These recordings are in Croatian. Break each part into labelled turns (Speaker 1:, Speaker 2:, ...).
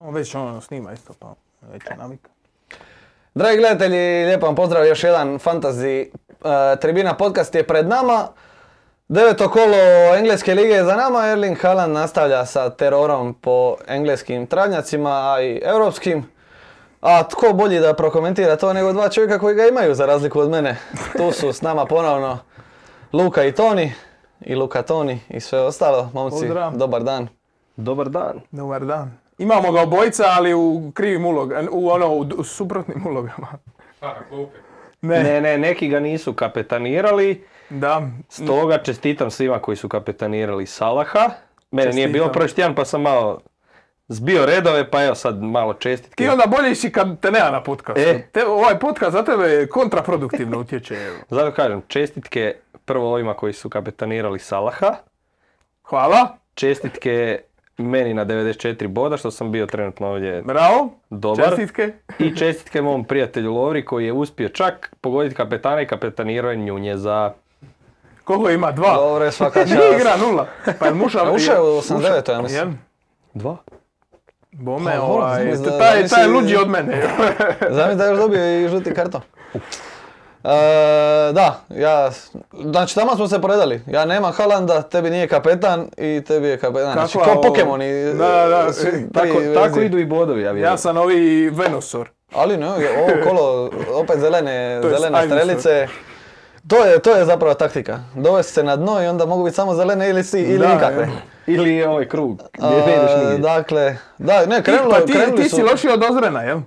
Speaker 1: On već ono snima isto, pa već
Speaker 2: E.
Speaker 1: je navika.
Speaker 2: Dragi gledatelji, lijep vam pozdrav, još jedan fantasy e, tribina podcast je pred nama. Deveto kolo Engleske lige je za nama, Erling Haaland nastavlja sa terorom po engleskim travnjacima, a i europskim. A tko bolji da prokomentira to nego dva čovjeka koji ga imaju za razliku od mene. Tu su s nama ponovno Luka i Toni i Luka Toni i sve ostalo. Momci,
Speaker 1: Pozdrav.
Speaker 2: dobar dan.
Speaker 3: Dobar dan.
Speaker 1: Dobar dan. Imamo ga obojica, ali u krivim ulogama, u ono, u, d- u suprotnim ulogama.
Speaker 4: Pa, klupi.
Speaker 1: Ne,
Speaker 3: Ne, ne, neki ga nisu kapetanirali,
Speaker 1: da.
Speaker 3: stoga čestitam svima koji su kapetanirali Salaha. Mene nije
Speaker 1: Čestitam.
Speaker 3: bilo prošli tjedan pa sam malo zbio redove, pa evo sad malo čestitke.
Speaker 1: Ti onda bolje si kad te nema na podcastu.
Speaker 3: E.
Speaker 1: Te, ovaj podcast za tebe kontraproduktivno utječe. evo.
Speaker 3: Zato kažem, čestitke prvo ovima koji su kapetanirali Salaha,
Speaker 1: Hvala,
Speaker 3: čestitke meni na 94 boda što sam bio trenutno ovdje
Speaker 1: bravo,
Speaker 3: dobar.
Speaker 1: čestitke.
Speaker 3: I čestitke mom prijatelju Lovri koji je uspio čak pogoditi kapetana i kapetanirao je Njunjeza.
Speaker 1: Koliko ima? Dva?
Speaker 2: Dobro je svaka
Speaker 1: Nije
Speaker 2: čast.
Speaker 1: Pa. igra nula. Pa je muša...
Speaker 2: A ušao je u 89.,
Speaker 1: ušao-
Speaker 2: ja mislim.
Speaker 1: Jel?
Speaker 3: Dva.
Speaker 1: Bome,
Speaker 2: Pa,
Speaker 1: ovaj,
Speaker 2: mislim da-
Speaker 1: taj, taj je
Speaker 2: mislim-
Speaker 1: luđi od mene.
Speaker 2: Zamisli da je još dobio i žuti karton. E, da, ja, znači tamo smo se predali. Ja nemam Halanda, tebi nije kapetan i tebi je kapetan. Znači,
Speaker 1: Kakva
Speaker 2: kao
Speaker 1: ovo-
Speaker 2: Pokemoni. e,
Speaker 1: Da, da,
Speaker 2: svi
Speaker 1: e,
Speaker 2: tri
Speaker 3: Tako,
Speaker 2: veze.
Speaker 3: tako idu i bodovi, ja vjerujem.
Speaker 1: ja sam ovi Venosor.
Speaker 2: Ali ne, ovo kolo, opet zelene,
Speaker 1: To je
Speaker 2: zelene
Speaker 1: Ivysaur.
Speaker 2: strelice. To je, to je zapravo taktika. Dovesti se na dno i onda mogu biti samo zelene ili si, ili
Speaker 1: Da,
Speaker 2: nikakve.
Speaker 1: evo.
Speaker 3: Ili ovaj krug, gdje
Speaker 2: E,
Speaker 3: ne ideš nigdje.
Speaker 2: dakle, da, ne,
Speaker 1: Ti,
Speaker 2: krenulo,
Speaker 1: pa ti,
Speaker 2: krenuli
Speaker 1: ti
Speaker 2: su-
Speaker 1: si loši od Ozrena, jel?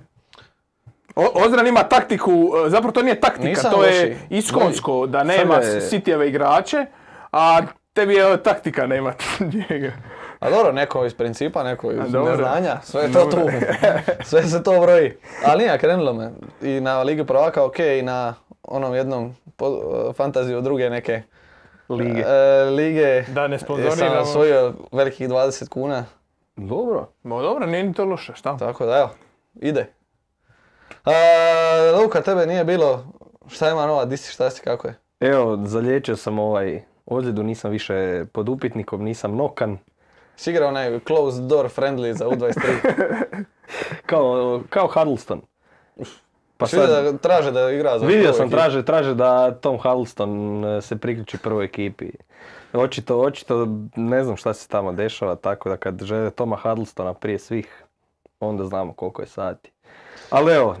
Speaker 1: O- Ozren ima taktiku, e, zapravo to nije taktika,
Speaker 2: Nisam
Speaker 1: to
Speaker 2: loši.
Speaker 1: je iskonsko, da nema
Speaker 3: Sada je-
Speaker 1: sitjeve igrače, a tebi je evo, taktika nema njega.
Speaker 2: A dobro, neko iz principa, neko iz
Speaker 1: dobro.
Speaker 2: neznanja, sve je to tu. Sve se to broji. Ali nije, krenulo me. I na Ligi prvaka ok, i na onom jednom po- eh, fantaziju druge neke
Speaker 3: Lige.
Speaker 2: e, lige.
Speaker 1: Da ne
Speaker 2: gdje sam
Speaker 1: sponzoriramo.
Speaker 2: osvojio velikih 20 kuna,
Speaker 3: Dobro.
Speaker 1: Ma dobro, nije ni to loše, šta?
Speaker 2: tako da evo, ide. E, Luka, tebe nije bilo, šta ima nova, di si, šta si, kako je?
Speaker 3: Evo, zalječio sam ovaj ozljedu, nisam više pod upitnikom, nisam nokan.
Speaker 2: Si igrao onaj closed door friendly za U23.
Speaker 3: Kao, kao Huddleston. Pa
Speaker 2: Svi
Speaker 3: sad,
Speaker 2: da traže da igra za
Speaker 3: vidio
Speaker 2: prvu
Speaker 3: sam,
Speaker 2: ekipu.
Speaker 3: traže, traže da Tom Huddleston e, se priključi prvoj ekipi. Očito, očito, ne znam šta se tamo dešava, tako da kad žele Toma Huddlestona prije svih, onda znamo koliko je sati. Ali evo,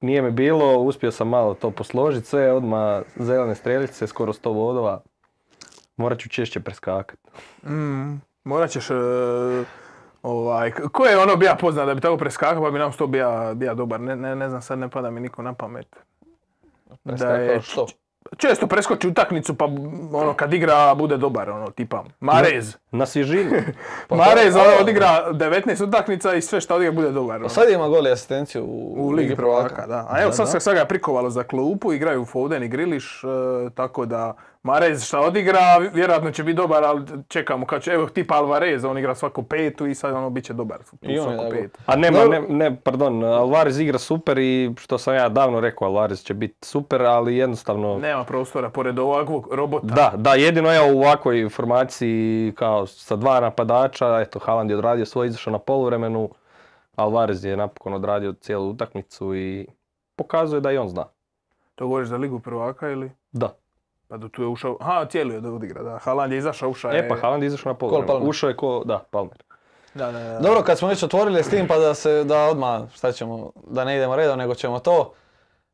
Speaker 3: nije me bilo, uspio sam malo to posložiti, sve odmah zelene strelice, skoro 100 bodova. Morat ću češće preskakati.
Speaker 1: Mm, morat ćeš... e, ovaj, k- ko je ono bija poznat da bi tako preskakao pa bi nam to bija, bija dobar? Ne, ne, ne znam, sad ne pada mi niko na pamet. Da
Speaker 2: Preskakao
Speaker 1: je
Speaker 2: što?
Speaker 1: često preskoči utakmicu pa ono kad igra bude dobar, ono tipa Marez.
Speaker 3: Na svježinu.
Speaker 2: Pa to-
Speaker 1: Marez ono,
Speaker 2: a,
Speaker 1: odigra 19 utakmica i sve što odigra bude dobar. ono.
Speaker 2: Pa Sad ima gol i asistenciju u,
Speaker 1: u Ligi prvaka, da. A evo sad se sad ga je prikovalo za klupu, igraju Foden i Griliš, e, tako da Marez šta odigra, vjerojatno će biti dobar, ali čekamo kad će, evo tipa Alvarez, on igra svaku petu i sad ono bit će dobar u
Speaker 2: I on je
Speaker 1: svaku
Speaker 2: tako.
Speaker 1: petu.
Speaker 3: A nema,
Speaker 2: Dobro.
Speaker 3: ne, ne, pardon, Alvarez igra super i što sam ja davno rekao, Alvarez će biti super, ali jednostavno...
Speaker 1: Nema prostora pored ovakvog robota.
Speaker 3: Da, da, jedino ja u ovakvoj formaciji kao sa dva napadača, eto, Haaland je odradio svoj izašao na poluvremenu, Alvarez je napokon odradio cijelu utakmicu i pokazuje da i on zna.
Speaker 1: To govoriš za Ligu prvaka ili?
Speaker 3: Da.
Speaker 1: Pa do tu je ušao, ha, cijeli je da odigra, da. Haaland je izašao, ušao je.
Speaker 3: E pa Haaland je izašao na poluvremenu.
Speaker 2: Palmer.
Speaker 3: Ušao je ko, da, Palmer.
Speaker 1: Da, da, da.
Speaker 2: Dobro, kad smo već otvorili s tim, pa da se, da odmah, šta ćemo, da ne idemo redom, nego ćemo to.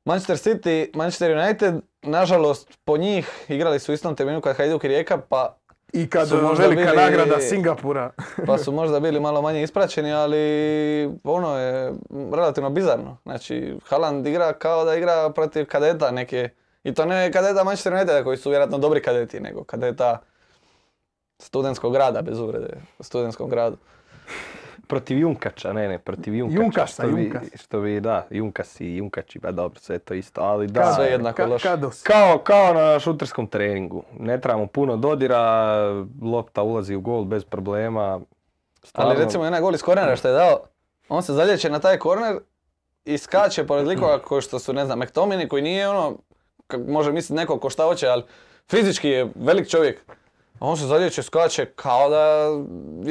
Speaker 2: Manchester City, Manchester United, nažalost, po njih igrali su u istom terminu kad Hajduk i Rijeka, pa,
Speaker 1: I kad
Speaker 2: Su možda
Speaker 1: velika
Speaker 2: bili-
Speaker 1: nagrada Singapura.
Speaker 2: pa su možda bili malo manje ispraćeni, ali ono je relativno bizarno. Znači, Haaland igra kao da igra protiv kadeta neke, i to ne kadeta Manchester Uniteda koji su vjerojatno dobri kadeti, nego kadeta studentskog grada, bez uvrede, studentskom gradu.
Speaker 3: Protiv Junkača, ne, ne, protiv Junkača.
Speaker 1: Junkasa,
Speaker 3: što bi-
Speaker 1: Junkas.
Speaker 3: Što bi, da, Junkas i Junkači, pa dobro, sve je to isto, ali da.
Speaker 2: Sve jednako
Speaker 1: Ka-
Speaker 2: loše.
Speaker 1: Kados.
Speaker 3: Kao, kao na šuterskom treningu. Ne trebamo puno dodira, lopta ulazi u gol bez problema. Stvarno,
Speaker 2: Ali recimo onaj gol iz kornera što je dao, on se zalječe na taj korner i skače pored likova koji što su, ne znam, McTominay koji nije ono, kak može misliti neko ko šta hoće, ali fizički je velik čovjek. A On se zalječe, skače kao da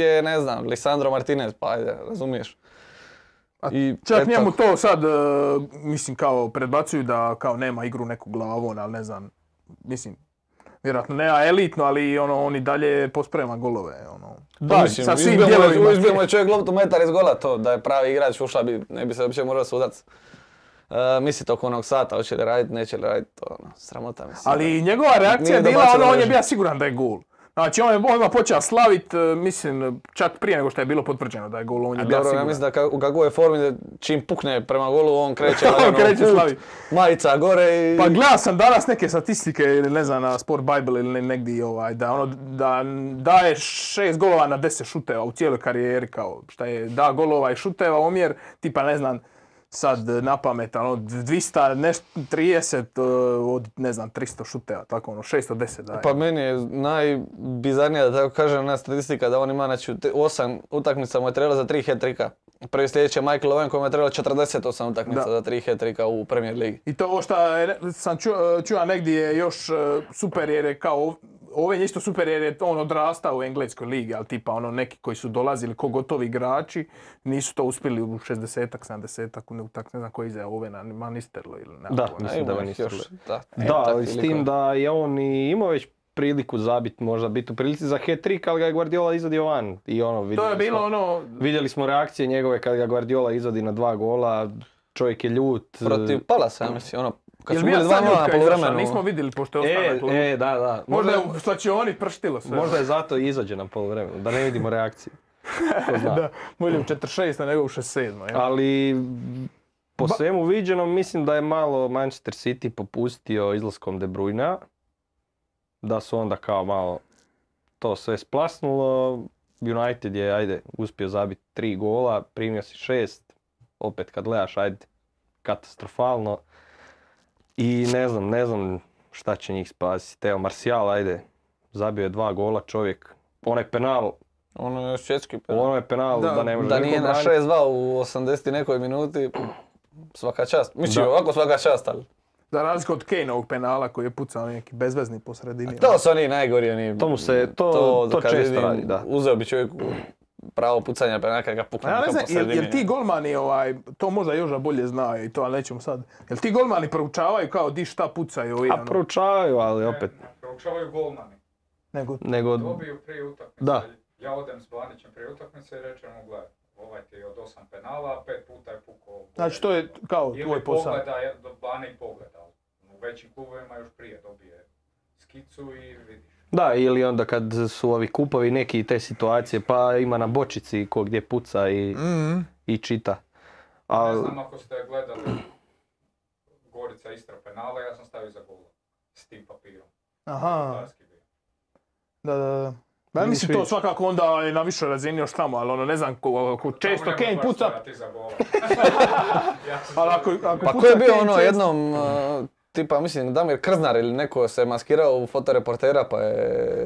Speaker 2: je, ne znam, Lisandro Martinez, pa ajde, razumiješ. I
Speaker 1: Čak
Speaker 2: eto,
Speaker 1: njemu to sad, e, mislim, kao predbacuju da kao nema igru neku glavu, ali ne znam, mislim, vjerojatno nema elitno, ali ono, on i dalje posprema golove, ono.
Speaker 2: Da, pa mislim,
Speaker 1: sa svim
Speaker 2: izbio mu je-
Speaker 1: dijelovima.
Speaker 2: izbio mu je čovjek loptu metar iz gola, to da je pravi igrač ušla bi, ne bi se uopće morao sudac. E, misli toko onog sata, hoće li radit, neće li radit, to ono, sramota mi se.
Speaker 1: Ali njegova reakcija
Speaker 2: Nije
Speaker 1: je bila,
Speaker 2: dobacio
Speaker 1: ono,
Speaker 2: na
Speaker 1: on je
Speaker 2: mrežu.
Speaker 1: bio siguran da je gol. Znači, on je odmah počeo slavit, e, mislim, čak prije nego što je bilo potvrđeno da je gol, on je bio
Speaker 2: Dobro, ja
Speaker 1: siguran.
Speaker 2: mislim da ka- u kakvoj je formi, da čim pukne prema golu, on kreće, lagano u
Speaker 1: kreće
Speaker 2: put,
Speaker 1: slavit.
Speaker 2: majica gore i...
Speaker 1: Pa gledao sam danas neke statistike, ili ne znam, na Sport Bible ili ne- negdje, ovaj, da ono, da daje šest golova na deset šuteva u cijeloj karijeri, kao šta je da golova i šuteva omjer, tipa ne znam, sad na pamet, ono, 200, nešto, 30 eh, od, ne znam, 300 šuteva, tako ono, 610 daje.
Speaker 2: Pa meni je najbizarnija, da tako kažem, ona statistika da on ima, znači, u te- osam utakmica mu je trebalo za tri hat-trika. Prvi sljedeći je Michael Owen kojem je trebalo 48 utakmica
Speaker 1: Da.
Speaker 2: za tri hat-trika u Premier Ligi.
Speaker 1: I to ovo šta je re- sam čuo, čuo negdje još eh, super jer je kao ov- Oven je isto super jer je on odrastao u engleskoj ligi, ali tipa ono neki koji su dolazili ko gotovi igrači nisu to uspjeli u 60-ak, 70-ak, ne, tak, ne znam koji iza je Ovena, ni Van Nistelrooy ili nema
Speaker 3: Da,
Speaker 1: pojma.
Speaker 3: Mislim
Speaker 2: Ima
Speaker 3: da ga
Speaker 2: ih
Speaker 3: nisu
Speaker 2: još,
Speaker 3: gledali.
Speaker 2: da, e,
Speaker 3: Da, ali
Speaker 2: takvi
Speaker 3: s
Speaker 2: likovi.
Speaker 3: tim da je on i imao već priliku zabiti, možda biti u prilici za hat-trick, ali ga je Guardiola izadio van. I ono,
Speaker 1: To je
Speaker 3: vidjeli
Speaker 1: bilo
Speaker 3: smo-
Speaker 1: ono,
Speaker 3: Vidjeli smo reakcije njegove kad ga Guardiola izvodi na dva gola, čovjek je ljut. e,
Speaker 2: Protiv Palasa, ja mislim, ono, kad
Speaker 1: jel
Speaker 2: su
Speaker 1: bila
Speaker 2: bili 2
Speaker 1: sanjutka
Speaker 2: na
Speaker 1: izašla?
Speaker 2: poluvremenu.
Speaker 1: nismo vidjeli pošto je ostala
Speaker 3: E,
Speaker 1: na klubu.
Speaker 3: e, da, da.
Speaker 1: Možda je u slačioni prštilo sve.
Speaker 3: možda je zato i izađe na polovremenu, da ne vidimo reakciju. Ko zna.
Speaker 1: da, bolje u 46 nego u 67. jel?
Speaker 3: Ali po svemu viđenom mislim da je malo Manchester City popustio izlaskom De Bruyna. Da su onda kao malo to sve splasnulo. United je, ajde, uspio zabiti tri gola, primio si šest. Opet kad gledaš, ajde, katastrofalno. I ne znam, ne znam šta će njih spasiti. Evo, Martial, ajde, zabio je dva gola čovjek. Onaj penal,
Speaker 2: Ono je još četski penal.
Speaker 3: onaj penal da,
Speaker 1: Da,
Speaker 3: ne može
Speaker 2: Da
Speaker 3: niko
Speaker 2: nije na
Speaker 3: braniti.
Speaker 2: 6-2 u 80 i nekoj minuti, svaka čast. Mislim,
Speaker 3: Da.
Speaker 2: ovako svaka čast, ali...
Speaker 1: Za razliku od Kaneovog penala koji je pucao neki bezvezni po sredini.
Speaker 2: To su oni najgori, oni...
Speaker 3: To mu se- to- to
Speaker 2: kad
Speaker 3: često
Speaker 2: vidim,
Speaker 3: radi, da.
Speaker 2: Uzeo bi čovjek pravo pucanja penala kad ga
Speaker 1: A Pa
Speaker 2: pukne
Speaker 1: Ja ne
Speaker 2: nikom
Speaker 1: znam,
Speaker 2: po
Speaker 1: jel,
Speaker 2: sredini.
Speaker 1: jel ti golmani, ovaj, to možda Joža bolje znaju i to, ali nećemo sad. Jel ti golmani proučavaju kao di šta pucaju ovi,
Speaker 3: A
Speaker 1: ono,
Speaker 3: proučavaju, ali opet.
Speaker 4: Proučavaju golmani.
Speaker 1: nego...
Speaker 3: Nego,
Speaker 4: Dobiju prije utakmice.
Speaker 3: Da.
Speaker 4: Ja odem s Blanićem prije utakmice i rečem mu gledaj, ovaj ti je od osam penala, a pet puta je pukao.
Speaker 1: Znači to je kao tvoj posao.
Speaker 4: Ili pogleda, je- do- Blani pogleda. U većim klubovima još prije dobije skicu i vidiš.
Speaker 3: da, ili onda kad su ovi kupovi neki i te situacije, pa ima na bočici ko gdje puca i,
Speaker 1: Mhm.
Speaker 3: i čita.
Speaker 4: Ne
Speaker 3: A,
Speaker 4: znam ako ste gledali Gorica Istra penala, ja sam stavio za gola. S tim papirom.
Speaker 1: Aha,
Speaker 4: Carski bio.
Speaker 1: da, da, da. Ja mislim to svakako onda je na višoj razini još tamo, ali ono ne znam ko, ko često
Speaker 4: Tamo
Speaker 1: Kane
Speaker 4: nema baš
Speaker 1: puca,
Speaker 4: stojati za gola. Ja sam
Speaker 1: ali
Speaker 4: stavio
Speaker 1: ako,
Speaker 4: za
Speaker 1: ako
Speaker 2: Pa ko
Speaker 1: puca
Speaker 2: je bio
Speaker 1: Kane
Speaker 2: ono
Speaker 1: često-
Speaker 2: jednom, uh, tipa mislim Damir Krznar ili neko se maskirao u fotoreportera pa je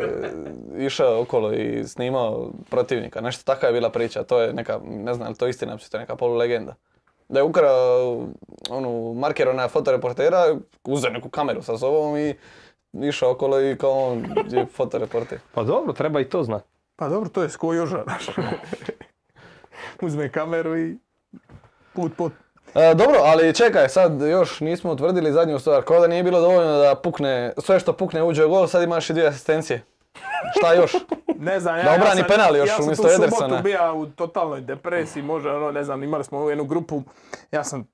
Speaker 2: išao okolo i snimao protivnika. Nešto takva je bila priča, to je neka, ne znam je li to istina, uopće, to je neka polulegenda. Da je ukrao onu marker ona fotoreportera, uzeo neku kameru sa sobom i išao okolo i kao on je fotoreporter.
Speaker 3: pa dobro, treba i to znati.
Speaker 1: Pa dobro, to je sko Joža, znaš. Uzme kameru i put, put.
Speaker 2: E, dobro, ali čekaj, sad još nismo utvrdili zadnju stvar. Kao da nije bilo dovoljno da pukne, sve što pukne uđe u gol, sad imaš i dvije asistencije. Šta još?
Speaker 1: Ne znam, ja,
Speaker 2: Da
Speaker 1: ja
Speaker 2: obrani
Speaker 1: sam-
Speaker 2: penal još
Speaker 1: ja sam
Speaker 2: umjesto
Speaker 1: tu
Speaker 2: Edersona.
Speaker 1: subotu bija u totalnoj depresiji, može ono, ne znam, imali smo ovu jednu grupu, ja sam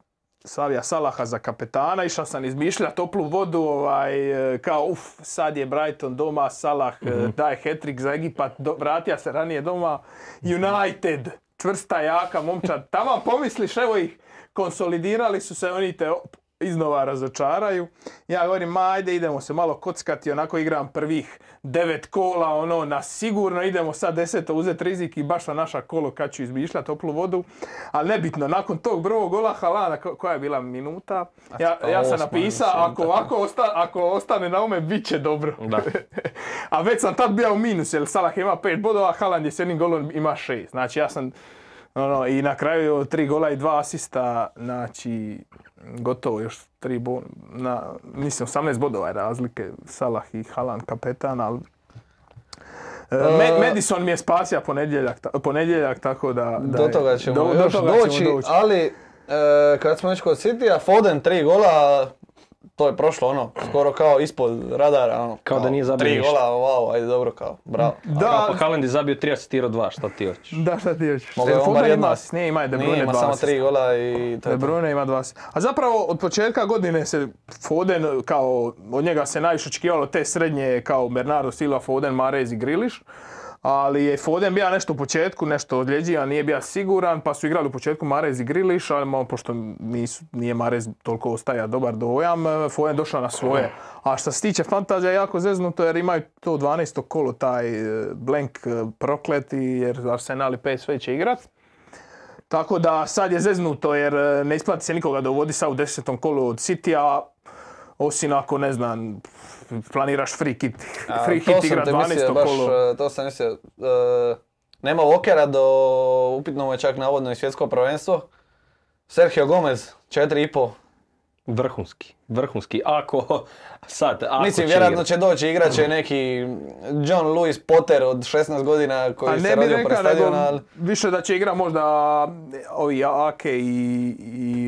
Speaker 1: Savija Salaha za kapetana, išao sam izmišljati toplu vodu, ovaj, e, kao uf, sad je Brighton doma, Salah e,
Speaker 2: Mhm.
Speaker 1: daje hetrik za Egipat, do, vratio se ranije doma, United, čvrsta, jaka, momčad, tamo pomisliš, evo ih, konsolidirali su se, oni te op- iznova razočaraju. Ja govorim, ma ajde, idemo se malo kockati, onako igram prvih devet kola, ono, na sigurno, idemo sad deseto uzeti rizik i baš na naša kolo kad ću izmišljati toplu vodu. Ali nebitno, nakon tog prvog gola Halana, ko- koja je bila minuta, ja,
Speaker 2: pa
Speaker 1: ja sam
Speaker 2: osma,
Speaker 1: napisao,
Speaker 2: mislim,
Speaker 1: ako ovako osta- ako ostane na ome, bit će dobro.
Speaker 3: Da.
Speaker 1: A već sam tad bio u minus, jer Salah ima pet bodova, Haaland je s jednim golom ima šest. Znači ja sam, ono, i na kraju tri gola i dva asista, znači gotovo još tri bo, na, mislim 18 bodova je razlike Salah i Haaland kapetan, ali E, Me- Madison mi je spasio ponedjeljak, ta- ponedjeljak tako da... da
Speaker 2: Do
Speaker 1: je-
Speaker 2: toga ćemo
Speaker 1: do- do
Speaker 2: još
Speaker 1: toga ćemo
Speaker 2: doći, ali e, kad smo već kod City, a Foden tri gola, to je prošlo ono, skoro kao ispod radara, ono.
Speaker 3: Kao da nije zabio
Speaker 2: Tri
Speaker 3: ništa.
Speaker 2: gola, wow, ajde dobro kao, bravo.
Speaker 3: Kao
Speaker 1: Da,
Speaker 3: pa Haaland je zabio 3 asistirao 2, šta ti hoćeš?
Speaker 1: da šta ti još?
Speaker 2: Mogao je on bar jedna-
Speaker 1: Nije ima je De
Speaker 2: Nije,
Speaker 1: Bruyne
Speaker 2: ima
Speaker 1: dva
Speaker 2: samo
Speaker 1: asista.
Speaker 2: tri gola i to
Speaker 1: De
Speaker 2: je to.
Speaker 1: Bruyne ima dva asista. A zapravo od početka godine se Foden, kao od njega se najviše očekivalo te srednje kao Bernardo Silva, Foden, Marez i Griliš. Ali je Foden bio nešto u početku, nešto odljeđivan, nije bio siguran, pa su igrali u početku Marez i Griliš, ali malo pošto nisu, nije Marez toliko ostaja dobar dojam, eh, Foden došao na svoje. A što se tiče fantazija, jako zeznuto jer imaju to 12. kolo, taj eh, blank eh, prokleti, jer Arsenal i PSV će igrat. Tako da sad je zeznuto jer e, ne isplati se nikoga dovodi sad u desetom kolu od City, a osim ako ne znam, planiraš free kit.
Speaker 2: A,
Speaker 1: Free
Speaker 2: to
Speaker 1: hit
Speaker 2: sam
Speaker 1: igra
Speaker 2: te mislio
Speaker 1: 12.
Speaker 2: baš,
Speaker 1: kolo.
Speaker 2: e, to sam mislio. e, nema Walkera do, upitno mu je čak navodno i svjetsko prvenstvo. Sergio Gomez, 4,5.
Speaker 3: Vrhunski, vrhunski. Ako, sad, ako
Speaker 2: Mislim,
Speaker 3: će
Speaker 2: vjerojatno
Speaker 3: igrat.
Speaker 2: će doći, igrat će neki John Lewis Potter od 16 godina
Speaker 1: A
Speaker 3: Pa
Speaker 2: koji se
Speaker 1: ne bi
Speaker 2: rodio pre
Speaker 1: rekao
Speaker 2: stadiona,
Speaker 1: nego
Speaker 2: ali...
Speaker 1: više da će igra možda e, ovi Ake i,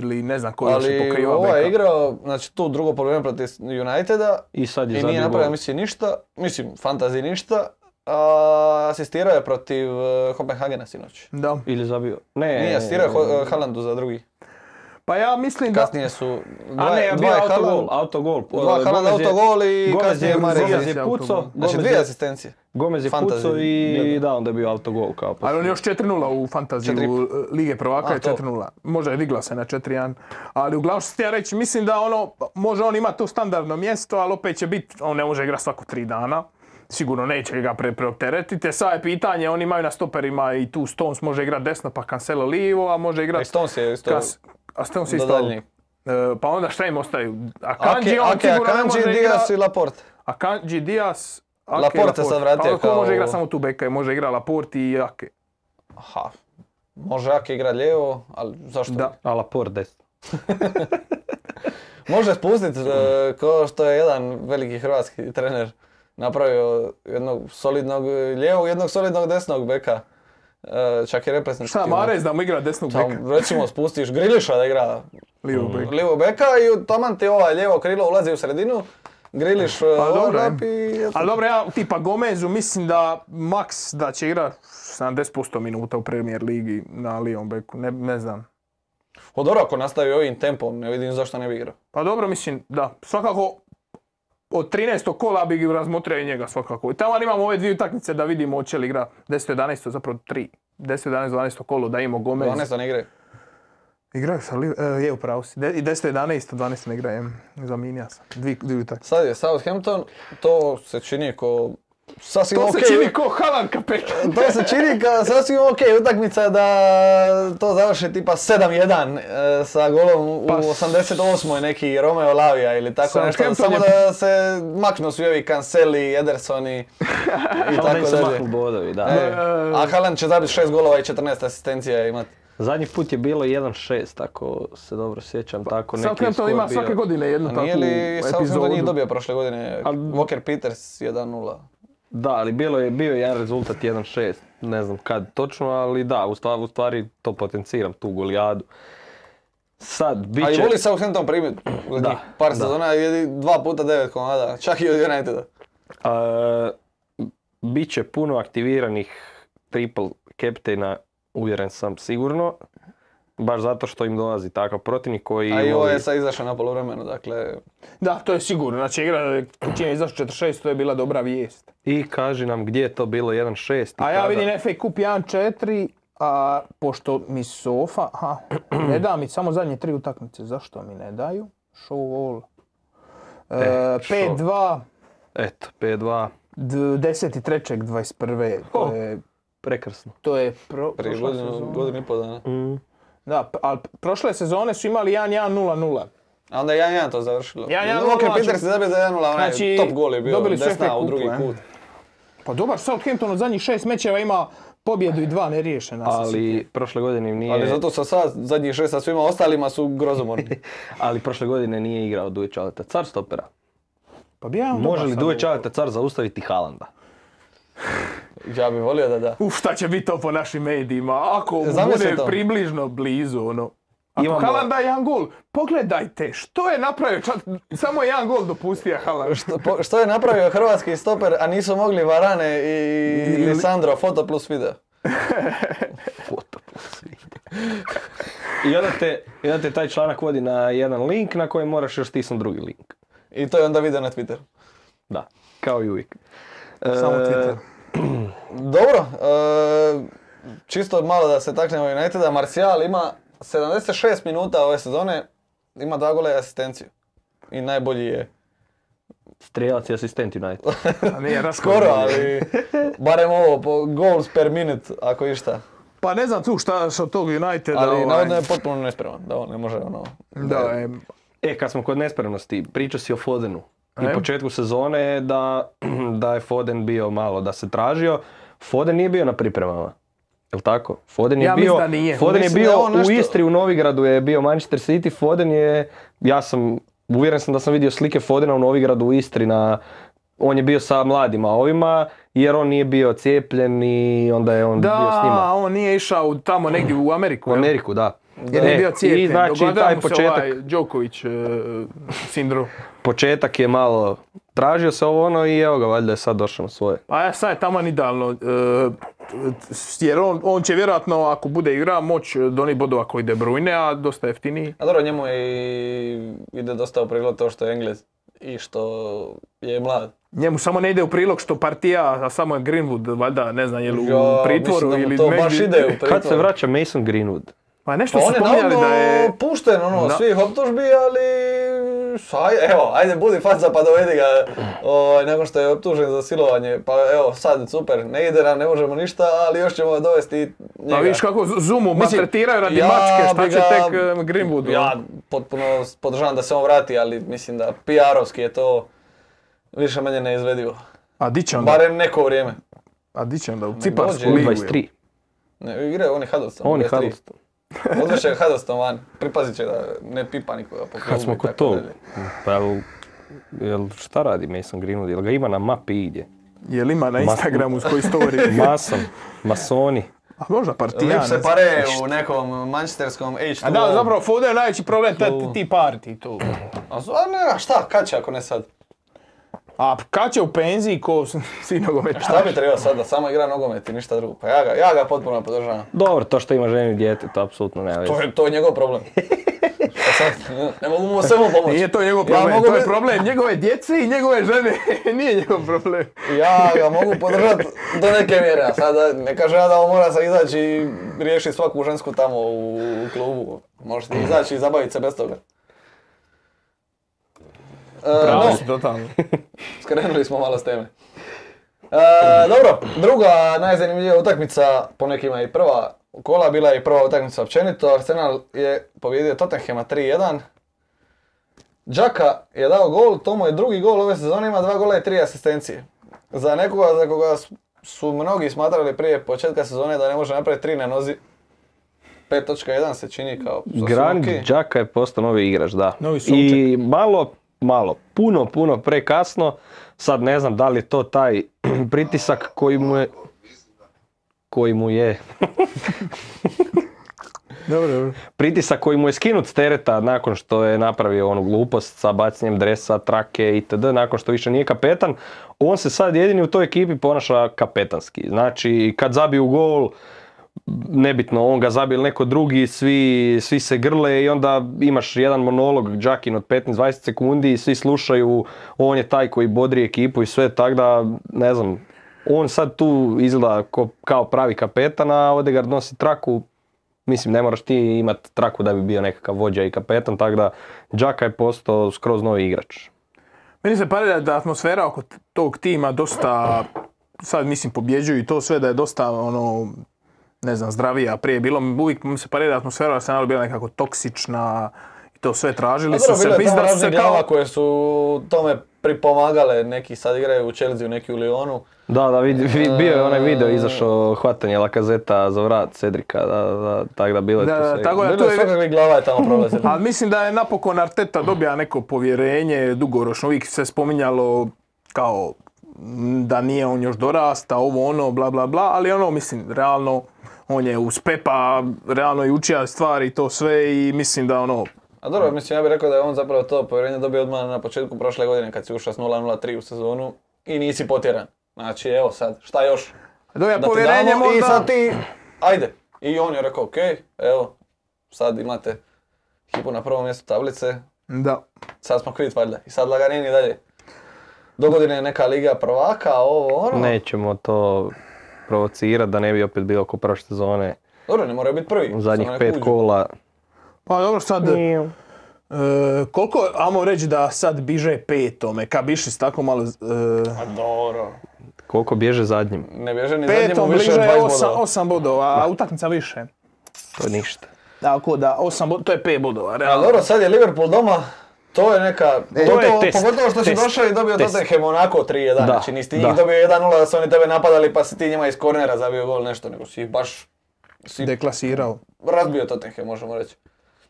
Speaker 1: ili ne znam koji još je
Speaker 2: Ali
Speaker 1: pokriva
Speaker 2: ovo je
Speaker 1: beka.
Speaker 2: igrao, znači tu drugo problema protiv Uniteda
Speaker 3: I sad je
Speaker 2: i nije
Speaker 3: zabio
Speaker 2: napravio
Speaker 3: gol.
Speaker 2: mislim ništa, mislim fantazi ništa, a asistirao je protiv e, Kopenhagena sinoć.
Speaker 1: Da.
Speaker 3: Ili zabio. Ne,
Speaker 2: Nije, asistirao je Ho- e, Haalandu za drugi.
Speaker 1: Pa ja mislim da...
Speaker 2: Kasnije su dva,
Speaker 3: A ne,
Speaker 2: dva
Speaker 3: bio
Speaker 2: je
Speaker 3: autogol,
Speaker 2: Haaland,
Speaker 3: autogol.
Speaker 2: dva Haaland
Speaker 3: Gomez je-
Speaker 2: autogol i
Speaker 3: Gomez
Speaker 2: kasnije
Speaker 3: je,
Speaker 1: Mahrez.
Speaker 2: Marez.
Speaker 3: Gomez
Speaker 1: Gomez je
Speaker 3: je pucao,
Speaker 1: autogol.
Speaker 2: Znači
Speaker 3: Gomez
Speaker 2: dvije
Speaker 3: je,
Speaker 2: asistencije.
Speaker 3: Gomez je
Speaker 2: Fantasy,
Speaker 3: pucao i da, onda je bio autogol kao pa.
Speaker 1: Ali on je još 4-0 u fantaziju e, Lige prvaka
Speaker 2: A,
Speaker 1: je
Speaker 2: to.
Speaker 1: 4-0. Možda je digla se na 4-1. Ali uglavnom što ti ja reći, mislim da ono, može on ima to standardno mjesto, ali opet će biti, on ne može igrati svako tri dana. Sigurno neće ga pre, preopteretiti. Sad je pitanje, oni imaju na stoperima i tu Stones može igrati desno pa Cancelo lijevo, a može igrati...
Speaker 2: Stones je isto
Speaker 1: Kas- a Stones je
Speaker 2: do
Speaker 1: isto out.
Speaker 2: daljnjeg.
Speaker 1: E, pa onda šta im ostaju? A Kanji
Speaker 2: Ake,
Speaker 1: on
Speaker 2: Ake,
Speaker 1: sigurno ne
Speaker 2: Akanji,
Speaker 1: može
Speaker 2: Diaz
Speaker 1: igrati...
Speaker 2: i Laporte.
Speaker 1: A Kanji Diaz... Ake,
Speaker 2: Laporte se sad vratio
Speaker 1: Pa ko
Speaker 2: kao-
Speaker 1: može igrati samo tu beka, može igrati Laporte i Ake.
Speaker 2: Aha. Može Ake igrat lijevo, ali zašto?
Speaker 1: Da.
Speaker 3: A Laporte desno.
Speaker 2: Može spustiti, kao što je jedan veliki hrvatski trener napravio jednog solidnog lijevog, jednog solidnog desnog beka. E, Čak i
Speaker 1: Šta,
Speaker 2: reprezentativno.
Speaker 1: Marez da mu igra desnog beka?
Speaker 2: Tam, recimo spustiš Griliša da igra
Speaker 1: Lijevo beka.
Speaker 2: lijevo beka i taman ti ovaj lijevo krilo ulazi u sredinu, Griliš
Speaker 1: Pa dobro je.
Speaker 2: overlap i... eto.
Speaker 1: Ali dobro, ja tipa Gomezu mislim da Max da će igrat 70% minuta u Premier Ligi na lijevom beku, ne, ne znam.
Speaker 2: O, Pa dobro, ako nastavi ovim tempom, ne vidim zašto ne bi igrao.
Speaker 1: Pa dobro, mislim, da, svakako od 13. kola bi razmotrio i njega svakako. I tamo imamo ove dvije utakmice da vidimo hoće li igra 10. 11. zapravo 3. 10. 11. 12. kolo da imamo Gomez.
Speaker 2: 12 ne igraju.
Speaker 1: Igraju sa Liv- e, je upravo si. De- I 10. 11. 12. ne igrajem. Zamijenio sam. Dvi, dvi utakmice.
Speaker 2: Sad je Southampton, to se čini ko... Sasvim
Speaker 1: To
Speaker 2: okej.
Speaker 1: se čini ko Haaland kapetan.
Speaker 2: to se čini kao sasvim ok utakmica da to završi tipa 7-1 e, sa golom u
Speaker 1: Pa,
Speaker 2: 88. neki Romeo Lavija ili tako nešto.
Speaker 1: Southampton
Speaker 2: Samo
Speaker 1: je-
Speaker 2: da se maknu svi ovi Canceli, Edersoni i
Speaker 3: Onda im
Speaker 2: tako
Speaker 3: se
Speaker 2: dalje.
Speaker 3: maknu bodovi, da.
Speaker 2: E, a Haaland će zabiti 6 golova i 14 asistencija imati.
Speaker 3: Zadnji put je bilo 1-6, ako se dobro sjećam,
Speaker 2: Pa,
Speaker 3: tako neki
Speaker 1: Southampton
Speaker 3: skor
Speaker 1: ima
Speaker 3: bio.
Speaker 1: svake godine jednu takvu
Speaker 2: Nije li Southampton njih
Speaker 1: epizodu.
Speaker 2: dobio prošle godine?
Speaker 3: Al-
Speaker 2: Walker Peters 1-0.
Speaker 3: Da, ali bilo je, bio je jedan rezultat 1-6, ne znam kad točno, ali da, u stvari, u stvari to potenciram, tu golijadu. Sad, bit
Speaker 2: A i
Speaker 3: će...
Speaker 2: voli Southampton primiti u
Speaker 3: Da,
Speaker 2: zadnjih par
Speaker 3: da.
Speaker 2: sezona, jedi dva puta devet komada, čak i od Uniteda.
Speaker 3: A, bit će puno aktiviranih triple captaina, uvjeren sam sigurno. Baš zato što im dolazi takav protivnik koji...
Speaker 2: A i ovo
Speaker 3: voli-
Speaker 2: je sad izašao na poluvremenu, dakle
Speaker 1: Da, to je sigurno. Znači igra čim je izašao 46, to je bila dobra vijest.
Speaker 3: I kaži nam gdje je to bilo 1-6 i
Speaker 1: A ja
Speaker 3: kada.
Speaker 1: vidim FA Cup 1-4, a pošto mi sofa, aha, ne da mi samo zadnje tri utakmice, zašto mi ne daju? Show all. E,
Speaker 3: E, show.
Speaker 1: 5-2,
Speaker 3: Eto, 5-2,
Speaker 1: d- 10.3.21. To
Speaker 3: Ho.
Speaker 1: je,
Speaker 3: prekrasno.
Speaker 1: to je pro,
Speaker 2: prije
Speaker 1: prošla
Speaker 2: godinu,
Speaker 1: sezona.
Speaker 2: godinu i pol dana.
Speaker 1: Da, p- ali prošle sezone su imali 1-1-0-0.
Speaker 2: A onda je 1-1 to završilo.
Speaker 1: 1:1,
Speaker 2: Walker
Speaker 1: znači-
Speaker 2: Peters je zabio za 1-0, onaj
Speaker 1: Znači,
Speaker 2: top gol je bio,
Speaker 1: dobili su FA
Speaker 2: desna
Speaker 1: kupu,
Speaker 2: u drugi
Speaker 1: e.
Speaker 2: kut.
Speaker 1: Pa dobar, Southampton od zadnjih šest mečeva ima pobjedu i dva neriješena.
Speaker 3: Ali prošle godine im nije...
Speaker 2: Ali zato sa sad, zadnjih šest sa svima ostalima su grozomorni.
Speaker 3: Ali prošle godine nije igrao Dujić Aleta car stopera.
Speaker 1: Pa bi ja on
Speaker 3: Može
Speaker 1: dobar
Speaker 3: li
Speaker 1: sad
Speaker 3: Dujić
Speaker 1: bio.
Speaker 3: Aleta car zaustaviti Halanda?
Speaker 2: Ja bih volio da da.
Speaker 1: Uf, šta će biti to po našim medijima, ako mu
Speaker 3: E,
Speaker 2: Zamisli
Speaker 1: bude
Speaker 2: to.
Speaker 1: približno blizu, ono. Ako
Speaker 3: Imamo-
Speaker 1: Haaland da jedan gol, pogledajte, što je napravio, čak samo je jedan gol dopustio Haaland.
Speaker 2: Što, po- što je napravio hrvatski stoper, a nisu mogli Varane i
Speaker 1: Ili-
Speaker 2: Lisandro, foto plus video.
Speaker 3: Foto po svijetu. I onda te, i onda te taj članak vodi na jedan link na koji moraš još stisnuti drugi link.
Speaker 2: I to je onda video na Twitteru.
Speaker 3: Da, kao i uvijek.
Speaker 1: Samo
Speaker 3: E,
Speaker 1: Twitter.
Speaker 2: Dobro, e, čisto malo da se taknemo Uniteda, Marcial ima 76 minuta ove sezone, ima dva gola i asistenciju. I najbolji je.
Speaker 3: Strijelac i asistent United.
Speaker 1: A nije raskoro,
Speaker 2: Skoro, ali barem ovo, po goals per minute, ako išta.
Speaker 1: Pa ne znam tu šta što tog Uniteda.
Speaker 2: Ali
Speaker 1: ovaj,
Speaker 2: navodno je potpuno nespreman, da on ne može ono...
Speaker 1: Da, em,
Speaker 3: E, kad smo kod nespremnosti, pričao si o Fodenu. I
Speaker 1: E?
Speaker 3: početku sezone da, da je Foden bio malo, da se tražio. Foden nije bio na pripremama. Jel tako? Foden je
Speaker 1: Ja
Speaker 3: bio,
Speaker 1: mislim da nije.
Speaker 3: Foden je
Speaker 2: Mislim da
Speaker 3: bio
Speaker 2: je on nešto-
Speaker 3: u Istri, u Novigradu je bio Manchester City. Foden je, ja sam, uvjeren sam da sam vidio slike Fodena u Novigradu u Istri na... On je bio sa mladima ovima, jer on nije bio cijepljen i onda je on bio s njima.
Speaker 1: da, on nije išao u- tamo negdje u Ameriku.
Speaker 3: U
Speaker 1: jel?
Speaker 3: Ameriku, da.
Speaker 1: Jer je
Speaker 3: E,
Speaker 1: bio cijepljen.
Speaker 3: I znači
Speaker 1: dogodio
Speaker 3: taj
Speaker 1: mu se
Speaker 3: početak,
Speaker 1: Ovaj Djokovic e, sindrom.
Speaker 3: početak je malo tražio se ovo ono i evo ga valjda je sad došao na svoje.
Speaker 1: Pa ja sad je taman idealno. e, t- jer on, on će vjerojatno, ako bude igra, moći do onih bodova koji De Bruyne, a dosta jeftiniji.
Speaker 2: A dobro, njemu je i ide dosta u prilog to što je Englez i što je mlad.
Speaker 1: Njemu samo ne ide u prilog što partija, a samo je Greenwood, valjda, ne znam, je li u
Speaker 2: Ja, mislim
Speaker 1: pritvoru
Speaker 2: da mu
Speaker 1: ili
Speaker 2: to
Speaker 1: negdje.
Speaker 2: baš ide u pritvor.
Speaker 3: Kad se vraća Mason Greenwood?
Speaker 1: Pa
Speaker 2: Pa
Speaker 1: nešto
Speaker 2: on
Speaker 1: su
Speaker 2: je
Speaker 1: spominjali da je...
Speaker 2: navodno pušten, ono,
Speaker 1: Da.
Speaker 2: svih optužbi, ali... Aj, evo, ajde, budi faca pa dovedi ga ovaj, nakon što je optužen za silovanje. Pa evo, sad, super, ne ide nam, ne možemo ništa, ali još ćemo dovesti i njega.
Speaker 1: Pa vidiš kako z- Zumu
Speaker 2: Mislim,
Speaker 1: maltretiraju radi
Speaker 2: ja
Speaker 1: mačke, šta
Speaker 2: bi
Speaker 1: će
Speaker 2: ga-
Speaker 1: tek e, Greenwoodu.
Speaker 2: Ja potpuno podržavam da se on vrati, ali mislim da PR-ovski je to više manje neizvedivo.
Speaker 1: A di će onda?
Speaker 2: Barem neko vrijeme.
Speaker 1: A di će onda? U Ciparsku
Speaker 2: dođe.
Speaker 1: ligu. je.
Speaker 3: 23.
Speaker 2: Ne, igraju oni Huddleston.
Speaker 3: On i
Speaker 2: 23.
Speaker 3: Huddleston.
Speaker 2: Odvest će Huddleston van, pripazit će da ne pipa nikoga po klubu
Speaker 3: Kad smo
Speaker 2: i
Speaker 3: kod
Speaker 2: tako
Speaker 3: tog,
Speaker 2: dalje.
Speaker 3: pa jel, jel šta radi Mason Greenwood? Jel ga ima na mapi igdje?
Speaker 1: Jel ima na Instagramu s koji story?
Speaker 3: Mason, masoni.
Speaker 1: A možda partija.
Speaker 2: Lip se pare u nekom manchesterskom H2.
Speaker 1: A da, zapravo Foden je najveći problem ta-
Speaker 2: Tu.
Speaker 1: ti parti tu.
Speaker 2: A, s- a ne, a šta, kad će ako ne sad?
Speaker 1: A kad će u penziji ko s- svi nogometaši?
Speaker 2: Šta bi trebao sad da samo igra nogomet i ništa drugo? Pa ja ga, ja ga potpuno podržavam.
Speaker 3: Dobro, to što ima ženu i dijete, to apsolutno nema veze.
Speaker 2: To je, to je njegov problem. Pa sad, ne- ne mogu mu svemu pomoći.
Speaker 1: Nije to njegov
Speaker 2: Ja
Speaker 1: problem,
Speaker 2: mogu
Speaker 1: to je
Speaker 2: biti-
Speaker 1: problem njegove djece i njegove žene. Nije njegov problem.
Speaker 2: Ja ga mogu podržati do neke mjere, a sada ne kaže ja da on mora se izaći i riješiti svaku žensku tamo u, u klubu. Možeš ti izaći i zabaviti se bez toga. E, no,
Speaker 1: totalno.
Speaker 2: skrenuli smo malo s teme. E, dobro, druga najzanimljivija utakmica, po nekima i prva kola, bila je i prva utakmica općenito. Arsenal je pobjedio Tottenhema 3-1. Džaka je dao gol, to mu je drugi gol ove sezone, ima dva gola i tri asistencije. Za nekoga za koga s- su mnogi smatrali prije početka sezone da ne može napraviti tri na nozi, 5.1 se čini kao sasvim
Speaker 3: Grand
Speaker 2: okej.
Speaker 3: Džaka je postao novi igrač, da.
Speaker 1: Novi Souček.
Speaker 3: I malo, malo, puno, puno prekasno. Sad ne znam da li je to taj pritisak koji mu je... Koji mu je...
Speaker 1: Dobro, dobro.
Speaker 3: pritisak koji mu je skinut s tereta nakon što je napravio onu glupost sa bacanjem dresa, trake itd. nakon što više nije kapetan, on se sad jedini u toj ekipi ponaša kapetanski. Znači, kad zabiju gol, nebitno, on ga zabije ili neko drugi, svi, svi se grle i onda imaš jedan monolog Đakin od 15-20 sekundi i svi slušaju, on je taj koji bodri ekipu i sve, tako da, ne znam, on sad tu izgleda ko- kao pravi kapetan, a Odegaard nosi traku, Mislim, ne moraš ti imat traku da bi bio nekakav vođa i kapetan, tako da Đaka je postao skroz novi igrač.
Speaker 1: Meni se pare da, da atmosfera oko t- tog tima dosta, sad mislim pobjeđuju i to sve da je dosta ono, ne znam, zdravija. Prije je bilo, uvijek mi se pare da atmosfera Arsenalu bila nekako toksična i to sve tražili
Speaker 2: A
Speaker 1: su
Speaker 2: Pa dobro,
Speaker 1: se.
Speaker 2: bilo je
Speaker 1: Mislim
Speaker 2: tamo
Speaker 1: da su se
Speaker 2: raznih glava
Speaker 1: kao...
Speaker 2: koje su tome pripomagale, neki sad igraju u Chelsea, neki u Lyonu.
Speaker 3: Da, da, vidi, vi- bio je onaj video izašao hvatanje lakazeta za vrat Cedrika, da, da, tako da bilo je
Speaker 1: Da,
Speaker 3: tu
Speaker 1: da,
Speaker 3: svega.
Speaker 1: tako da
Speaker 2: Bilo
Speaker 1: to
Speaker 2: je
Speaker 1: je...
Speaker 2: svakakvih glava je tamo prolazila.
Speaker 1: Ali Pa mislim da je napokon Arteta dobija neko povjerenje dugoročno. Uvijek se spominjalo kao m, da nije on još dorasta, ovo ono, bla bla bla, ali ono, mislim, realno, on je uz Pepa, realno i učija stvari i to sve i mislim da ono,
Speaker 2: A dobro, mislim, ja bih rekao da je on zapravo to povjerenje dobio odmah na početku prošle godine kad si ušao s 0-0-3 u sezonu i nisi potjeran. Znači, evo sad, šta još?
Speaker 1: doja
Speaker 2: Da ti
Speaker 1: povjerenje
Speaker 2: damo i
Speaker 1: možda.
Speaker 2: sad ti, ajde. I on je rekao, ok, evo, sad imate hipu na prvom mjestu tablice,
Speaker 1: Da.
Speaker 2: sad smo kvit valjda. I sad laganini dalje. Dogodine je neka liga prvaka, ovo ono.
Speaker 3: Nećemo to provocirati da ne bi opet bilo oko prošle sezone.
Speaker 2: Dobro, ne moraju biti prvi.
Speaker 3: U zadnjih
Speaker 2: samo nek
Speaker 3: pet
Speaker 2: uđu.
Speaker 3: kola.
Speaker 1: Pa dobro sad,
Speaker 3: Mm.
Speaker 1: e, koliko, ajmo reći da sad biže petome, kad bi išli s tako malo, e,
Speaker 2: Pa dobro.
Speaker 3: Koliko bježe zadnjim?
Speaker 2: Ne bježe ni zadnjemu
Speaker 1: petom
Speaker 2: više od
Speaker 1: bliže
Speaker 2: 20
Speaker 1: osam,
Speaker 2: bodova.
Speaker 1: osam bodova, a utakmica više.
Speaker 3: To je ništa.
Speaker 1: Tako da, osam bodova, to je pet bodova,
Speaker 2: A
Speaker 1: realno.
Speaker 2: dobro, sad je Liverpool doma, to je neka, pogotovo,
Speaker 3: test,
Speaker 2: pogotovo što si
Speaker 3: test,
Speaker 2: došao i dobio
Speaker 3: test.
Speaker 2: Tottenham onako 3-1,
Speaker 3: Da,
Speaker 2: znači nisi ti
Speaker 3: da.
Speaker 2: njih dobio 1-0 da su oni tebe napadali pa si ti njima iz kornera zabio gol nešto, nego si ih baš
Speaker 1: Deklasirao.
Speaker 2: razbio Tottenham možemo reći.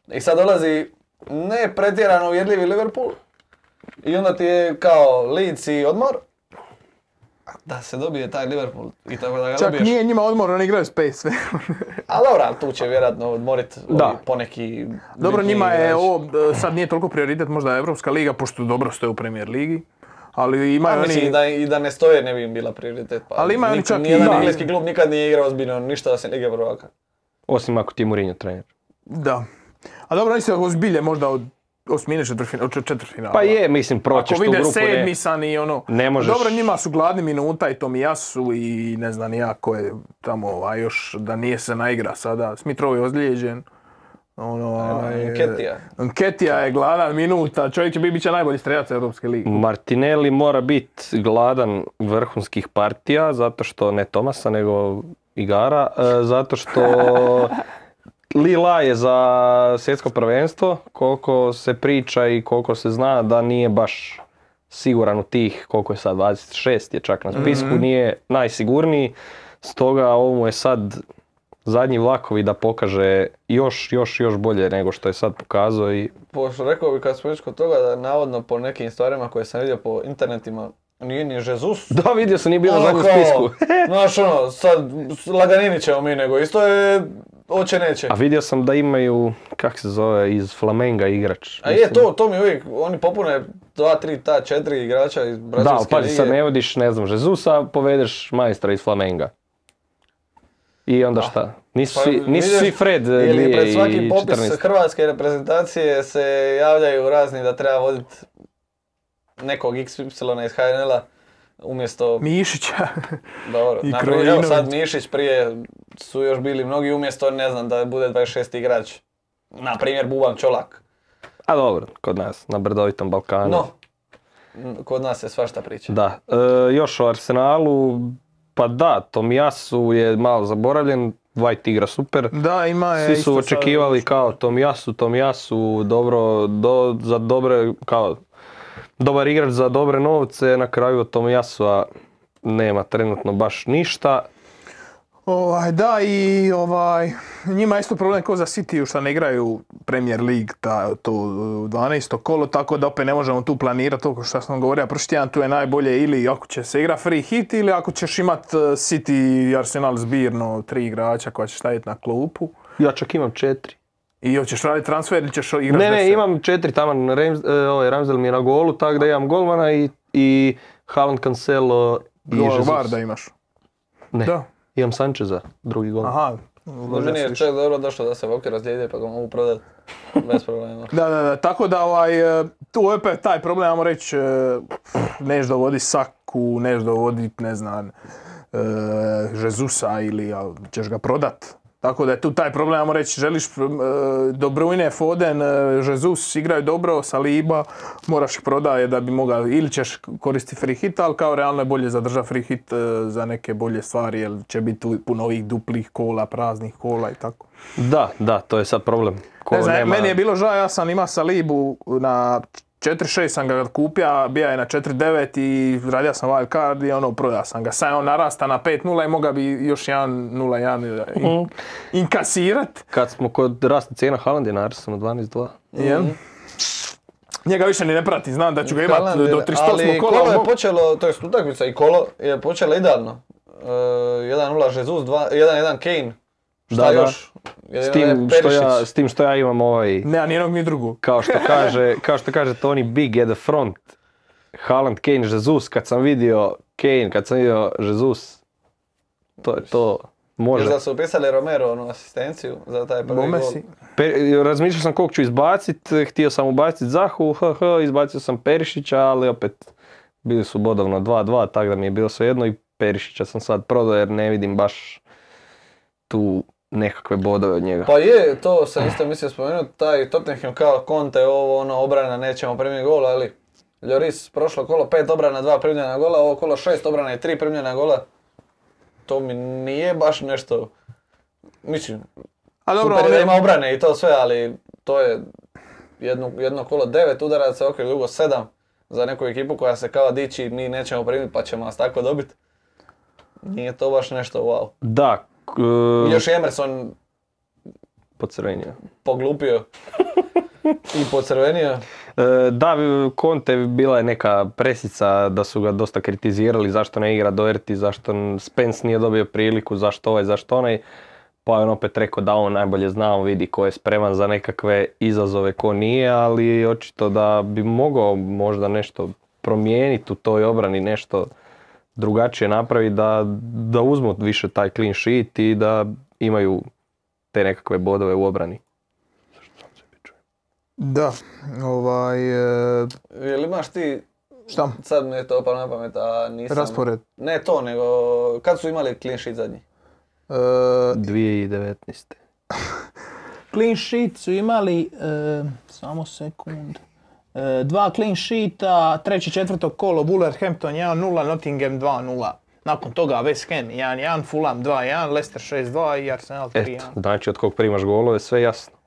Speaker 2: I sad dolazi ne pretjerano uvjerljivi Liverpool i onda ti je kao Leeds i odmor, A da se dobije taj Liverpool i tako da ga
Speaker 1: Čak
Speaker 2: dobiješ.
Speaker 1: nije njima odmor, oni igraju s PSV.
Speaker 2: A dobro, ali tu će vjerojatno odmorit ovi
Speaker 3: Da.
Speaker 2: poneki...
Speaker 1: dobro,
Speaker 2: bitni
Speaker 1: njima je
Speaker 2: igrači.
Speaker 1: ovo, e, sad nije toliko prioritet možda Evropska liga, pošto dobro stoje u Premier ligi. Ali imaju
Speaker 2: Pa mislim i
Speaker 1: oni...
Speaker 2: da, i da ne stoje ne bi im bila prioritet. Pa
Speaker 1: Ali imaju oni
Speaker 2: nik-
Speaker 1: čak i-
Speaker 2: nijedan
Speaker 1: da.
Speaker 2: engleski klub nikad nije igrao ozbiljno ništa osim Lige prvaka.
Speaker 3: Osim ako ti je Mourinho trener.
Speaker 1: Da. A dobro, oni se ozbilje možda od osmine četvrfina- od čet- četvrtfinala.
Speaker 3: Pa je, mislim,
Speaker 1: Ako
Speaker 3: proćeš tu
Speaker 1: vide
Speaker 3: grupu.
Speaker 1: sedmi
Speaker 3: Ne.
Speaker 1: san i ono...
Speaker 3: Ne možeš.
Speaker 1: Dobro, njima su gladni minuta i Tomijasu i ne znam ni ja ko je tamo, ovaj, još da nije se naigra sada. Smitrov je ozlijeđen. Ono, aj,
Speaker 2: Nketija.
Speaker 1: Nketija je gladan minuta, čovjek će biti bit će najbolji strelac Europske lige.
Speaker 3: Martinelli mora biti gladan vrhunskih partija, zato što ne Tomasa, nego igara, e, zato što Lila je za svjetsko prvenstvo, koliko se priča i koliko se zna da nije baš siguran u tih, koliko je sad, 26 je čak na spisku, nije najsigurniji, stoga ovo mu je sad zadnji vlakovi da pokaže još, još, još bolje nego što je sad pokazao i
Speaker 2: Pošto rekao bi kad smo već kod toga da navodno po nekim stvarima koje sam vidio po internetima nije ni Jezus.
Speaker 3: da vidio sam nije bio na
Speaker 2: Ono
Speaker 3: zadnjem
Speaker 2: kao,
Speaker 3: spisku.
Speaker 2: Znaš ono, sad laganini ćemo mi nego isto je oće neće.
Speaker 3: A vidio sam da imaju, kak se zove, iz Flamenga igrač.
Speaker 2: A je to, to mi uvijek, oni popune dva, tri, ta, četiri igrača iz
Speaker 3: Da, ali
Speaker 2: Brazilske
Speaker 3: pazi, sad
Speaker 2: lige.
Speaker 3: ne vodiš, ne znam, Jezusa, povedeš majstra iz Flamenga. I onda šta? Nisu,
Speaker 2: Pa,
Speaker 3: svi, nisu
Speaker 2: vidiš,
Speaker 3: svi Fred
Speaker 2: je li pred svaki popis
Speaker 3: 2014.
Speaker 2: hrvatske reprezentacije se javljaju razni da treba voditi nekog XY iz HNL-a umjesto,
Speaker 1: Mišića.
Speaker 2: dobro,
Speaker 1: i
Speaker 2: napravili- evo sad
Speaker 1: Krojinović.
Speaker 2: Mišić prije su još bili mnogi umjesto, ne znam, da bude 26. igrač. Na primjer Buban Čolak.
Speaker 3: A dobro, kod nas, na brdovitom Balkanu.
Speaker 2: No, m, kod nas se svašta priča.
Speaker 3: Da, E, još o Arsenalu, pa da, Tomijasu je malo zaboravljen, White igra super.
Speaker 1: Da, ima je
Speaker 3: Svi
Speaker 1: isto
Speaker 3: su
Speaker 1: sad-
Speaker 3: očekivali kao Tomijasu, Tomijasu, dobro, do, za dobre, kao, dobar igrač za dobre novce, na kraju od Tomijasua nema trenutno baš ništa.
Speaker 1: Ovaj, da i ovaj, njima je isto problem ko za City što ne igraju Premier League ta, to uh, 12. kolo, tako da opet ne možemo tu planirati toliko što sam govorio, prošli tjedan tu je najbolje ili ako će se igra free hit ili ako ćeš imat uh, City i Arsenal zbirno tri igrača koja ćeš staviti na klupu
Speaker 3: Ja čak imam četiri.
Speaker 1: i hoćeš raditi transfer ili ćeš igrati
Speaker 3: Ne, ne,
Speaker 1: deset?
Speaker 3: imam četiri taman, Rams, e, ovaj, Ramsdale mi je na golu, tako da imam golmana i, i Haaland, Cancelo i
Speaker 1: Gola
Speaker 3: Jesus.
Speaker 1: Varda imaš.
Speaker 3: Ne,
Speaker 1: Da.
Speaker 3: imam Sancheza, drugi gol.
Speaker 1: Aha.
Speaker 2: Da, Meni je čak dobro došlo da se Voker razlijede pa ga mogu prodati bez problema.
Speaker 1: Da, da, da, tako da ovaj, e, tu je opet taj problem, ajmo reći, e, neš dovodi Saku, neš dovodi, ne znam, e, Jezusa ili a, ćeš ga prodat. Tako da je tu taj problem, ajmo reći, želiš e, De Bruyne, Foden, e, Jezus igraju dobro, Saliba, moraš ih prodaje da bi mogao, ili ćeš koristiti free hit, ali kao realno je bolje zadržati free hit e, za neke bolje stvari, jer će biti tu puno ovih duplih kola, praznih kola i tako.
Speaker 3: Da, da, to je sad problem. Ko
Speaker 1: Ne znam,
Speaker 3: nema-
Speaker 1: meni je bilo žao, ja sam imao Salibu na 4.6 sam ga kupio, bija je na 4.9 i radio sam wild card i ono, prodao sam ga. Sad je on narasta na 5.0 i mogao bi još jedan 0.1 in- inkasirat.
Speaker 3: Kad smo kod rasta cijena Haaland je na Arsenalu 12-2.
Speaker 1: Jel? Njega više ni ne pratim, znam da ću ga imat
Speaker 2: Haaland je-
Speaker 1: do 38.
Speaker 2: ali
Speaker 1: kola.
Speaker 2: kolo
Speaker 1: ali
Speaker 2: je
Speaker 1: mogu-
Speaker 2: počelo, to jest utakmica i kolo je počela idealno. E, 1-0 Jesus, 2 1-1 Kane. Šta
Speaker 3: Da, da.
Speaker 2: još?
Speaker 3: S
Speaker 2: 1:1
Speaker 3: tim, što ja,
Speaker 2: Perišić.
Speaker 3: s tim što ja imam ovaj,
Speaker 1: Ne, a nijednog ni drugog.
Speaker 3: kao što kaže, kao što kaže Tony Big je the front. Haaland, Kane, Jesus, kad sam vidio Kane, kad sam vidio Jesus, to je to.
Speaker 2: Još
Speaker 3: Može.
Speaker 2: da su upisali Romero onu asistenciju za taj prvi
Speaker 1: Bome
Speaker 2: gol.
Speaker 1: si.
Speaker 3: Pe- razmišljao sam kog ću izbacit, htio sam ubacit Zahu, hh, izbacio sam Perišića, ali opet bili su bodovno 2-2, tako da mi je bilo svejedno i Perišića sam sad prodao jer ne vidim baš tu nekakve bodove od njega.
Speaker 2: Pa je, to sam isto mislio spomenuti, taj Tottenham kao Conte, ovo ono, obrana, nećemo primiti gol, ali Lloris prošlo kolo, pet obrana, dva primljena gola, ovo kolo šest obrana i tri primljena gola. To mi nije baš nešto, mislim,
Speaker 1: A dobro,
Speaker 2: super je
Speaker 1: on
Speaker 2: da
Speaker 1: je-
Speaker 2: ima obrane i to sve, ali to je jedno, jedno kolo devet udaraca, ok, drugo sedam za neku ekipu koja se kao diči, mi nećemo primiti pa ćemo vas tako dobiti. Nije to baš nešto wow.
Speaker 3: Da, k- e,
Speaker 2: Još je Emerson
Speaker 3: pocrvenio.
Speaker 2: poglupio i pocrvenio.
Speaker 3: E, Da, vi- Conte bila je neka presica da su ga dosta kritizirali zašto ne igra Doherty, zašto n- Spence nije dobio priliku, zašto ovaj, zašto onaj. Pa je on opet rekao da on najbolje zna, on vidi ko je spreman za nekakve izazove, ko nije, ali očito da bi mogao možda nešto promijeniti u toj obrani, nešto drugačije napraviti, da, da uzmu više taj clean sheet i da imaju te nekakve bodove u obrani.
Speaker 1: Da, ovaj... e,
Speaker 2: Jel imaš ti,
Speaker 1: Šta?
Speaker 2: sad mi je to opalo na pamet, a nisam...
Speaker 1: Raspored.
Speaker 2: Ne to, nego kad su imali clean sheet zadnji?
Speaker 1: E,
Speaker 3: 2019.
Speaker 5: Clean sheet su imali, e, samo sekund, e, dva clean sheeta, treći četvrto kolo, Wolverhampton 1-0, Nottingham 2-0. Nakon toga West Ham 1-1, Fulham 2-1, Leicester 6-2 i Arsenal 3-1.
Speaker 3: Eto, znači od kog primaš golove, sve jasno.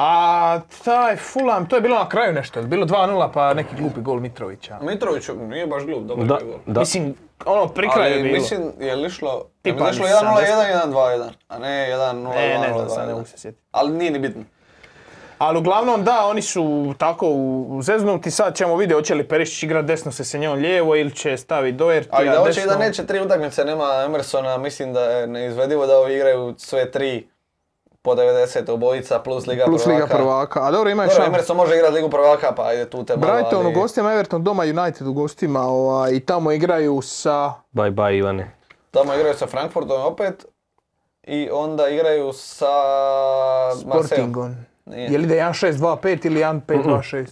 Speaker 1: A taj Fulham, to je bilo na kraju nešto, je li bilo 2-0 pa neki glupi gol Mitrovića.
Speaker 2: Mitrović nije baš glup, dobro
Speaker 3: Da,
Speaker 2: je gol.
Speaker 3: da.
Speaker 1: Mislim, ono pri kraju je
Speaker 2: Ali
Speaker 1: bilo.
Speaker 2: mislim, je li išlo, je
Speaker 1: Tipa
Speaker 2: li išlo
Speaker 1: 70.
Speaker 2: 1-0-1, 1-2-1, a ne 1-0-2-1.
Speaker 1: E, Ne, ne znam, sad ne mogu se sjetiti.
Speaker 2: Ali nije ni bitno.
Speaker 1: Ali uglavnom da, oni su tako u- u zeznuti, sad ćemo vidjeti hoće li Perišić igrat desno se se njom lijevo ili će staviti Doherty,
Speaker 2: Ali da
Speaker 1: a
Speaker 2: hoće i
Speaker 1: desno-
Speaker 2: da neće tri utakmice, nema Emersona, mislim da je neizvedivo da ovi igraju sve tri po 90 obojica plus Liga
Speaker 1: Plus Liga
Speaker 2: prvaka.
Speaker 1: prvaka, a dobro imaju
Speaker 2: Dobro,
Speaker 1: šans.
Speaker 2: Emerson može igrati Ligu prvaka, pa ajde tu te malo,
Speaker 1: Brighton
Speaker 3: ono
Speaker 1: u
Speaker 2: ali-
Speaker 1: gostima, Everton doma, United u gostima ovaj, i tamo igraju sa...
Speaker 3: Bye bye Ivane.
Speaker 2: Tamo igraju sa Frankfurtom opet. I onda igraju sa Marseillom.
Speaker 1: Sportingom.
Speaker 2: Nije.
Speaker 1: Je li da je 1-6-2-5 ili 1-5-2-6?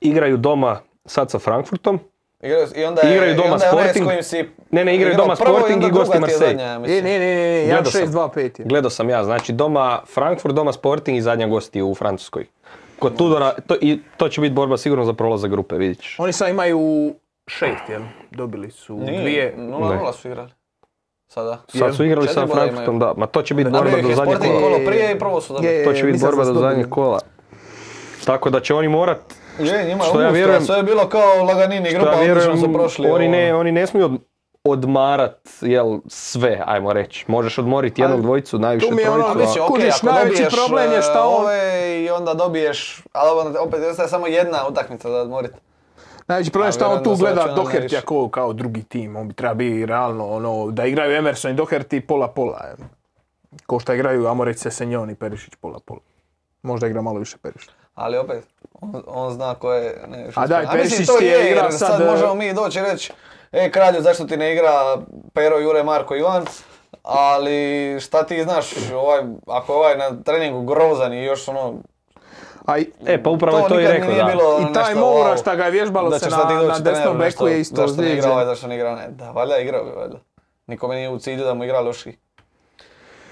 Speaker 3: Igraju doma sad sa Frankfurtom.
Speaker 2: Igraju, I onda je,
Speaker 3: Igraju
Speaker 2: i
Speaker 3: doma
Speaker 2: onda je onaj s
Speaker 3: Sporting.
Speaker 2: kojim si
Speaker 3: Ne, ne, igraju
Speaker 2: igrao
Speaker 3: doma
Speaker 2: prvo
Speaker 3: Sporting
Speaker 2: onda
Speaker 3: i gosti
Speaker 2: druga ti je zadnja,
Speaker 3: Marseille.
Speaker 1: E,
Speaker 2: ja
Speaker 1: ne,
Speaker 2: mislim.
Speaker 1: ne, ne, ne,
Speaker 3: Gledao sam.
Speaker 1: 1-6-2-5 je.
Speaker 3: Gledao sam ja, znači doma Frankfurt, doma Sporting i zadnja gosti u Francuskoj. Kod Tudora, to, i to će biti borba sigurno za prolazak grupe, vidit ćeš.
Speaker 1: Oni sad imaju šest, jel? Dobili su
Speaker 2: Nije,
Speaker 1: dvije.
Speaker 2: 0-0 su igrali. Sada.
Speaker 3: Sad su igrali sa
Speaker 2: Četiri boda imaju.
Speaker 3: Frankfurtom, da, ma to će biti
Speaker 2: A
Speaker 3: borba
Speaker 2: bio ih
Speaker 3: do
Speaker 2: je
Speaker 3: zadnjeg
Speaker 2: Sporting
Speaker 3: kola.
Speaker 2: kolo prije i prvo su dobili.
Speaker 1: Je,
Speaker 3: To će biti
Speaker 1: mislim
Speaker 3: borba
Speaker 1: da su
Speaker 3: do zadnjeg
Speaker 1: dobili.
Speaker 3: kola. Tako da će oni morat,
Speaker 2: Je, njima je
Speaker 3: što
Speaker 2: umustra,
Speaker 3: ja vjerujem-
Speaker 2: sve je bilo kao laganini
Speaker 3: što
Speaker 2: grupa,
Speaker 3: ja
Speaker 2: pa odlično su
Speaker 3: vjerujem,
Speaker 2: prošli.
Speaker 3: oni
Speaker 2: ovo.
Speaker 3: ne, oni ne smiju od- odmarat, jel, sve, ajmo reći. Možeš odmoriti jednog dvojicu, najviše
Speaker 1: mi je ono,
Speaker 3: trojicu, a-
Speaker 1: mislim,
Speaker 2: Mislim, okej,
Speaker 1: Kužiš,
Speaker 2: ako
Speaker 1: najveći
Speaker 2: dobiješ,
Speaker 1: problem je šta
Speaker 2: e,
Speaker 1: on-
Speaker 2: ove i onda dobiješ, ali onda opet ostaje samo jedna utakmica da odmorit.
Speaker 1: Znači, problem je
Speaker 2: A
Speaker 1: što on
Speaker 2: vjerujem
Speaker 1: tu
Speaker 2: da su
Speaker 1: gleda
Speaker 2: računali
Speaker 1: Doherty
Speaker 2: više.
Speaker 1: ako kao drugi tim. On bi treba biti realno ono, da igraju Emerson i Doherty pola-pola. jel? Ko što igraju Amoreć, Sesenjon i Perišić pola-pola. Možda igra malo više Perišić.
Speaker 2: Ali opet, on, on zna ko je najviše
Speaker 1: A daj,
Speaker 2: uspješan. mislim,
Speaker 1: Perišić
Speaker 2: to
Speaker 1: ti je
Speaker 2: jer
Speaker 1: igra sad,
Speaker 2: sad...
Speaker 1: e,
Speaker 2: možemo mi doći i reći, e kralju, zašto ti ne igra Pero, Jure, Marko, Ivan? Ali šta ti znaš, ovaj, ako je ovaj na treningu grozan i još ono...
Speaker 1: A i,
Speaker 3: E, pa upravo
Speaker 2: to
Speaker 3: je to i
Speaker 2: nikad mi
Speaker 3: rekao,
Speaker 2: nije
Speaker 3: da.
Speaker 2: bilo
Speaker 1: i taj
Speaker 2: nešto,
Speaker 1: Moura
Speaker 2: wow,
Speaker 1: šta ga je vježbalo
Speaker 2: da
Speaker 1: se
Speaker 2: ćeš sad ti
Speaker 1: na,
Speaker 2: doći
Speaker 1: na
Speaker 2: treneru,
Speaker 1: desnom beku
Speaker 2: nešto,
Speaker 1: je isto
Speaker 2: Zašto ne igra ovaj,
Speaker 1: zlijeđen.
Speaker 2: zašto ne igra onaj? Da, valjda igrao bi, valjda. Nikome nije u cilju da mu igra Loški.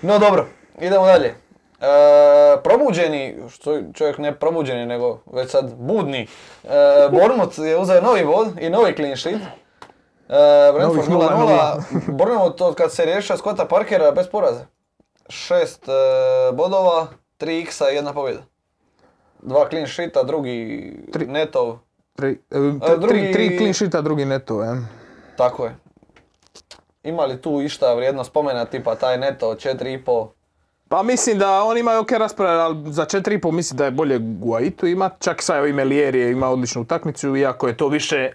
Speaker 2: No dobro, idemo dalje. E, probuđeni, što čovjek ne probuđeni, nego već sad budni, e, Bournemouth je uzeo novi bod i novi clean sheet. E, Brentford
Speaker 1: Novih 0:0.
Speaker 2: 0-0, Bournemouth od kad se riješio Scotta Parkera bez poraza. Šest e, bodova, tri x-a i jedna pobjeda. Dva clean sheeta, drugi
Speaker 1: Tri.
Speaker 2: netov,
Speaker 1: Tri, e,
Speaker 2: A
Speaker 1: tri- tri,
Speaker 2: drugi-
Speaker 1: clean sheeta, drugi neto. em.
Speaker 2: tako je. Ima li tu išta vrijedno spomena, tipa taj neto od 4,5?
Speaker 1: Pa mislim da oni imaju ok rasprave, ali za 4,5 mislim da je bolje Guaitu imat. Čak sad i Melier je ima odličnu utakmicu, iako je to više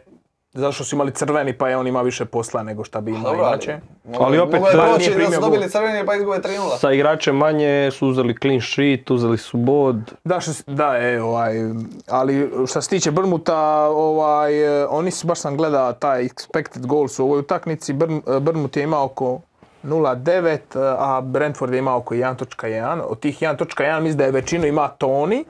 Speaker 1: zašto su imali crveni pa je on ima više posla nego šta bi imao
Speaker 2: Dobro, ali-
Speaker 1: inače.
Speaker 3: Ali opet,
Speaker 2: Mogu je
Speaker 1: Bayern nije
Speaker 2: proći da su
Speaker 1: primio
Speaker 2: dobili
Speaker 1: gol.
Speaker 2: crveni pa izgube 3-0.
Speaker 3: Sa igračem manje su uzeli clean sheet, uzeli su bod.
Speaker 1: Da, što, se- da e, ovaj, ali što se tiče Brmuta, ovaj, eh, oni su, baš sam gleda taj expected goals u ovoj utakmici, Brn- eh, Brmut je imao oko 0.9, eh, a Brentford je imao oko 1.1. Od tih 1.1 mislim da je većinu ima Toni,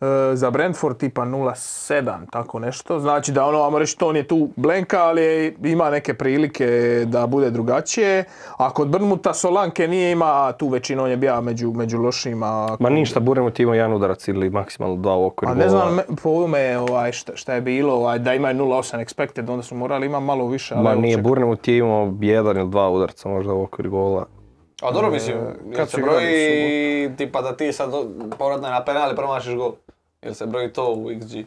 Speaker 1: eh, za Brentford tipa 0.7, tako nešto. Znači da ono, ajmo reći, Toni je tu blenka, ali je- ima neke prilike da bude drugačije. A kod Brmuta Solanke nije ima tu većinu, on je bio među, među lošima.
Speaker 3: Ma ništa, Buremo ti imao jedan udarac ili maksimalno dva u okvir
Speaker 1: A ne znam,
Speaker 3: gola.
Speaker 1: me- po ovome je, ovaj, šta, šta je bilo, ovaj, da imaju 0.8 expected, onda su morali imati malo više. ali
Speaker 3: Ma
Speaker 1: evo,
Speaker 3: nije,
Speaker 1: čekaj.
Speaker 3: Burnemu ti imao jedan ili dva udarca možda u okvir gola.
Speaker 2: A dobro mislim,
Speaker 1: kad
Speaker 2: kad se
Speaker 1: su igrali
Speaker 2: broji tipa da ti sad povratno na penali promašiš gol. Jer se broji to u XG.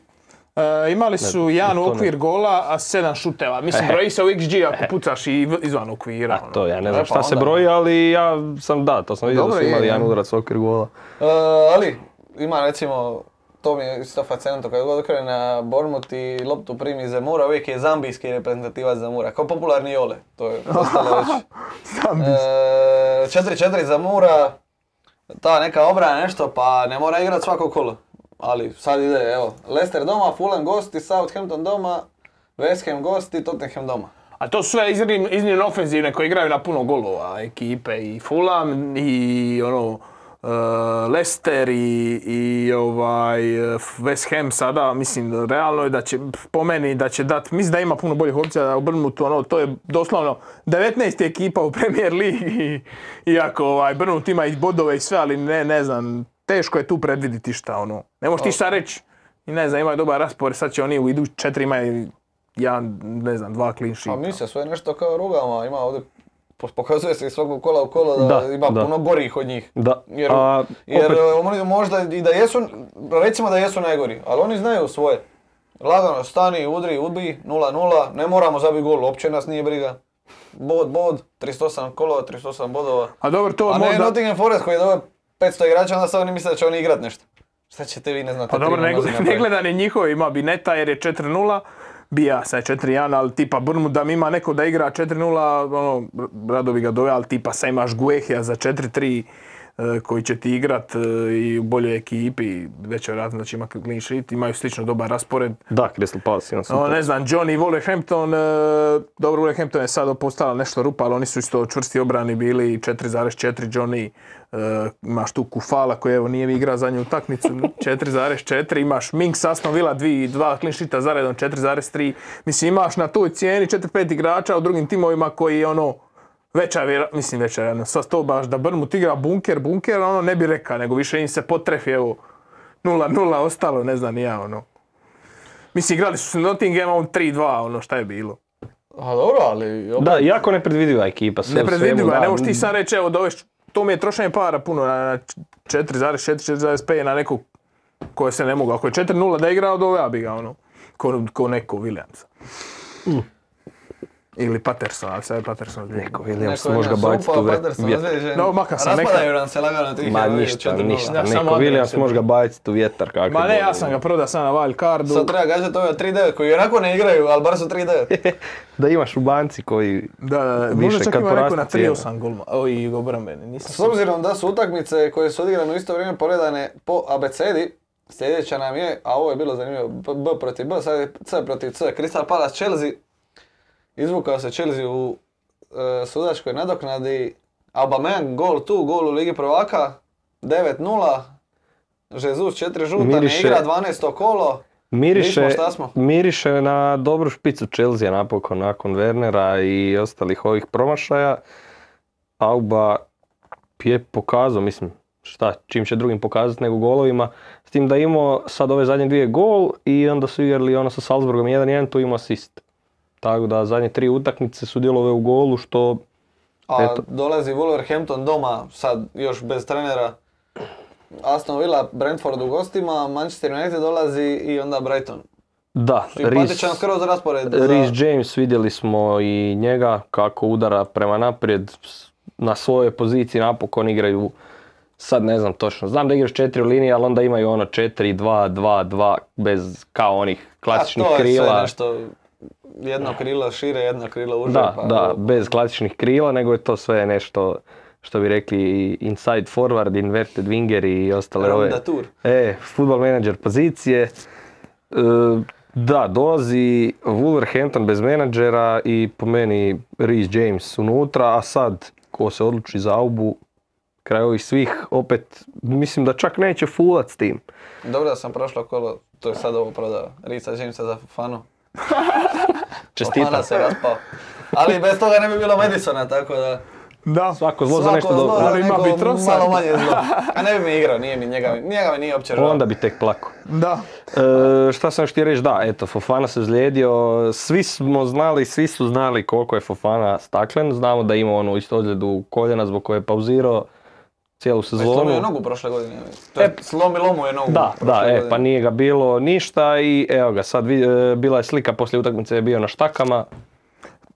Speaker 1: E, imali su jedan
Speaker 3: to
Speaker 1: u
Speaker 3: ne. E.
Speaker 1: okvir gola, a sedam šuteva. Mislim, broji se u XG ako pucaš i v- izvan okvira.
Speaker 3: A
Speaker 1: ono.
Speaker 3: to ja ne
Speaker 2: E, pa
Speaker 3: znam šta se
Speaker 2: onda.
Speaker 3: broji, ali ja sam da, to sam vidio da
Speaker 1: Dobro
Speaker 3: su
Speaker 1: je,
Speaker 3: imali
Speaker 1: ja.
Speaker 3: jedan udarac u okvir gola.
Speaker 2: E, ali, ima recimo, to mi je isto fascinantno, kad god okrene na Bournemouth i loptu primi Zemura, uvijek je zambijski reprezentativac Zemura, kao popularni Jole, to je postalo već. E, 4-4 Zamura, ta neka obrana nešto, pa ne mora igrat svako kolo. Ali sad ide, evo, Leicester doma, Fulham gosti, Southampton doma, West Ham gosti, Tottenham doma.
Speaker 1: A to su sve iznimno, iznimno ofenzivne koje igraju na puno golova. Ekipe i Fulham i ono... e, Leicester i, i ovaj e, West Ham sada, mislim, realno je da će, po meni, da će dat, mislim da ima puno boljih opcija u Brnutu, ono, to je doslovno 19 ekipa u Premier Ligi, iako ovaj, Brnut ima i bodove i sve, ali ne, ne znam, teško je tu predviditi šta, ono, ne možeš ti šta reći, I ne znam, imaju dobar raspor, sad će oni u idu četiri imaju jedan, ne znam, dva clean
Speaker 2: Pa
Speaker 1: sheeta.
Speaker 2: mi se sve nešto kao rugama, ima ovdje, po- pokazuje se iz svakog kola u kolo da,
Speaker 3: Da,
Speaker 2: ima
Speaker 3: da.
Speaker 2: puno gorih od njih.
Speaker 3: Da,
Speaker 2: Jer,
Speaker 3: a
Speaker 2: jer
Speaker 3: opet,
Speaker 2: e, oni možda i da jesu, recimo da jesu najgori, ali oni znaju svoje. Lagano, stani, udri, ubi, 0-0, ne moramo zabiti gol, uopće nas nije briga. Bod, bod, 38 kolova, 38 bodova.
Speaker 1: A dobro, to
Speaker 2: A ne
Speaker 1: možda...
Speaker 2: Nottingham Forest koji je dobio 500 igrača, onda sad oni misle da će oni igrat nešto. Šta ćete vi, ne znate.
Speaker 1: Pa dobro,
Speaker 2: tri
Speaker 1: ne,
Speaker 2: nalazi
Speaker 1: ne
Speaker 2: napraviti.
Speaker 1: gleda ni njihove, ima Bineta jer je 4-0, bija sa 4-1, ali tipa Brmu da mi ima neko da igra 4-0, ono, r- rado bi ga doveo, ali tipa sa imaš Guehija za 4-3, e, koji će ti igrat e, i u boljoj ekipi, već je vjerojatno da će imati clean sheet, imaju slično dobar raspored.
Speaker 3: da, Crystal Palace imam
Speaker 1: O,
Speaker 3: super.
Speaker 1: Ono, ne znam, John i Wolverhampton, e, dobro Wolverhampton je sad postala nešto rupa, ali oni su isto čvrsti obrani bili, 4.4 Johnny, e, imaš tu Kufala koji evo nije igra zadnju utakmicu, 4.4, imaš Mink Aston Villa, 2 dva clean sheeta zaredom, 4.3, mislim imaš na toj cijeni 4-5 igrača u drugim timovima koji ono, Veća je vjera- mislim veća je vjerojatnost, sad to baš da Brmut igra bunker, bunker, ono ne bi rekao, nego više im se potrefi, evo, 0-0 ostalo, ne znam ni ja, ono. Mislim, igrali su s Nottinghamom 3-2, ono šta je bilo.
Speaker 2: A dobro, ali... opet-
Speaker 3: Da, jako nepredvidiva ekipa. sve u svemu,
Speaker 1: Nepredvidivo je,
Speaker 3: da.
Speaker 1: ne možeš ti sad reći, evo doveš, to mi je trošenje para puno, na na 4.4, 4.5 na nekog koje se ne mogu. Ako je 4-0 da je igrao, doveo bi ga, ono, ko, ko neko Williamsa.
Speaker 3: Mm.
Speaker 1: Ili Patterson, ali sad je Patterson.
Speaker 3: Neko
Speaker 2: Neko
Speaker 3: Williams,
Speaker 2: je
Speaker 3: može ga
Speaker 2: nas
Speaker 3: baciti
Speaker 2: upao,
Speaker 3: u vre-
Speaker 2: Patterson,
Speaker 3: vjetar.
Speaker 2: odveže.
Speaker 1: No, maka sam, neka-
Speaker 2: Raspadaju nam se lagano tih.
Speaker 3: Ma
Speaker 2: evo,
Speaker 3: ništa,
Speaker 2: 4:0.
Speaker 3: ništa.
Speaker 5: Da,
Speaker 3: Neko
Speaker 5: samo Andreas
Speaker 3: Williams
Speaker 5: je
Speaker 3: može ga baciti u vjetar kako
Speaker 1: Ma ne,
Speaker 3: god.
Speaker 1: ja sam ga prodao sad na wild cardu.
Speaker 2: Sad treba gađati ove 3-9 koji ionako ne igraju, ali bar su 3-9.
Speaker 3: Da imaš u banci koji...
Speaker 1: Da, da, da.
Speaker 3: Više,
Speaker 1: Možda čak
Speaker 3: kad
Speaker 1: ima neko
Speaker 3: poraste
Speaker 1: na
Speaker 3: cijena.
Speaker 1: 3-8 golma. O, i obrambeni, nisam
Speaker 2: S obzirom da su utakmice koje su odigrane u isto vrijeme poredane po abecedi, sljedeća nam je, a ovo je bilo zanimljivo, B, B protiv B, sad je C protiv C, Crystal Palace Chelsea. Izvukao se Chelsea u e, sudačkoj nadoknadi, Aubameyang gol tu, gol u Ligi prvaka, 9-0, Jesus 4 žuta,
Speaker 3: Miriše-
Speaker 2: ne igra 12. kolo.
Speaker 3: Miriše,
Speaker 2: Nismo, šta smo?
Speaker 3: miriše na dobru špicu Chelsea napokon nakon Wernera i ostalih ovih promašaja. Auba je pokazao, mislim, šta, čim će drugim pokazati nego golovima. S tim da je imao sad ove zadnje dvije gol i onda su igrali ono sa Salzburgom 1-1, tu imao asist. Tako da zadnje tri utakmice su djelove u golu što
Speaker 2: A
Speaker 3: Eto.
Speaker 2: dolazi Wolverhampton doma, sad još bez trenera. Aston Villa, Brentford u gostima, Manchester United dolazi i onda Brighton.
Speaker 3: da,
Speaker 2: Simpatičan
Speaker 3: Reece-
Speaker 2: skroz raspored. za-
Speaker 3: Rhys James vidjeli smo i njega kako udara prema naprijed s- na svojoj poziciji napokon igraju Sad ne znam točno. Znam da igraš četiri u liniji, ali onda imaju ono četiri, dva, dva, dva, bez kao onih klasičnih
Speaker 2: A to je sve
Speaker 3: krila.
Speaker 2: nešto, jedno krilo šire, jedno krilo uže.
Speaker 3: Da,
Speaker 2: pa-
Speaker 3: da, bez klasičnih krila, nego je to sve nešto što bi rekli i inside forward, inverted winger i ostale ove...
Speaker 2: Rondatur.
Speaker 3: E, futbol menadžer pozicije. E, da, dolazi Wolverhampton bez menadžera i po meni Reece James unutra, a sad ko se odluči za Aubu, kraj ovih svih, opet mislim da čak neće fulat s tim.
Speaker 2: Dobro da sam prošlo kolo, to je sad ovo prodao. Rica Jamesa za Fofanu.
Speaker 3: Čestitam.
Speaker 2: Fofana se raspao. Ali bez toga ne bi bilo Madisona, tako da...
Speaker 1: Da.
Speaker 3: Svako zlo za nešto
Speaker 2: svako zlo
Speaker 3: dobro.
Speaker 2: za
Speaker 1: Ali ima
Speaker 2: neko
Speaker 1: Bitrosa.
Speaker 2: Malo manje zlo. A ne bi mi igrao, nije mi njega, njega mi nije uopće žao.
Speaker 3: Onda bi tek plako.
Speaker 1: Da.
Speaker 3: E, šta sam još htio reći, da, eto, Fofana se zlijedio, svi smo znali, svi su znali koliko je Fofana staklen, znamo da ima onu isto ozljedu koljena zbog koje je pauzirao cijelu
Speaker 2: Pa je Slomio je
Speaker 3: sezonu.
Speaker 2: nogu prošle godine. To
Speaker 1: E,
Speaker 2: je, slomilo mu je nogu
Speaker 3: Da, da,
Speaker 2: prošle
Speaker 3: e,
Speaker 2: godine.
Speaker 3: pa nije ga bilo ništa i evo ga, sad vid- e, bila je slika, poslije utakmice je bio na štakama.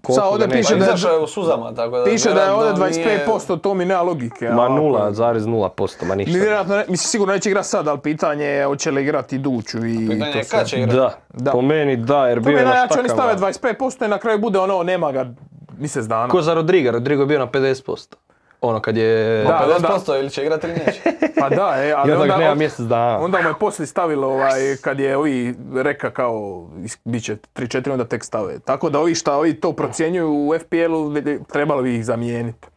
Speaker 3: Koliko
Speaker 1: ovdje
Speaker 3: ga nema.
Speaker 1: piše
Speaker 2: Pa
Speaker 1: da je-
Speaker 2: izašao je u suzama, tako da...
Speaker 1: Piše da je
Speaker 2: vjerojatno
Speaker 1: ovdje
Speaker 2: nije-
Speaker 1: 25%, to mi nema logike.
Speaker 3: Ma
Speaker 1: ali-
Speaker 3: 0,0%, ma
Speaker 1: Ni
Speaker 3: ništa.
Speaker 1: vjerojatno, ne- mislim sigurno neće igrat sad, ali pitanje je hoće li igrat iduću i
Speaker 2: Pitanje je
Speaker 1: to sve.
Speaker 2: kad će igrati.
Speaker 3: Da,
Speaker 1: Da.
Speaker 3: po meni da, jer
Speaker 1: To mi
Speaker 3: bio
Speaker 1: je
Speaker 3: je na
Speaker 1: najjače, oni stave
Speaker 3: štakama.
Speaker 1: 25% i na kraju bude ono, nema ga mjesec dana.
Speaker 3: Ko za Rodriga, Rodrigo je bio na 50%. Ono kad je...
Speaker 1: Da.
Speaker 2: 50% ili će igrati ili neće.
Speaker 1: Pa da, e, ali
Speaker 3: Ja da ga
Speaker 1: onda,
Speaker 3: nema mjesec dana.
Speaker 1: onda mu je poslije stavilo, ovaj, kad je ovi reka kao, is- bit će 3-4, onda tek stave. Tako da ovi šta ovi to procjenjuju u FPL-u, vidi- trebalo bi ih zamijeniti.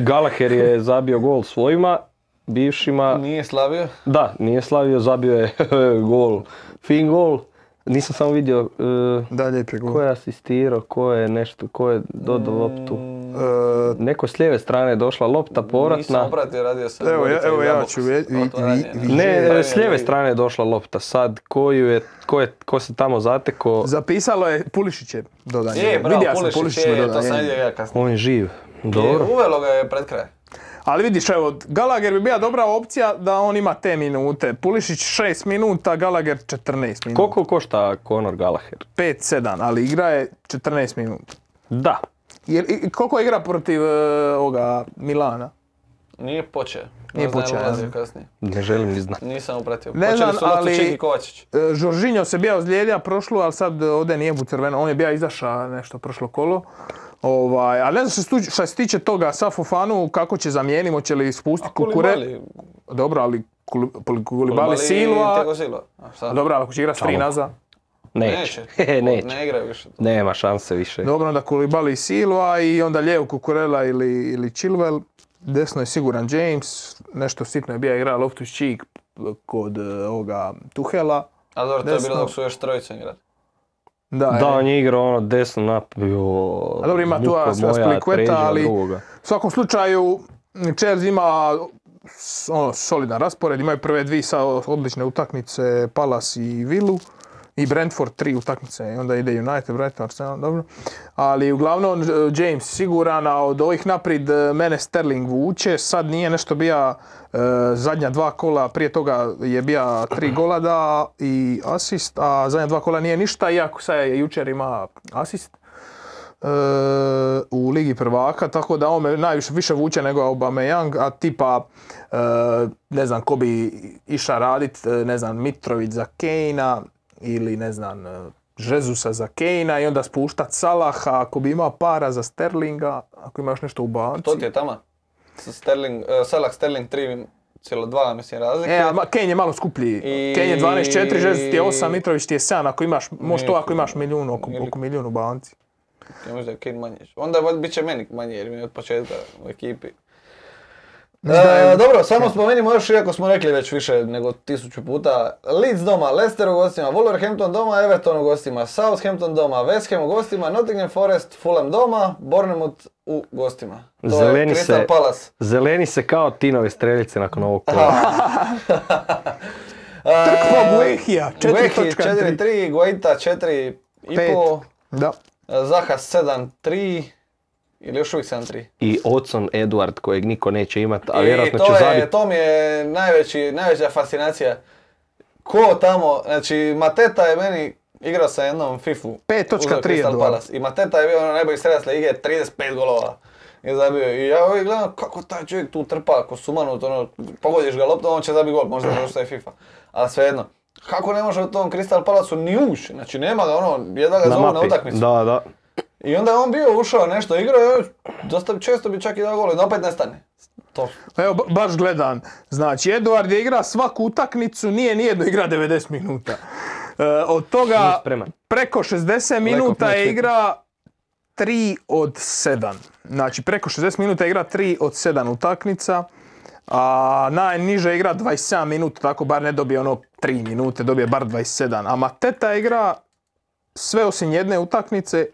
Speaker 3: Galaher je zabio gol svojima, bivšima.
Speaker 2: Nije slavio.
Speaker 3: Da, nije slavio, zabio je gol. Fin gol. Nisam samo vidio eh,
Speaker 1: Da, lijep je
Speaker 3: ko je asistirao, ko je nešto, ko je dodao loptu.
Speaker 1: E,
Speaker 3: Neko s lijeve strane je došla lopta
Speaker 2: Nisam
Speaker 3: povratna.
Speaker 2: opratio, radio sam.
Speaker 1: Evo,
Speaker 2: Gorica
Speaker 1: ja- evo
Speaker 2: i
Speaker 1: ja
Speaker 2: Dabok.
Speaker 1: ću vi- vi-
Speaker 2: Otvaranje,
Speaker 1: vi-
Speaker 2: da.
Speaker 1: vi-
Speaker 3: Ne,
Speaker 2: Otvaranje
Speaker 3: eh, s lijeve
Speaker 2: ligi.
Speaker 3: strane je došla lopta. Sad, koju je, ko, je, ko se tamo zateko,
Speaker 1: Zapisalo je Pulišiće dodanje.
Speaker 2: Je, E, bravo,
Speaker 1: Vidio sam,
Speaker 2: Pulešić
Speaker 1: Pulišić
Speaker 2: je,
Speaker 1: mu
Speaker 2: to
Speaker 1: dodao,
Speaker 2: sam
Speaker 1: je.
Speaker 2: vidio ja kasnije.
Speaker 3: on je živ. Dobro.
Speaker 2: Je, Uvelo ga je pred kraj.
Speaker 1: Ali vidiš, evo, Galager bi bila dobra opcija da on ima te minute. Pulišić 6 minuta, Galager 14 minuta.
Speaker 3: Koliko košta Conor Galaher?
Speaker 1: 5-7, ali igra je 14 minuta.
Speaker 3: Da.
Speaker 1: Jel, i- i koliko igra protiv e, ovoga Milana?
Speaker 2: Nije počeo.
Speaker 1: Nije
Speaker 2: Ne znam,
Speaker 1: počeo,
Speaker 2: je li
Speaker 1: ne
Speaker 2: ulazio
Speaker 1: znam.
Speaker 2: kasnije.
Speaker 3: Ne želim ni znati.
Speaker 2: Nisam upratio.
Speaker 1: Ne
Speaker 2: Počeli
Speaker 1: znam,
Speaker 2: su loptu
Speaker 1: ali-
Speaker 2: Čeki Kovačić.
Speaker 1: E, Žoržinjo se bija ozlijedio prošlo, ali sad ovdje nije bu crveno. On je bija izaša nešto prošlo kolo. Ovaj, ali ne znam što, se- što se tiče toga sa Fofanu, kako će zamijeniti, hoće li ispustiti Kukure?
Speaker 2: Koulibaly.
Speaker 1: Dobro, ali Kuli- Kulibali
Speaker 2: Koulibaly i
Speaker 1: Silva.
Speaker 2: Thiago Silva. A šta?
Speaker 1: A Dobro, ali ako će igrati s tri naza.
Speaker 3: Neće.
Speaker 2: Neće.
Speaker 3: Hehe, Neće.
Speaker 2: Ne igraju više.
Speaker 3: Nema šanse više.
Speaker 1: Dobro, onda Kulibali i Silva i onda lijevo Kukurela ili, ili Chilwell. Desno je siguran James, nešto sitno je bija igra Loftus Cheek kod e, ovoga Tuhela.
Speaker 2: A dobro, to je
Speaker 1: Desno.
Speaker 2: bilo dok su još trojica igrali.
Speaker 1: Da,
Speaker 3: Da,
Speaker 1: e.
Speaker 3: on je igrao ono desno nap... Jo,
Speaker 1: A dobro, ima tu As- Aspilicueta, ali u svakom slučaju Chelsea ima s- ono, solidan raspored, imaju prve dvije sa odlične utakmice, Palace i Vilu i Brentford tri utakmice, i onda ide United, Brighton, Arsenal, dobro. Ali uglavnom e, James siguran, a od ovih naprijed e, mene Sterling vuče, sad nije nešto bija e, zadnja dva kola, prije toga je bija tri gola da i asist, a zadnja dva kola nije ništa, iako sad je jučer ima asist e, u Ligi prvaka, tako da on me najviše više vuče nego Aubameyang, a tipa e, ne znam ko bi iša radit, e, ne znam Mitrović za Kejna ili ne znam e, Žezusa za Kejna i onda spuštat Salaha ako bi imao para za Sterlinga, ako ima još nešto u banci.
Speaker 2: To ti je tama. Sterling, eh, Salah Sterling 3,2 mislim razlike.
Speaker 1: E, a ma- Kane je malo skuplji.
Speaker 2: I-
Speaker 1: Kane je 12.4, Žezus ti je 8, Mitrović ti je 7, ako imaš, možeš to ako imaš milijun, oko,
Speaker 2: Ili-
Speaker 1: oko milijun u banci.
Speaker 2: Ja možda je Kane manje. Onda valjda bit će meni manje jer mi je od početka u ekipi. E, dobro, samo spomenimo još, iako smo rekli već više nego tisuću puta, Leeds doma, Leicester u gostima, Wolverhampton doma, Everton u gostima, Southampton doma, West Ham u gostima, Nottingham Forest, Fulham doma, Bournemouth u gostima. To
Speaker 3: Zeleni
Speaker 2: je Crystal
Speaker 3: se,
Speaker 2: Palace.
Speaker 3: zeleni se kao tinove strelice nakon ovog kola.
Speaker 2: E,
Speaker 1: Trkva Guehija,
Speaker 2: Guehi
Speaker 1: 4.3.
Speaker 2: 4-3, Guaita 4,5,
Speaker 1: Da.
Speaker 2: Zaha 7-3 ili još uvijek 7-3.
Speaker 3: I Otson Edward kojeg niko neće imat,
Speaker 1: E,
Speaker 3: a
Speaker 2: I
Speaker 3: vjerojatno
Speaker 2: to
Speaker 3: će
Speaker 2: je,
Speaker 3: zabiti.
Speaker 2: to mi je najveći, najveća fascinacija. Ko tamo, znači Mateta je meni igrao sa jednom Fifu.
Speaker 1: 5.3
Speaker 2: uzeo Crystal
Speaker 1: Eduard.
Speaker 2: Palace. I Mateta je bio ono najbolji strelac lige, 35 golova. i zabio je. I ja uvijek gledam kako taj čovjek tu trpa, ko sumanut, ono, pogodiš ga loptom, on će zabiti gol, možda zato što je FIFA. Ali svejedno, kako ne može u tom Crystal Palacu ni ući, znači nema ga ono, jedva ga
Speaker 3: Na
Speaker 2: zovu na
Speaker 3: mapi.
Speaker 2: utakmicu.
Speaker 3: Da, da.
Speaker 2: I onda je on bio ušao nešto igrao i on dosta često bi čak i dao gol, i onda opet nestane. To.
Speaker 1: Evo, ba- baš gledam. Znači, Eduard je igra svaku utakmicu, nije nijedno igra 90 minuta. E, od
Speaker 3: Nije
Speaker 1: toga
Speaker 3: spreman.
Speaker 1: preko 60 minuta
Speaker 3: match
Speaker 1: je
Speaker 3: fitness.
Speaker 1: igra 3 od 7. Znači, preko 60 minuta igra 3 od 7 utakmica. A najniže igra 27 minuta, tako bar ne dobije ono 3 minute, dobije bar 27. A Mateta igra sve osim jedne utakmice,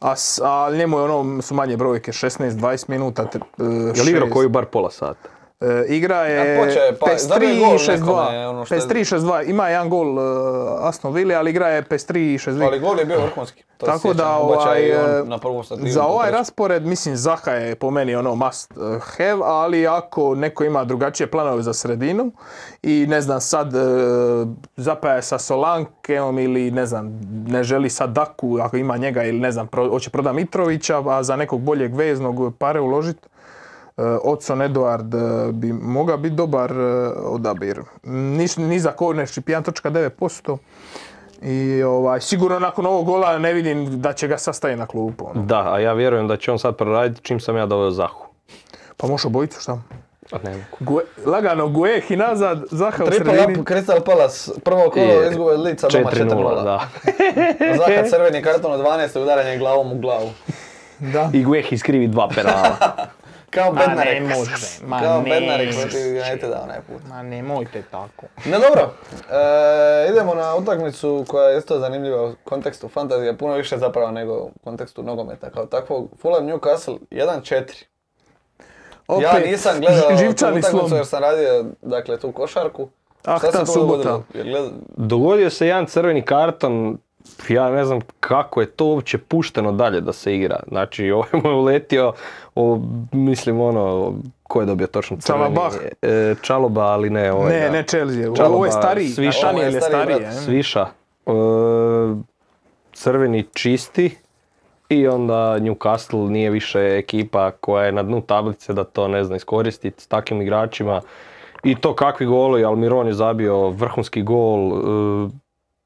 Speaker 1: a, s- a njemu je ono, su manje brojke, 16-20 minuta. te- e,
Speaker 3: Je li igrao
Speaker 1: šest.
Speaker 3: koju bar pola sata?
Speaker 1: E, igra je
Speaker 2: Ja, počeo je, pa, zabio je gol nekome,
Speaker 1: 53-62.
Speaker 2: ono što je-
Speaker 1: 53-62. Ima jedan gol e, Aston Villa, ali igra je 53-62.
Speaker 2: Ali gol je bio vrhunski. To se
Speaker 1: Ah. Tako
Speaker 2: sjećam,
Speaker 1: da,
Speaker 2: ubačaj je
Speaker 1: ovaj,
Speaker 2: on na prvu stativu.
Speaker 1: Za ovaj raspored, mislim, Zaha je po meni ono must e, have, ali ako neko ima drugačije planove za sredinu i ne znam sad e, zapaja je sa Solankeom ili ne znam, ne želi sad Daku ako ima njega ili ne znam, pro, hoće proda Mitrovića, a za nekog boljeg veznog pare uložiti. Eh, Odson Eduard e, bi mogao biti dobar e, odabir. Ni, ni za znači, korner šip 1.9%. I ovaj, sigurno nakon ovog gola ne vidim da će ga sastaviti na klupu. ono.
Speaker 3: Da, a ja vjerujem da će on sad proraditi čim sam ja doveo Zahu.
Speaker 1: Pa može obojicu šta?
Speaker 3: A ne mogu.
Speaker 1: Gue, lagano Gueh i nazad, Zaha u
Speaker 2: Triple
Speaker 1: sredini.
Speaker 2: up Crystal Palace, prvo kolo
Speaker 3: Je.
Speaker 2: izgube od lica doma
Speaker 3: 4-0,
Speaker 2: 4-0.
Speaker 3: da.
Speaker 2: Zaha crveni karton od 12. udaranje glavom u glavu.
Speaker 1: Da.
Speaker 3: I Gueh iskrivi dva penala.
Speaker 2: Kao
Speaker 5: Ma ne
Speaker 2: Bednarek.
Speaker 5: može, ma
Speaker 2: Kao
Speaker 5: ne
Speaker 2: Bednarek
Speaker 5: može.
Speaker 2: protiv Uniteda onaj put.
Speaker 5: Ma nemojte tako.
Speaker 2: No dobro, e, idemo na utakmicu koja je isto zanimljiva u kontekstu fantazije, puno više zapravo nego u kontekstu nogometa kao takvog. Fulham Newcastle 1-4.
Speaker 1: Opet,
Speaker 2: ja nisam
Speaker 1: ži-
Speaker 2: gledao tu
Speaker 1: živčani
Speaker 2: utakmicu
Speaker 1: slom.
Speaker 2: jer sam radio dakle, tu košarku.
Speaker 1: Ah,
Speaker 2: Šta se
Speaker 1: ta
Speaker 2: tu
Speaker 1: subota.
Speaker 2: dogodilo? Jer gled-
Speaker 3: Dogodio se jedan crveni karton, ja ne znam kako je to uopće pušteno dalje da se igra. Znači, ovaj mu je uletio, o, mislim ono, ko je dobio točno crveni?
Speaker 1: Çalabah.
Speaker 3: E, Čaloba, ali ne ovaj.
Speaker 1: Ne,
Speaker 3: da.
Speaker 1: ne Chelsea.
Speaker 3: Čaloba,
Speaker 1: Ovo je stariji.
Speaker 3: Sviša.
Speaker 1: Nathaniel
Speaker 2: Ovo
Speaker 1: je
Speaker 2: je stariji,
Speaker 1: stariji. Mm. eh.
Speaker 2: brat.
Speaker 1: em.
Speaker 3: Sviša. E, crveni čisti. I onda Newcastle nije više ekipa koja je na dnu tablice da to ne zna iskoristiti s takvim igračima. I to kakvi goli, Almiron je zabio vrhunski gol e,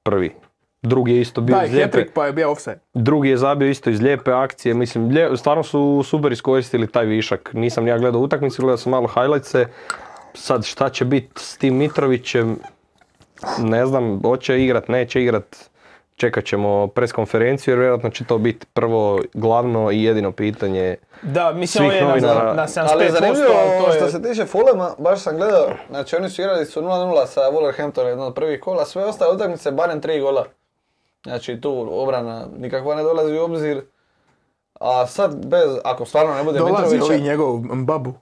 Speaker 3: prvi. Drugi je isto bio
Speaker 1: Da,
Speaker 3: iz lijepe,
Speaker 1: Hetrik pa je bio offside.
Speaker 3: drugi je zabio isto iz lijepe akcije, mislim, lje- stvarno su super iskoristili taj višak. Nisam ni ja gledao utakmicu, gledao sam malo highlightse. Sad šta će biti s tim Mitrovićem, ne znam, hoće igrat, neće igrat, čekat ćemo preskonferenciju jer vjerojatno će to biti prvo glavno i jedino pitanje.
Speaker 1: Da, mislim
Speaker 3: Svih
Speaker 1: ovo je na- na,
Speaker 3: novinara.
Speaker 1: na 75%,
Speaker 2: Ali je zanimljivo
Speaker 1: ali to je... e,
Speaker 2: što se tiče Fulema, baš sam gledao, znači oni su igrali su 0-0 sa Wolverhamptonom jedno od prvih kola, sve ostale utakmice barem tri gola. Znači tu obrana nikakva ne dolazi u obzir. A sad bez, ako stvarno ne bude
Speaker 1: Dolazi
Speaker 2: Mitrovića,
Speaker 1: ovi njegov babu.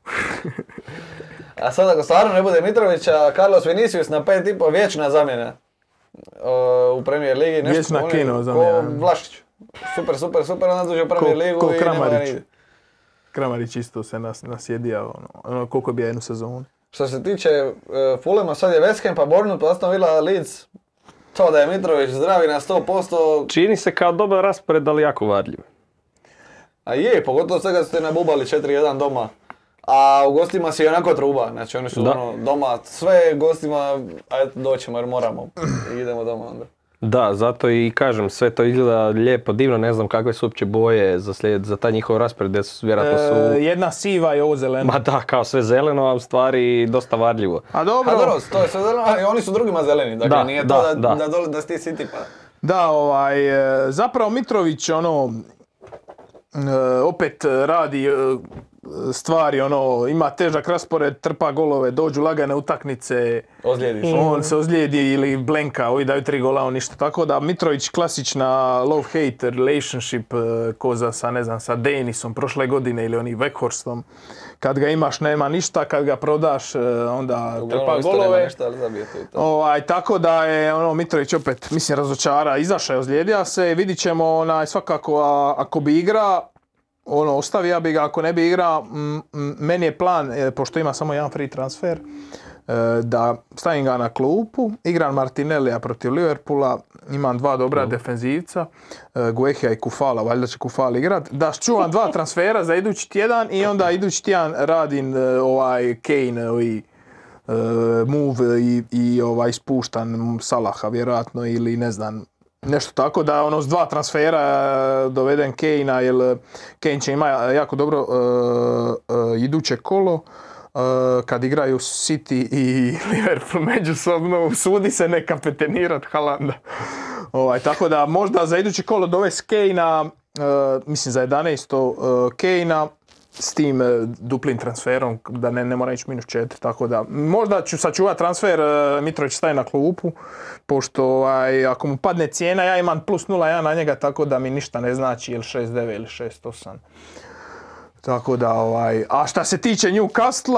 Speaker 2: a sad ako stvarno ne bude Mitrovića, Carlos Vinicius na 5,5 vječna zamjena e, u Premier Ligi. Nešto
Speaker 1: Vječna
Speaker 2: oni-
Speaker 1: kino
Speaker 2: ko
Speaker 1: zamjena.
Speaker 2: Vlašić. Super, super, super, onda dođe u Premier Ligu
Speaker 1: ko
Speaker 2: i nema ga
Speaker 1: Kramarić.
Speaker 2: nigdje.
Speaker 1: Kramarić isto se nas, nasjedija, ono, ono koliko bi ja jednu sezonu.
Speaker 2: Što se tiče e, Fulema, sad je West Ham, pa Bournemouth, pa Aston Villa, Leeds. To da je Mitrović zdravi na 100%,
Speaker 3: Čini se kao dobar raspored, ali jako varljiv.
Speaker 2: a je, pogotovo sve kad ste nabubali 4-1 doma. A u gostima si onako truba, znači oni su
Speaker 3: Da.
Speaker 2: ono, doma, sve gostima, ajde doćemo jer moramo, I idemo doma onda.
Speaker 3: Da, zato i kažem, sve to izgleda lijepo, divno, ne znam kakve su uopće boje za, slijed, za taj njihov raspored, gdje su vjerojatno su...
Speaker 1: E, jedna siva i ovo zeleno.
Speaker 3: Ma da, kao sve zeleno, a u stvari dosta varljivo.
Speaker 1: A
Speaker 2: A
Speaker 1: dobro,
Speaker 2: dobro, to je sve zeleno, ali oni su drugima zeleni, dakle
Speaker 3: Da,
Speaker 2: nije
Speaker 3: da,
Speaker 2: to da, da,
Speaker 3: da.
Speaker 2: dole- da si ti City pa.
Speaker 1: Da, ovaj, e, zapravo Mitrović, ono, e, opet e, radi e, stvari, ono, ima težak raspored, trpa golove, dođu lagane utakmice,
Speaker 2: Ozlijedi se.
Speaker 1: on se ozlijedi ili blenka, ovi daju tri gola, on ništa. Tako da Mitrović klasična love-hate relationship e, koza sa, ne znam, sa Denisom prošle godine ili onim Weckhorstom. Kad ga imaš nema ništa, kad ga prodaš e, onda trpa
Speaker 2: Uglavnom
Speaker 1: Pa
Speaker 2: isto nema
Speaker 1: golove.
Speaker 2: ništa, ali zabije tu i to.
Speaker 1: Ovaj, tako da je ono Mitrović opet, mislim, razočara, izašao je, ozlijedio se, vidit ćemo onaj, svakako, a, ako bi igra, ono, ostavio bi ga, ako ne bi igra, m, m, meni je plan, e, pošto ima samo jedan free transfer, e, da stavim ga na klupu, igram Martinellija protiv Liverpoola, imam dva dobra defenzivca, e, Guehija i Kufala, valjda će Kufali igrat, da čuvam dva transfera za idući tjedan i onda idući tjedan radim e, ovaj Kane i e, move i, i ovaj spuštan Salaha vjerojatno ili ne znam nešto tako da ono s dva transfera e, doveden Kane-a jer e, Kane će ima jako dobro e, e, iduće kolo e, kad igraju City i Liverpool međusobno sudi se ne kapetenirat Halanda. Ovaj, tako da možda za iduće kolo dovest Kane-a, e, mislim za 11. E, Kane-a s tim e, duplim transferom da ne, ne mora ići minus 4, tako da možda ću sačuvati transfer, e, Mitrović staje na klupu, pošto ovaj, ako mu padne cijena ja imam plus 0,1 na njega, tako da mi ništa ne znači ili 6,9 ili 6,8. Tako da, ovaj, a šta se tiče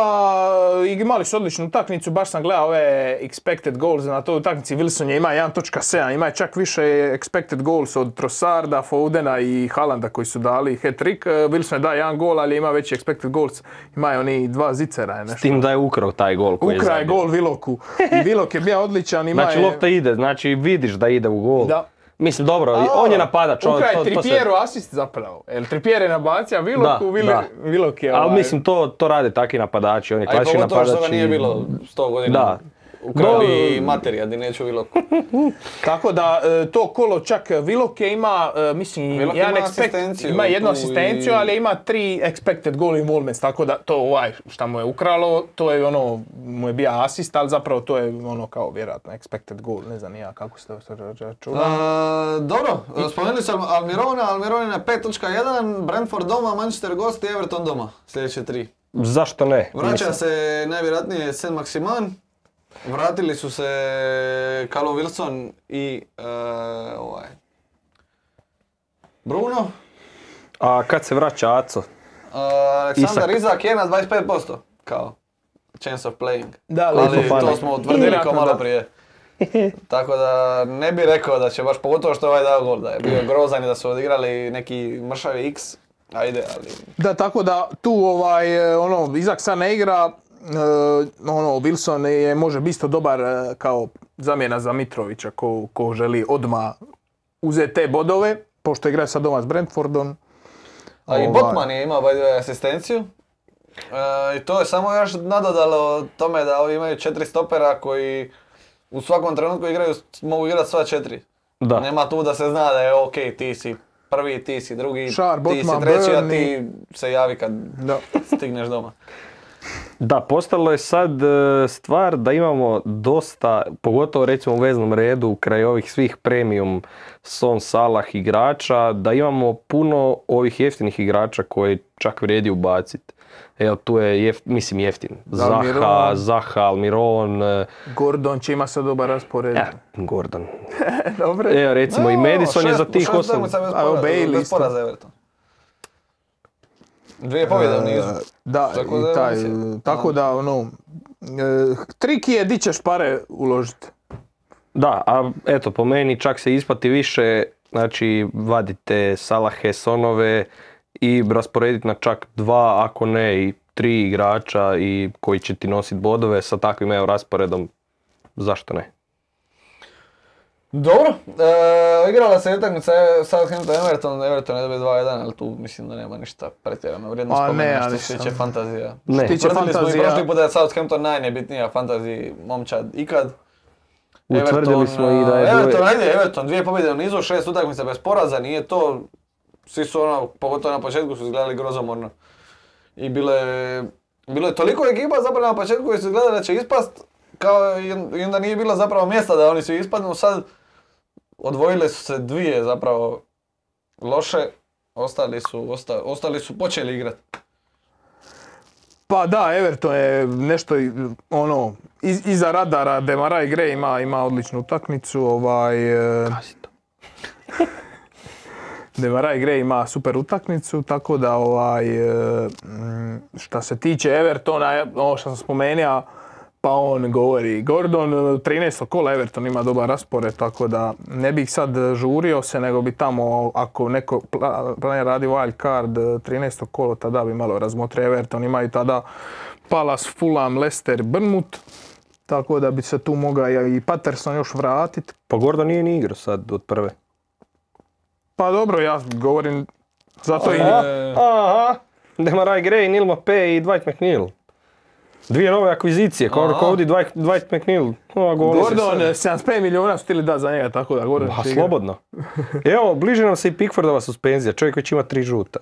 Speaker 1: Newcastle, imali su odličnu utakmicu, baš sam gledao ove expected goals na toj utakmici, Wilson je ima 1.7, ima je čak više expected goals od Trossarda, Fodena i Halanda koji su dali hat-trick, E, Wilson je da jedan gol, ali ima veći expected goals, ima je oni dva zicera, je
Speaker 3: S
Speaker 1: nešto.
Speaker 3: tim da je ukrao taj gol koji
Speaker 1: Ukra je
Speaker 3: zabio.
Speaker 1: gol Viloku, i Vilok je bio odličan, ima
Speaker 3: Znači
Speaker 1: je...
Speaker 3: lopta ide, znači vidiš da ide u gol.
Speaker 1: Da.
Speaker 3: Mislim dobro, on je napadač, on
Speaker 1: Ukra je
Speaker 3: to, to se-
Speaker 1: Trippieru asist zapravo, El Trippier je nabacio Viloku,
Speaker 3: Da,
Speaker 1: Vil-
Speaker 3: da.
Speaker 1: Vilok je
Speaker 3: Ali
Speaker 1: ovaj-
Speaker 3: mislim to, to rade taki napadači, oni
Speaker 2: A i
Speaker 3: klasični
Speaker 2: pogotovo
Speaker 3: napadači.
Speaker 2: što ga nije bilo 100 godina.
Speaker 3: Da.
Speaker 2: Ukrali materija, di neću bilo
Speaker 1: Tako da e, to kolo čak e, Vilok je ima, e, mislim,
Speaker 2: Vilok
Speaker 1: jedan
Speaker 2: ima
Speaker 1: expect-
Speaker 2: asistenciju
Speaker 1: ima jednu
Speaker 2: tu
Speaker 1: asistenciju,
Speaker 2: i-
Speaker 1: ali ima tri expected goal involvements, tako da to ovaj šta mu je ukralo, to je ono, mu je bio asist, ali zapravo to je ono kao vjerojatno expected goal, ne znam ni ja kako se to računa.
Speaker 2: E, dobro, spomenuli sam Almirona, Almirona je na 5.1, Brentford doma, Manchester gost i Everton doma, sljedeće tri.
Speaker 3: Zašto ne?
Speaker 2: Vraća se najvjerojatnije Sen Maksiman, vratili su se Calo Wilson i e, ovaj, Bruno,
Speaker 3: A kad se vraća Aco?
Speaker 2: E, Aleksandar
Speaker 3: Isak.
Speaker 2: Izak je na 25%, kao chance of playing.
Speaker 1: Da, ali-
Speaker 2: ali
Speaker 3: fali.
Speaker 2: to smo utvrdili
Speaker 1: Vjerojatno
Speaker 2: kao malo
Speaker 1: da.
Speaker 2: prije. Tako da ne bi rekao da će baš, pogotovo što je ovaj dao gol, da je bio grozan i da su odigrali neki mršavi x, ajde, ali...
Speaker 1: Da, tako da tu ovaj, e, ono, Izak sad ne igra, e, ono, Wilson je može biti isto dobar e, kao zamjena za Mitrovića ko, ko želi odma uzeti te bodove, pošto igra sad doma s Brentfordom.
Speaker 2: A i
Speaker 1: Ovaj.
Speaker 2: Botman je imao by the way, asistenciju. E, I to je samo još nadodalo tome da ovi imaju četiri stopera koji u svakom trenutku igraju, mogu igrati sva četiri.
Speaker 3: Da.
Speaker 2: Nema tu da se zna da je ok, ti si prvi, ti si drugi,
Speaker 1: Šar,
Speaker 2: ti
Speaker 1: Botman,
Speaker 2: si treći, a ti
Speaker 1: Burnley.
Speaker 2: se javi kad
Speaker 1: Da.
Speaker 2: stigneš doma.
Speaker 3: Da, postalo je sad e, stvar da imamo dosta, pogotovo recimo u veznom redu, kraj ovih svih premium Son Salah igrača, da imamo puno ovih jeftinih igrača koji čak vrijedi ubaciti. Evo tu je, jef- mislim jeftin, Zaha,
Speaker 1: Almiron.
Speaker 3: Zaha, Almiron, e,
Speaker 1: Gordon će ima sad dobar raspored.
Speaker 3: eh, Gordon.
Speaker 1: Dobro.
Speaker 3: Evo recimo i Madison je za tih osam.
Speaker 1: A, evo, Bailey
Speaker 2: Bez
Speaker 1: isto.
Speaker 2: poraza Everton. Dvije pobjede u nizu.
Speaker 1: e, Da,
Speaker 2: Tako
Speaker 1: i
Speaker 2: da,
Speaker 1: taj,
Speaker 2: mislim,
Speaker 1: e, tako da, ono, e, trik je di ćeš pare uložiti.
Speaker 3: Da, a eto, po meni čak se isplati više, znači vadite Salahe, Sonove i rasporediti na čak dva, ako ne i tri igrača i koji će ti nositi bodove sa takvim evo rasporedom, zašto ne?
Speaker 2: Dobro, e, igrala se utakmica e, Southampton Everton, Everton je dobio 2-1, ali tu mislim da nema ništa pretjerano vrijedno
Speaker 1: A Pa ne,
Speaker 2: spomena što
Speaker 1: ali
Speaker 2: se
Speaker 1: sam-
Speaker 2: tiče fantazija.
Speaker 3: Ne.
Speaker 1: Ti- Tiče
Speaker 2: Utvrdili E, smo i
Speaker 1: fantazija-
Speaker 2: prošli put da je Southampton najnebitnija fantaziji momčad ikad.
Speaker 3: Utvrdili smo i da je dvoje-
Speaker 2: eh, Everton, ajde, Everton, dvije pobjede u nizu, šest utakmica bez poraza, nije to... Svi su ono, pogotovo na početku su izgledali grozomorno. I bilo je... Bilo je toliko ekipa zapravo na početku koji su izgledali da će ispast, kao i on- i onda nije bilo zapravo mjesta da oni svi ispadnu, sad odvojile su se dvije zapravo loše, ostali su, osta- ostali su počeli igrati.
Speaker 1: Pa da, Everton je nešto i- ono, iz, iza radara Demaraj Gre ima, ima odličnu utakmicu, ovaj... e, Demaraj Gre ima super utakmicu, tako da ovaj, e, mm, šta se tiče Evertona, ovo što sam spomenuo, pa on govori Gordon, e, 13. kola Everton ima dobar raspored, tako da ne bih sad žurio se, nego bi tamo, ako neko pla- planira radi wild card e, 13. kolo, tada bi malo razmotrio Everton, imaju tada Palace, Fulham, Leicester, Brnmut,
Speaker 5: Tako da bi se tu mogao i Patterson još vratiti.
Speaker 3: Pa Gordon nije ni igrao sad od prve.
Speaker 1: Pa dobro, ja govorim, zato i...
Speaker 3: Aha, Demarai Gray, Neil Mape i Dwight McNeil. Dvije nove akvizicije, Kork ovdje Dwight, Dwight McNeil. Ova gola.
Speaker 1: Gordon, 75 milijuna su tili da za njega, tako da Gordon
Speaker 3: Pa
Speaker 1: će igrat.
Speaker 3: slobodno. Evo, bliže nam se i Pickfordova suspenzija, čovjek već ima tri žuta.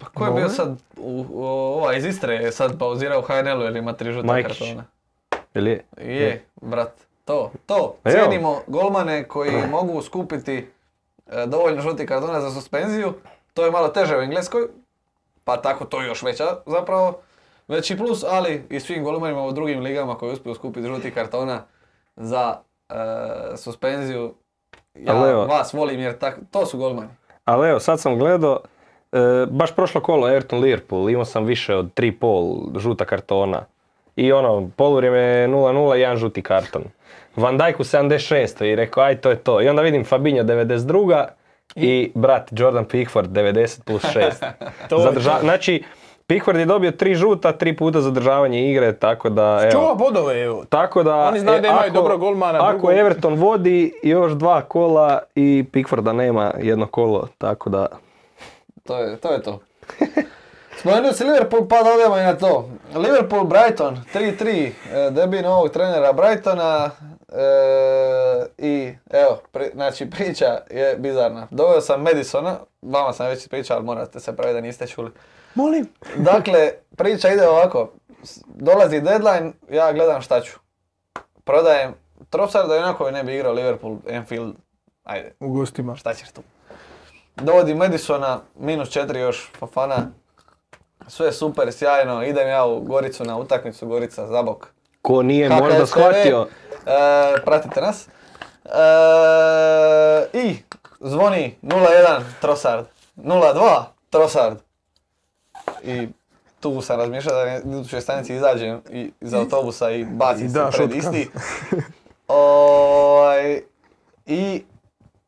Speaker 2: Pa ko je bio sad, u, u, ova iz Istre je sad pauzirao u HNL-u jer ima tri žuta
Speaker 3: Majkić.
Speaker 2: kartona.
Speaker 3: Jel je?
Speaker 2: Je, brat. To, to.
Speaker 3: Evo.
Speaker 2: Cijenimo golmane koji mogu skupiti e, dovoljno žuti kartona za suspenziju. To je malo teže u Engleskoj, pa tako to je još veća zapravo. Veći plus, ali i svim golmanima u drugim ligama koji uspiju skupiti žuti kartona za e, suspenziju. Ja
Speaker 3: Ali evo.
Speaker 2: vas volim jer tak, to su golmani.
Speaker 3: Ali evo, sad sam gledao, e, baš prošlo kolo Ayrton Liverpool, imao sam više od 3,5 žuta kartona. I ono, poluvrijeme je 0-0, jedan žuti karton. Van Dijk u 76. i rekao, aj to je to. I onda vidim Fabinho 92. I brat Jordan Pickford 90 plus 6. Zadrža- Znači, Pickford je dobio tri žuta, tri puta zadržavanje igre, tako da...
Speaker 5: Čuva
Speaker 3: Evo,
Speaker 5: bodove, evo.
Speaker 3: tako da... e,
Speaker 1: Oni znaju da imaju dobrog golmana,
Speaker 3: Ako
Speaker 1: drugog-
Speaker 3: Everton vodi još dva kola i Pickforda nema jedno kolo, tako da...
Speaker 2: To je to. Je to. Spomenuo si Liverpool, pa da odemo i na to. Liverpool Brighton 3-3, e, debi novog trenera Brightona e, i evo, pri- znači priča je bizarna. Doveo sam Madisona, vama sam već pričao, ali morate se praviti da niste čuli.
Speaker 5: Molim.
Speaker 2: Dakle, priča ide ovako. S- Dolazi deadline, ja gledam šta ću. Prodajem Trossarda da onako ne bi igrao Liverpool, Enfield, ajde.
Speaker 5: U gostima.
Speaker 2: Ono, Šta ćeš tu? Dovodi Madisona, minus četiri još, Fofana. Sve super, sjajno, idem ja u Goricu na utakmicu, Gorica, Zabok.
Speaker 3: Ko nije
Speaker 2: KKSTV,
Speaker 3: možda shvatio,
Speaker 2: e, pratite nas. E, I zvoni 0-1 Trossard, 0-2 Trossard. I tu sam razmišljao da ne na idućoj stanici izađem i, iz autobusa i bacim
Speaker 1: I
Speaker 2: se
Speaker 1: daš
Speaker 2: pred
Speaker 1: otkaz.
Speaker 2: isti. Ovaj, I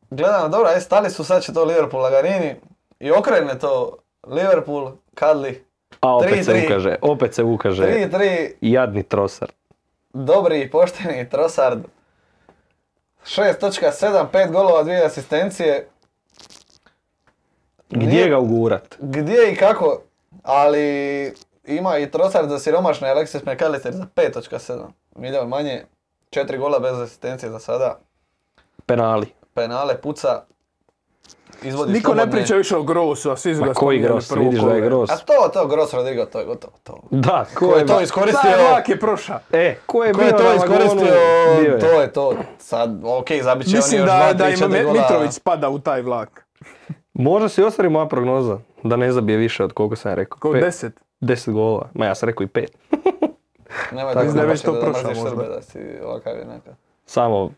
Speaker 2: gledam, dobro, aj stali su, sad će to Liverpool lagarini. I okrene to Liverpool, Kadli,
Speaker 3: a opet
Speaker 2: Tri,
Speaker 3: se
Speaker 2: tri.
Speaker 3: ukaže, opet se ukaže
Speaker 2: 3-3,
Speaker 3: jadni trosar.
Speaker 2: dobri i pošteni Trossard. 6.7, 5 golova, 2 asistencije.
Speaker 3: Gdje
Speaker 2: Nije-
Speaker 3: ga ugurat?
Speaker 2: Gdje i kako, ali ima i Trossard za siromašne Alexis McAllister za 5.7. Milijon manje, 4 gola bez asistencije za sada.
Speaker 3: Penali.
Speaker 2: Penale puca. Izvodi
Speaker 1: Niko ne
Speaker 2: slobodne.
Speaker 1: priča više o Grossu, a svi su
Speaker 3: Ma
Speaker 1: ga
Speaker 3: koji
Speaker 1: spominjali
Speaker 3: gros,
Speaker 1: prvo
Speaker 3: vidiš da
Speaker 1: kolo.
Speaker 3: je gros.
Speaker 2: A to, to, Gross Rodrigo, to je gotovo. To.
Speaker 3: Da, ko,
Speaker 2: Ko
Speaker 3: je,
Speaker 2: je to
Speaker 1: Taj
Speaker 2: iskoristio,
Speaker 1: vlak je proša.
Speaker 3: E, ko je
Speaker 2: ko je
Speaker 3: bio
Speaker 2: to
Speaker 3: na vagonu,
Speaker 2: iskoristio,
Speaker 3: bio je.
Speaker 2: to je to. Sad, okej, zabit će
Speaker 1: Mislim
Speaker 2: oni još
Speaker 1: da,
Speaker 2: dva,
Speaker 1: da
Speaker 2: tri,
Speaker 1: im
Speaker 2: četiri gola.
Speaker 1: Mitrović spada u taj vlak.
Speaker 3: Možda se i ostvari moja prognoza, da ne zabije više od koliko sam ja rekao.
Speaker 1: Ko
Speaker 3: Pet-
Speaker 1: 10.
Speaker 3: Deset golova, ma ja sam rekao i pet.
Speaker 2: Nemoj
Speaker 1: Tako
Speaker 2: da
Speaker 1: da je već
Speaker 2: znaš da
Speaker 1: to prošlo
Speaker 2: mrziš
Speaker 1: možda.
Speaker 2: Srbe, da si ovakav je neka.
Speaker 3: Samo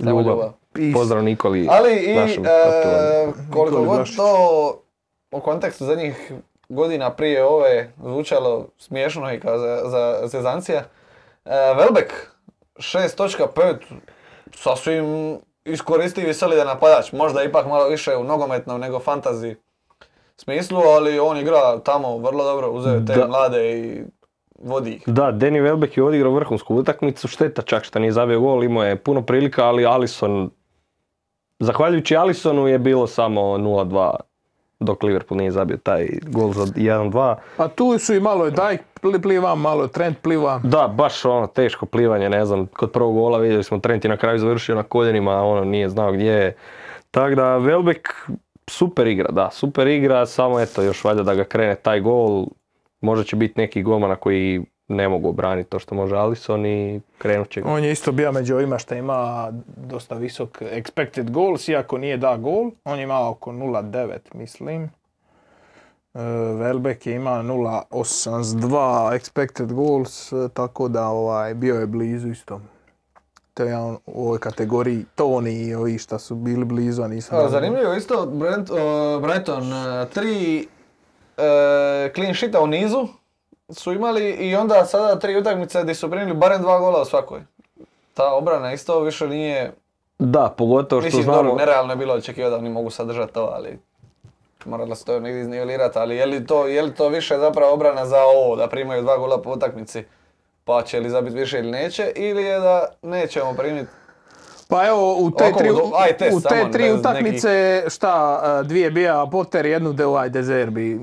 Speaker 2: Samo
Speaker 3: ljubav.
Speaker 2: ljubav.
Speaker 3: Pozdrav Nikoli.
Speaker 2: Ali i
Speaker 3: našem
Speaker 2: e,
Speaker 3: aktualnom.
Speaker 2: koliko
Speaker 1: Nikoli
Speaker 2: god
Speaker 1: Vlašić.
Speaker 2: to u kontekstu zadnjih godina prije ove zvučalo smiješno i kao za, za zezancija, e, Velbek 6.5 sasvim iskoristiv i solidan napadač. Možda ipak malo više u nogometnom nego fantazi smislu, ali on igra tamo vrlo dobro, uzeo je te
Speaker 3: Da.
Speaker 2: mlade i vodi ih.
Speaker 3: Da, Danny Welbeck je odigrao vrhunsku utakmicu, šteta čak što nije zabio gol, imao je puno prilika, ali Alisson, zahvaljujući Alissonu je bilo samo 0-2 dok Liverpool nije zabio taj gol za 1-2.
Speaker 1: A tu su i malo Dijk pli- pliva, malo Trent pliva.
Speaker 3: Da, baš ono teško plivanje, ne znam, kod prvog gola vidjeli smo Trent je na kraju završio na koljenima, ono nije znao gdje je. Tako da Welbeck super igra, da, super igra, samo eto još valjda da ga krene taj gol, možda će biti neki golmana koji ne mogu obraniti to što može Alisson i krenut će ga.
Speaker 5: On je isto bio među ovima što ima dosta visok expected goals, iako nije da gol. On ima oko 0.9, mislim. E, Welbeck je ima 0.82 expected goals, e, tako da ovaj, bio je blizu isto. To je jedan u ovoj kategoriji, to oni i ovi šta su bili blizu, a nisam...
Speaker 2: Pa,
Speaker 5: dobro.
Speaker 2: zanimljivo je isto, Brent, o, Brighton, e, tri e, clean sheeta u nizu su imali i onda sada tri utakmice gdje su primili barem dva gola u svakoj. Ta obrana isto više nije,
Speaker 3: Da, pogotovo Pa što
Speaker 2: mislim
Speaker 3: znamo,
Speaker 2: dobro, nerealno je bilo očekivati da oni mogu sadržati to, ali morala se to negdje iznivelirati, ali je li to, je li to više zapravo obrana za ovo, da primaju dva gola po utakmici pa će li zabiti više ili neće, ili je da nećemo primiti.
Speaker 1: Pa evo, u te
Speaker 2: Ovako,
Speaker 1: tri,
Speaker 2: do- aj, test
Speaker 1: u te
Speaker 2: samo,
Speaker 1: tri
Speaker 2: bez
Speaker 1: utakmice, šta, e, dvije bija Potter, jednu Deuaj De Zerbi. E,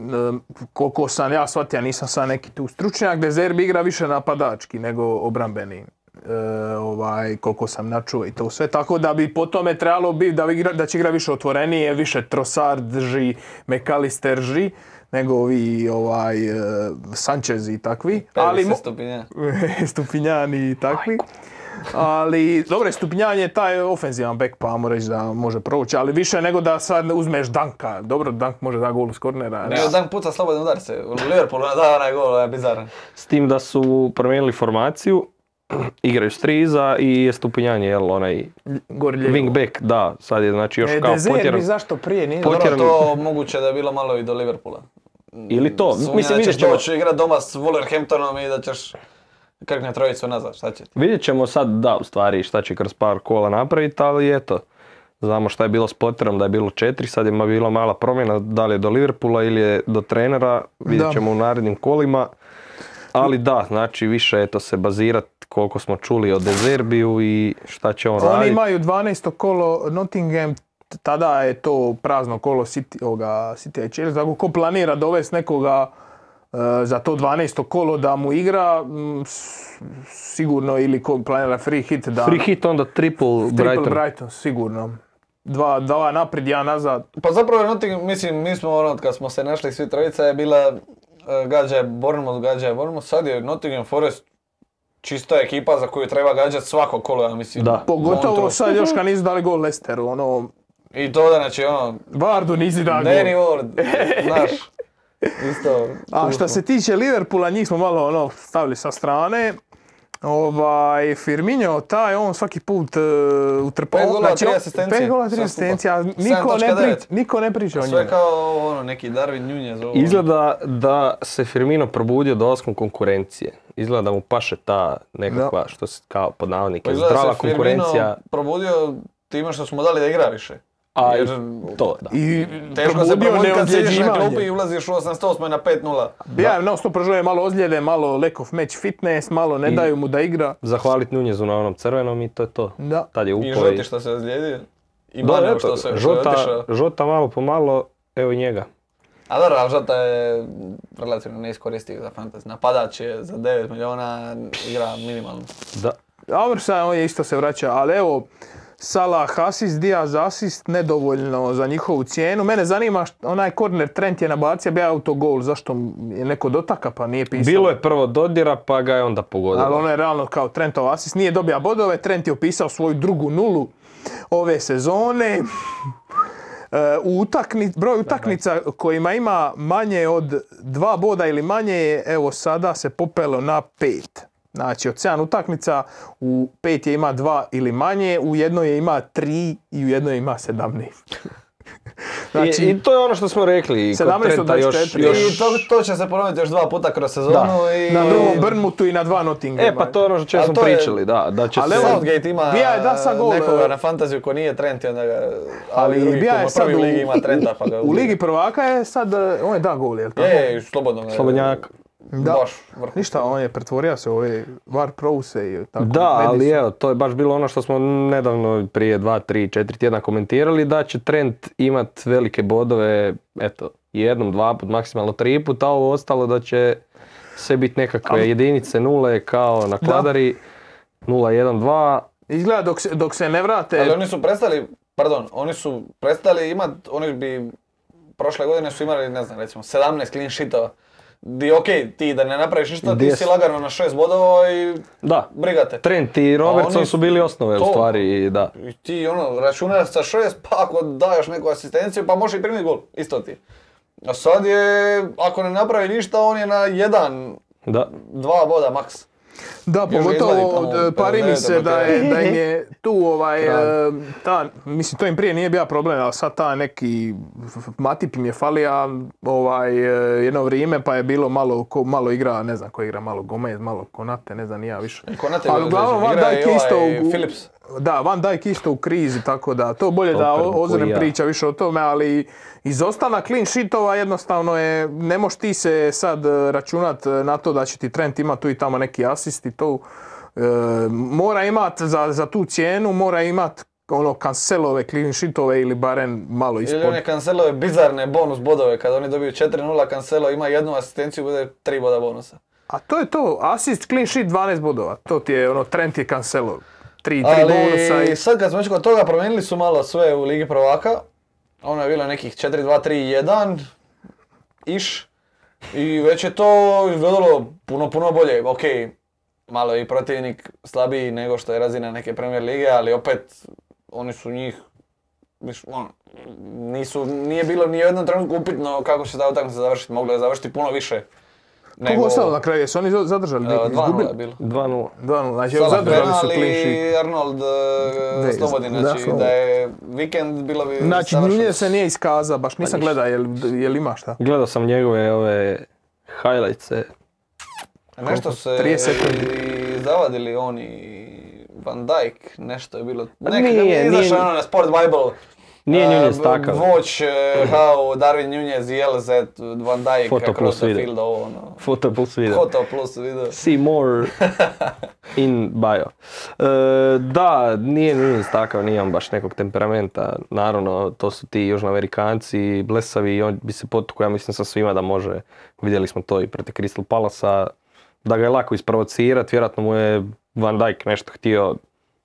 Speaker 1: Koliko sam ja shvatio, nisam sam neki tu stručnjak, De Zerbi igra više napadački nego obrambeni. E, ovaj, koliko sam načuo i to sve. Tako da bi po tome trebalo biti da, igra, da će igra više otvorenije, više Trossard drži, McAllister drži, nego ovi ovaj, e, Sanchez i takvi.
Speaker 2: Ali
Speaker 1: mo-
Speaker 2: stupinja.
Speaker 1: stupinjani i takvi. Ali, dobro je stupnjanje, taj ofenzivan bek, pa ajmo reći da može proći, ali više nego da sad uzmeš Danka. Dobro, Dank može da gol s kornera.
Speaker 2: Nego dan puca slobodan udar se. U Liverpoolu da onaj gol, e, je bizaran.
Speaker 3: S tim da su promijenili formaciju, igraju s tri iza i je stupinjanje, jel, onaj
Speaker 1: Gori lijevo.
Speaker 3: wingback, da, sad je znači još
Speaker 5: E,
Speaker 3: kao
Speaker 5: De Zerbi,
Speaker 3: potjeran.
Speaker 5: zašto prije nije?
Speaker 3: Pot-
Speaker 2: Dobro,
Speaker 3: Potjeran-
Speaker 2: to moguće da je bilo malo i do Liverpoola.
Speaker 3: Ili to,
Speaker 2: Sumnja
Speaker 3: mislim
Speaker 2: da
Speaker 3: vidjet
Speaker 2: ćeš
Speaker 3: ćemo,
Speaker 2: doći igrat doma s Wolverhamptonom i da ćeš krkne trojicu nazad, šta će ti?
Speaker 3: vidjet ćemo sad, da, u stvari šta će kroz par kola napraviti, ali eto. Znamo šta je bilo s Potterom, da je bilo četiri, sad je ma- bila mala promjena, da li je do Liverpoola ili je do trenera, vidjet
Speaker 1: Da.
Speaker 3: ćemo u narednim kolima. Ali da, znači više eto se bazirat koliko smo čuli o Dezerbiju i šta će on
Speaker 1: Oni
Speaker 3: raditi.
Speaker 1: imaju 12. kolo Nottingham, t- tada je to prazno kolo City, ovoga, City i Chelsea. Tako ko planira dovesti nekoga e, za to 12. kolo da mu igra, m, s- sigurno ili ko planira free hit da...
Speaker 3: Free hit, onda triple,
Speaker 1: Triple
Speaker 3: Brighton.
Speaker 1: Brighton, sigurno. Dva, dva naprijed, jedan nazad.
Speaker 2: Pa zapravo je Nottingham, mislim, mi smo ono, kad smo se našli svi trojica je bila, e, gađa je Bournemouth, gađa je Bournemouth, sad je Nottingham Forest čista ekipa za koju treba gađati svako kolo, ja mislim.
Speaker 3: Da.
Speaker 1: Pogotovo
Speaker 2: Montu.
Speaker 1: sad još kad nisu dali gol Lesteru, ono,
Speaker 2: I to da znači ono,
Speaker 1: Vardu nisi dali
Speaker 2: Danny
Speaker 1: gol.
Speaker 2: Ward, znaš, isto.
Speaker 1: A
Speaker 2: tu
Speaker 1: što
Speaker 2: smo.
Speaker 1: se tiče Liverpoola, njih smo malo ono stavili sa strane. Ovaj, Firmino, taj, on svaki put uh, utrpao.
Speaker 2: Pet golova,
Speaker 1: znači,
Speaker 2: tri
Speaker 1: on-
Speaker 2: asistencije.
Speaker 1: Pet gola, tri
Speaker 2: Sve
Speaker 1: asistencija.
Speaker 2: skupa.
Speaker 1: Niko ne,
Speaker 2: 7.9.
Speaker 1: pri- niko ne priča o njemu.
Speaker 2: Sve kao ono, neki Darwin Nunez. ovo. ono.
Speaker 3: Izgleda da se Firmino probudio dolaskom konkurencije. Izgleda da mu paše ta nekakva, što se kao pod navodnike,
Speaker 2: Pa izgleda
Speaker 3: zdrava
Speaker 2: se Firmino
Speaker 3: konkurencija.
Speaker 2: probudio time što su mu dali da igra više.
Speaker 3: A i
Speaker 2: Jer
Speaker 3: to, da.
Speaker 1: I
Speaker 2: Teško se
Speaker 1: probudio
Speaker 2: probuditi kad sjediš na
Speaker 1: neozljeđivanje.
Speaker 2: klupi i ulaziš u 88 na 5-0.
Speaker 1: Ja, non stop prožuje malo ozljede, malo lack of match fitness, malo ne
Speaker 3: I-
Speaker 1: daju mu da igra.
Speaker 3: Zahvalit Nunjezu na onom crvenom i to je to.
Speaker 1: Da.
Speaker 3: Tad je
Speaker 2: I
Speaker 3: upao i...
Speaker 2: žuti što se ozlijedio. I
Speaker 3: Da,
Speaker 2: Mane
Speaker 3: eto,
Speaker 2: što se što je
Speaker 3: žota,
Speaker 2: otišao.
Speaker 3: žota malo po malo, evo i njega.
Speaker 2: A dobro, ali žota je relativno neiskoristiv za fantasy. Napadač je za 9 miliona, igra minimalno.
Speaker 3: Da.
Speaker 1: Aversa, on je isto se vraća, ali evo, Salah asist, Diaz asist, nedovoljno za njihovu cijenu. Mene zanima, št- onaj korner Trent je nabacio, bio je autogol, zašto m- je neko dotaka pa nije pisao.
Speaker 3: Bilo je prvo dodira, pa ga je onda pogodilo.
Speaker 1: Ali ono je realno kao Trentov asist, nije dobija bodove, Trent je upisao svoju drugu nulu ove sezone. E, u utakni, broj utakmica kojima ima manje od dva boda ili manje je, evo sada se popelo na pet. Znači od 7 utakmica u pet je ima dva ili manje, u jednoj je ima tri i u jednoj ima 17. znači-
Speaker 3: I, I to je ono što smo rekli. kod
Speaker 1: 17 od
Speaker 3: Trenta još,
Speaker 1: 24.
Speaker 3: još...
Speaker 2: I to, to će se ponoviti još dva puta kroz sezonu i...
Speaker 1: Na drugom Brnmutu i na dva Nottinghama.
Speaker 3: E, pa to je ono što
Speaker 2: A
Speaker 3: smo
Speaker 2: to je-
Speaker 3: pričali, da. da će
Speaker 1: Ali
Speaker 3: se...
Speaker 1: evo,
Speaker 2: Southgate ima
Speaker 1: bija je da sa gol,
Speaker 2: nekoga
Speaker 1: e,
Speaker 2: na fantaziju ko nije Trent i onda ga...
Speaker 1: ali
Speaker 2: drugi
Speaker 1: bija
Speaker 2: klub
Speaker 1: je
Speaker 2: u
Speaker 1: sad
Speaker 2: prvi
Speaker 1: u,
Speaker 2: ligi ima Trenta pa ga...
Speaker 1: u Ligi prvaka je sad, e, on je da gol, jel tako?
Speaker 2: Je, i slobodno. ga-
Speaker 3: Slobodnjak.
Speaker 1: Da.
Speaker 2: Baš vrhunski.
Speaker 1: Ništa, on je pretvorio se u ove var prouse i tako.
Speaker 3: Da,
Speaker 1: medijski.
Speaker 3: ali evo, to je baš bilo ono što smo nedavno prije dva, tri, četiri tjedna komentirali, da će trend imat velike bodove, eto, jednom, dva put, maksimalno tri put, a ovo ostalo da će sve biti nekakve jedinice, nule, kao na kladari, 0-1, 2,
Speaker 1: Izgleda dok se, dok se ne vrate,
Speaker 2: Ali oni su prestali, pardon, oni su prestali imat, oni bi prošle godine su imali, ne znam, recimo 17 clean sheetova. Di okej, ti da ne napraviš ništa, ti
Speaker 3: Gdje
Speaker 2: si
Speaker 3: su?
Speaker 2: lagano na šest bodova i
Speaker 3: da.
Speaker 2: brigate.
Speaker 3: Trent i
Speaker 2: Pa oni
Speaker 3: Robertson
Speaker 2: su-
Speaker 3: su bili osnove u
Speaker 2: to.
Speaker 3: stvari, da.
Speaker 2: I ti ono, računaš sa šest, pa ako daješ neku asistenciju, pa možeš i primiti gol, isto ti. A sad je, ako ne napravi ništa, on je na jedan,
Speaker 3: Da,
Speaker 2: dva boda maks.
Speaker 1: da
Speaker 2: još izlazi
Speaker 1: pogotovo
Speaker 2: tamo,
Speaker 1: e, pari mi
Speaker 2: ne,
Speaker 1: se
Speaker 2: dobro,
Speaker 1: da, je, da im je tu ovaj, e,
Speaker 3: Kralj.
Speaker 1: ta, mislim to im prije nije bio problem, ali sad ta neki f- f- Matip im je falija ovaj, e, jedno vrijeme pa je bilo malo, ko, malo igra, ne znam ko igra, malo Gomez, malo Konate, ne znam ni ja više.
Speaker 2: Konate
Speaker 1: Ali uglavnom Pa Van Dijk je isto u-
Speaker 2: ovaj Philips.
Speaker 1: da, Van Dijk isto u krizi, tako da to bolje da
Speaker 3: Stoper,
Speaker 1: o- Ozren
Speaker 3: koji ja.
Speaker 1: priča više o tome, ali izostanak clean sheetova jednostavno je, ne moš ti se sad e, računat e, na to da će ti Trent imat tu i tamo neki asist i to e, mora imat za, za tu cijenu, mora imat ono kancelove clean sheetove ili barem malo
Speaker 2: Ili
Speaker 1: ispod.
Speaker 2: one Cancelove bizarne bonus bodove, kada oni dobiju 4-0, Cancelo ima jednu asistenciju, bude 3 boda bonusa.
Speaker 1: A to je to, asist clean sheet 12 bodova, to ti je ono Trent je kancelov. Tri, tri bonusa i
Speaker 2: Ali sad kad smo već kod toga promijenili su malo sve u Ligi prvaka. Ono je bilo nekih 4-2-3-1, iš. I već je to izgledalo puno, puno bolje. Ok, malo je i protivnik slabiji nego što je razina neke premijer lige, ali opet oni su njih viš- ono, nisu, nije bilo ni u jednom trenutku upitno kako će ta utakmica završiti. Moglo je završiti puno više.
Speaker 1: Koliko
Speaker 2: nego-
Speaker 1: ostalo na kraju, jesu oni zadržali?
Speaker 2: Evo,
Speaker 1: nekog?
Speaker 2: 2:0
Speaker 1: Izgubili?
Speaker 2: je bilo.
Speaker 3: 2-0.
Speaker 1: 2-0, znači evo,
Speaker 2: Salah
Speaker 1: zadržali su
Speaker 2: penal
Speaker 1: clean
Speaker 2: i
Speaker 1: sheet.
Speaker 2: Arnold e,
Speaker 1: Ne,
Speaker 2: Slobodin,
Speaker 1: da,
Speaker 2: znači
Speaker 1: Slobodin.
Speaker 2: da je vikend bilo bi
Speaker 1: Znači,
Speaker 2: savršeno.
Speaker 1: Nunez se nije iskazao, baš nisam
Speaker 2: ništa.
Speaker 1: gledao, jel, jel ima šta?
Speaker 3: Gledao sam njegove ove highlights
Speaker 2: Nešto se
Speaker 1: 30 sekundi.
Speaker 2: i zavadili oni Van Dijk, nešto je bilo.
Speaker 1: Pa
Speaker 2: Nek,
Speaker 3: nije,
Speaker 2: nije, izašao
Speaker 3: nije.
Speaker 2: ono na Sport Bible.
Speaker 3: Nije
Speaker 2: e,
Speaker 3: Nunez
Speaker 2: b-
Speaker 3: takav.
Speaker 2: Watch, e, how Darwin Nunez i LZ Van Dijk
Speaker 3: Foto
Speaker 2: across
Speaker 3: plus
Speaker 2: the
Speaker 3: video.
Speaker 2: field, ovo ono.
Speaker 3: Foto plus video.
Speaker 2: Foto plus video.
Speaker 3: See more in bio. E, da, nije Nunez takav, nije on baš nekog temperamenta. Naravno, to su ti južnoamerikanci, blesavi i on bi se potukao, ja mislim, sa svima da može. Vidjeli smo to i protiv Crystal Palasa. Da ga je lako isprovocirati, vjerojatno mu je Van Dijk nešto htio,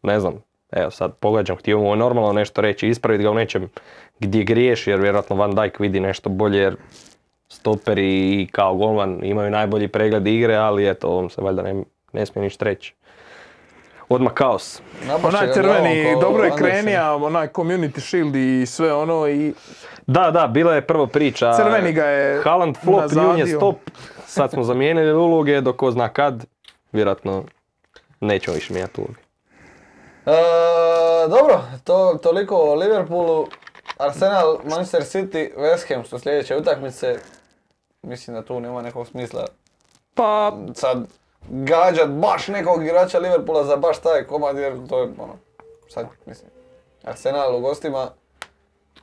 Speaker 3: ne znam, evo sad pogađam, htio mu je normalno nešto reći, ispraviti ga u nečem gdje griješi, jer vjerojatno Van Dijk vidi nešto bolje, jer stoperi i kao golman imaju najbolji pregled igre, ali eto, ovom se valjda ne, ne smije ništa reći. Odmah kaos.
Speaker 2: Nabačaj
Speaker 1: Onaj
Speaker 2: ga
Speaker 1: crveni,
Speaker 2: glavom ko
Speaker 1: dobro je
Speaker 2: Andersen.
Speaker 1: krenija, onaj community shield i sve ono i
Speaker 3: Da, da, bila je prvo priča.
Speaker 1: Crveni ga je
Speaker 3: Haaland flop,
Speaker 1: nazadio.
Speaker 3: Jun je stop. Sad smo zamijenili uloge, dok ko zna kad, vjerojatno nećemo više mijenjati uloge.
Speaker 2: E, dobro, to, toliko o Liverpoolu. Arsenal, Manchester City, West Ham su sljedeće utakmice. Mislim da tu nema nekog smisla
Speaker 3: Pa,
Speaker 2: sad gađat baš nekog igrača Liverpoola za baš taj komad jer to je ono, sad mislim, Arsenal u gostima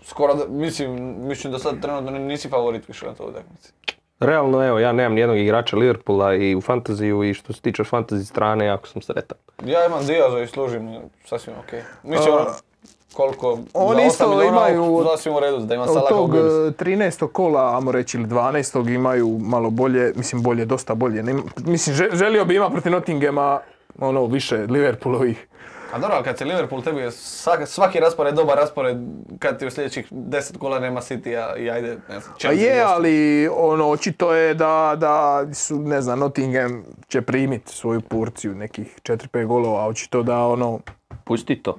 Speaker 2: skoro, da- mislim, mislim da sad trenutno ni- nisi favorit više na toj utakmici.
Speaker 3: realno evo, ja nemam nijednog igrača Liverpoola i u fantaziju i što se tiče fantasy strane, jako sam sretan.
Speaker 2: Ja imam Diaza i služim, sasvim okej. Mislim,
Speaker 1: A-
Speaker 2: ono, koliko,
Speaker 1: Oni
Speaker 2: za
Speaker 1: isto
Speaker 2: 8 miliona,
Speaker 1: imaju od-
Speaker 2: sasvim u redu, da ima
Speaker 1: od
Speaker 2: Salah u
Speaker 1: tog e, 13. kola, ajmo reći, ili 12. imaju malo bolje, mislim bolje, dosta bolje. Ne- Mislim, že- želio bi ima protiv Nottinghama ono više Liverpoolovih.
Speaker 2: A dobro, ali kad se Liverpool tebi je svaki, svaki raspored dobar raspored kad ti u sljedećih 10 kola nema City i ajde, ne znam,
Speaker 1: Pa
Speaker 2: Chelsea
Speaker 1: je,
Speaker 2: gosti.
Speaker 1: ali ono, očito je da, da su, ne znam, Nottingham će primiti svoju porciju nekih 4-5 golova, a očito da ono,
Speaker 3: Pusti to.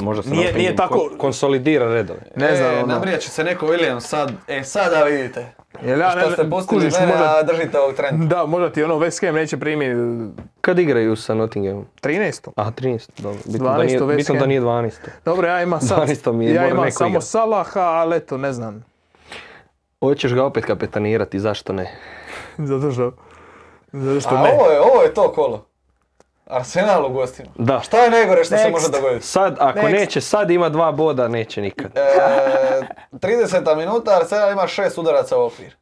Speaker 3: Možda se
Speaker 1: Nije-
Speaker 3: Nottingham
Speaker 1: nije tako-
Speaker 3: kon- konsolidira redove.
Speaker 1: ne znam,
Speaker 2: E,
Speaker 1: ono,
Speaker 2: nabrijat će se neko William sad, e sada vidite.
Speaker 1: Jel ja
Speaker 2: Šta
Speaker 1: ne-
Speaker 2: ste postili
Speaker 1: kužiš,
Speaker 2: mene,
Speaker 1: možda-
Speaker 2: a držite ovog trenda.
Speaker 1: Da, možda ti ono West Ham neće primiti
Speaker 3: Kad igraju sa Nottinghamom?
Speaker 1: 13.
Speaker 3: Aha, 13, dobro. Bitno, da
Speaker 1: 12. West
Speaker 3: nije, bitno da
Speaker 1: Ham.
Speaker 3: nije 12.
Speaker 1: Dobro, ja imam sad,
Speaker 3: 12. mi je,
Speaker 1: ja
Speaker 3: mora
Speaker 1: imam
Speaker 3: neko
Speaker 1: samo
Speaker 3: igrat.
Speaker 1: Salaha, ali eto, ne znam.
Speaker 3: Hoćeš ga opet kapetanirati, zašto ne?
Speaker 1: Zato što, zato što
Speaker 2: A
Speaker 1: ne.
Speaker 2: ovo je, ovo je to kolo. Arsenal u gostima.
Speaker 3: Da.
Speaker 2: Šta je najgore što se
Speaker 1: Next.
Speaker 2: može dogoditi?
Speaker 3: Sad, ako
Speaker 1: Next.
Speaker 3: neće, sad ima dva boda, neće nikad.
Speaker 2: E, 30. minuta, Arsenal ima šest udaraca u okvir.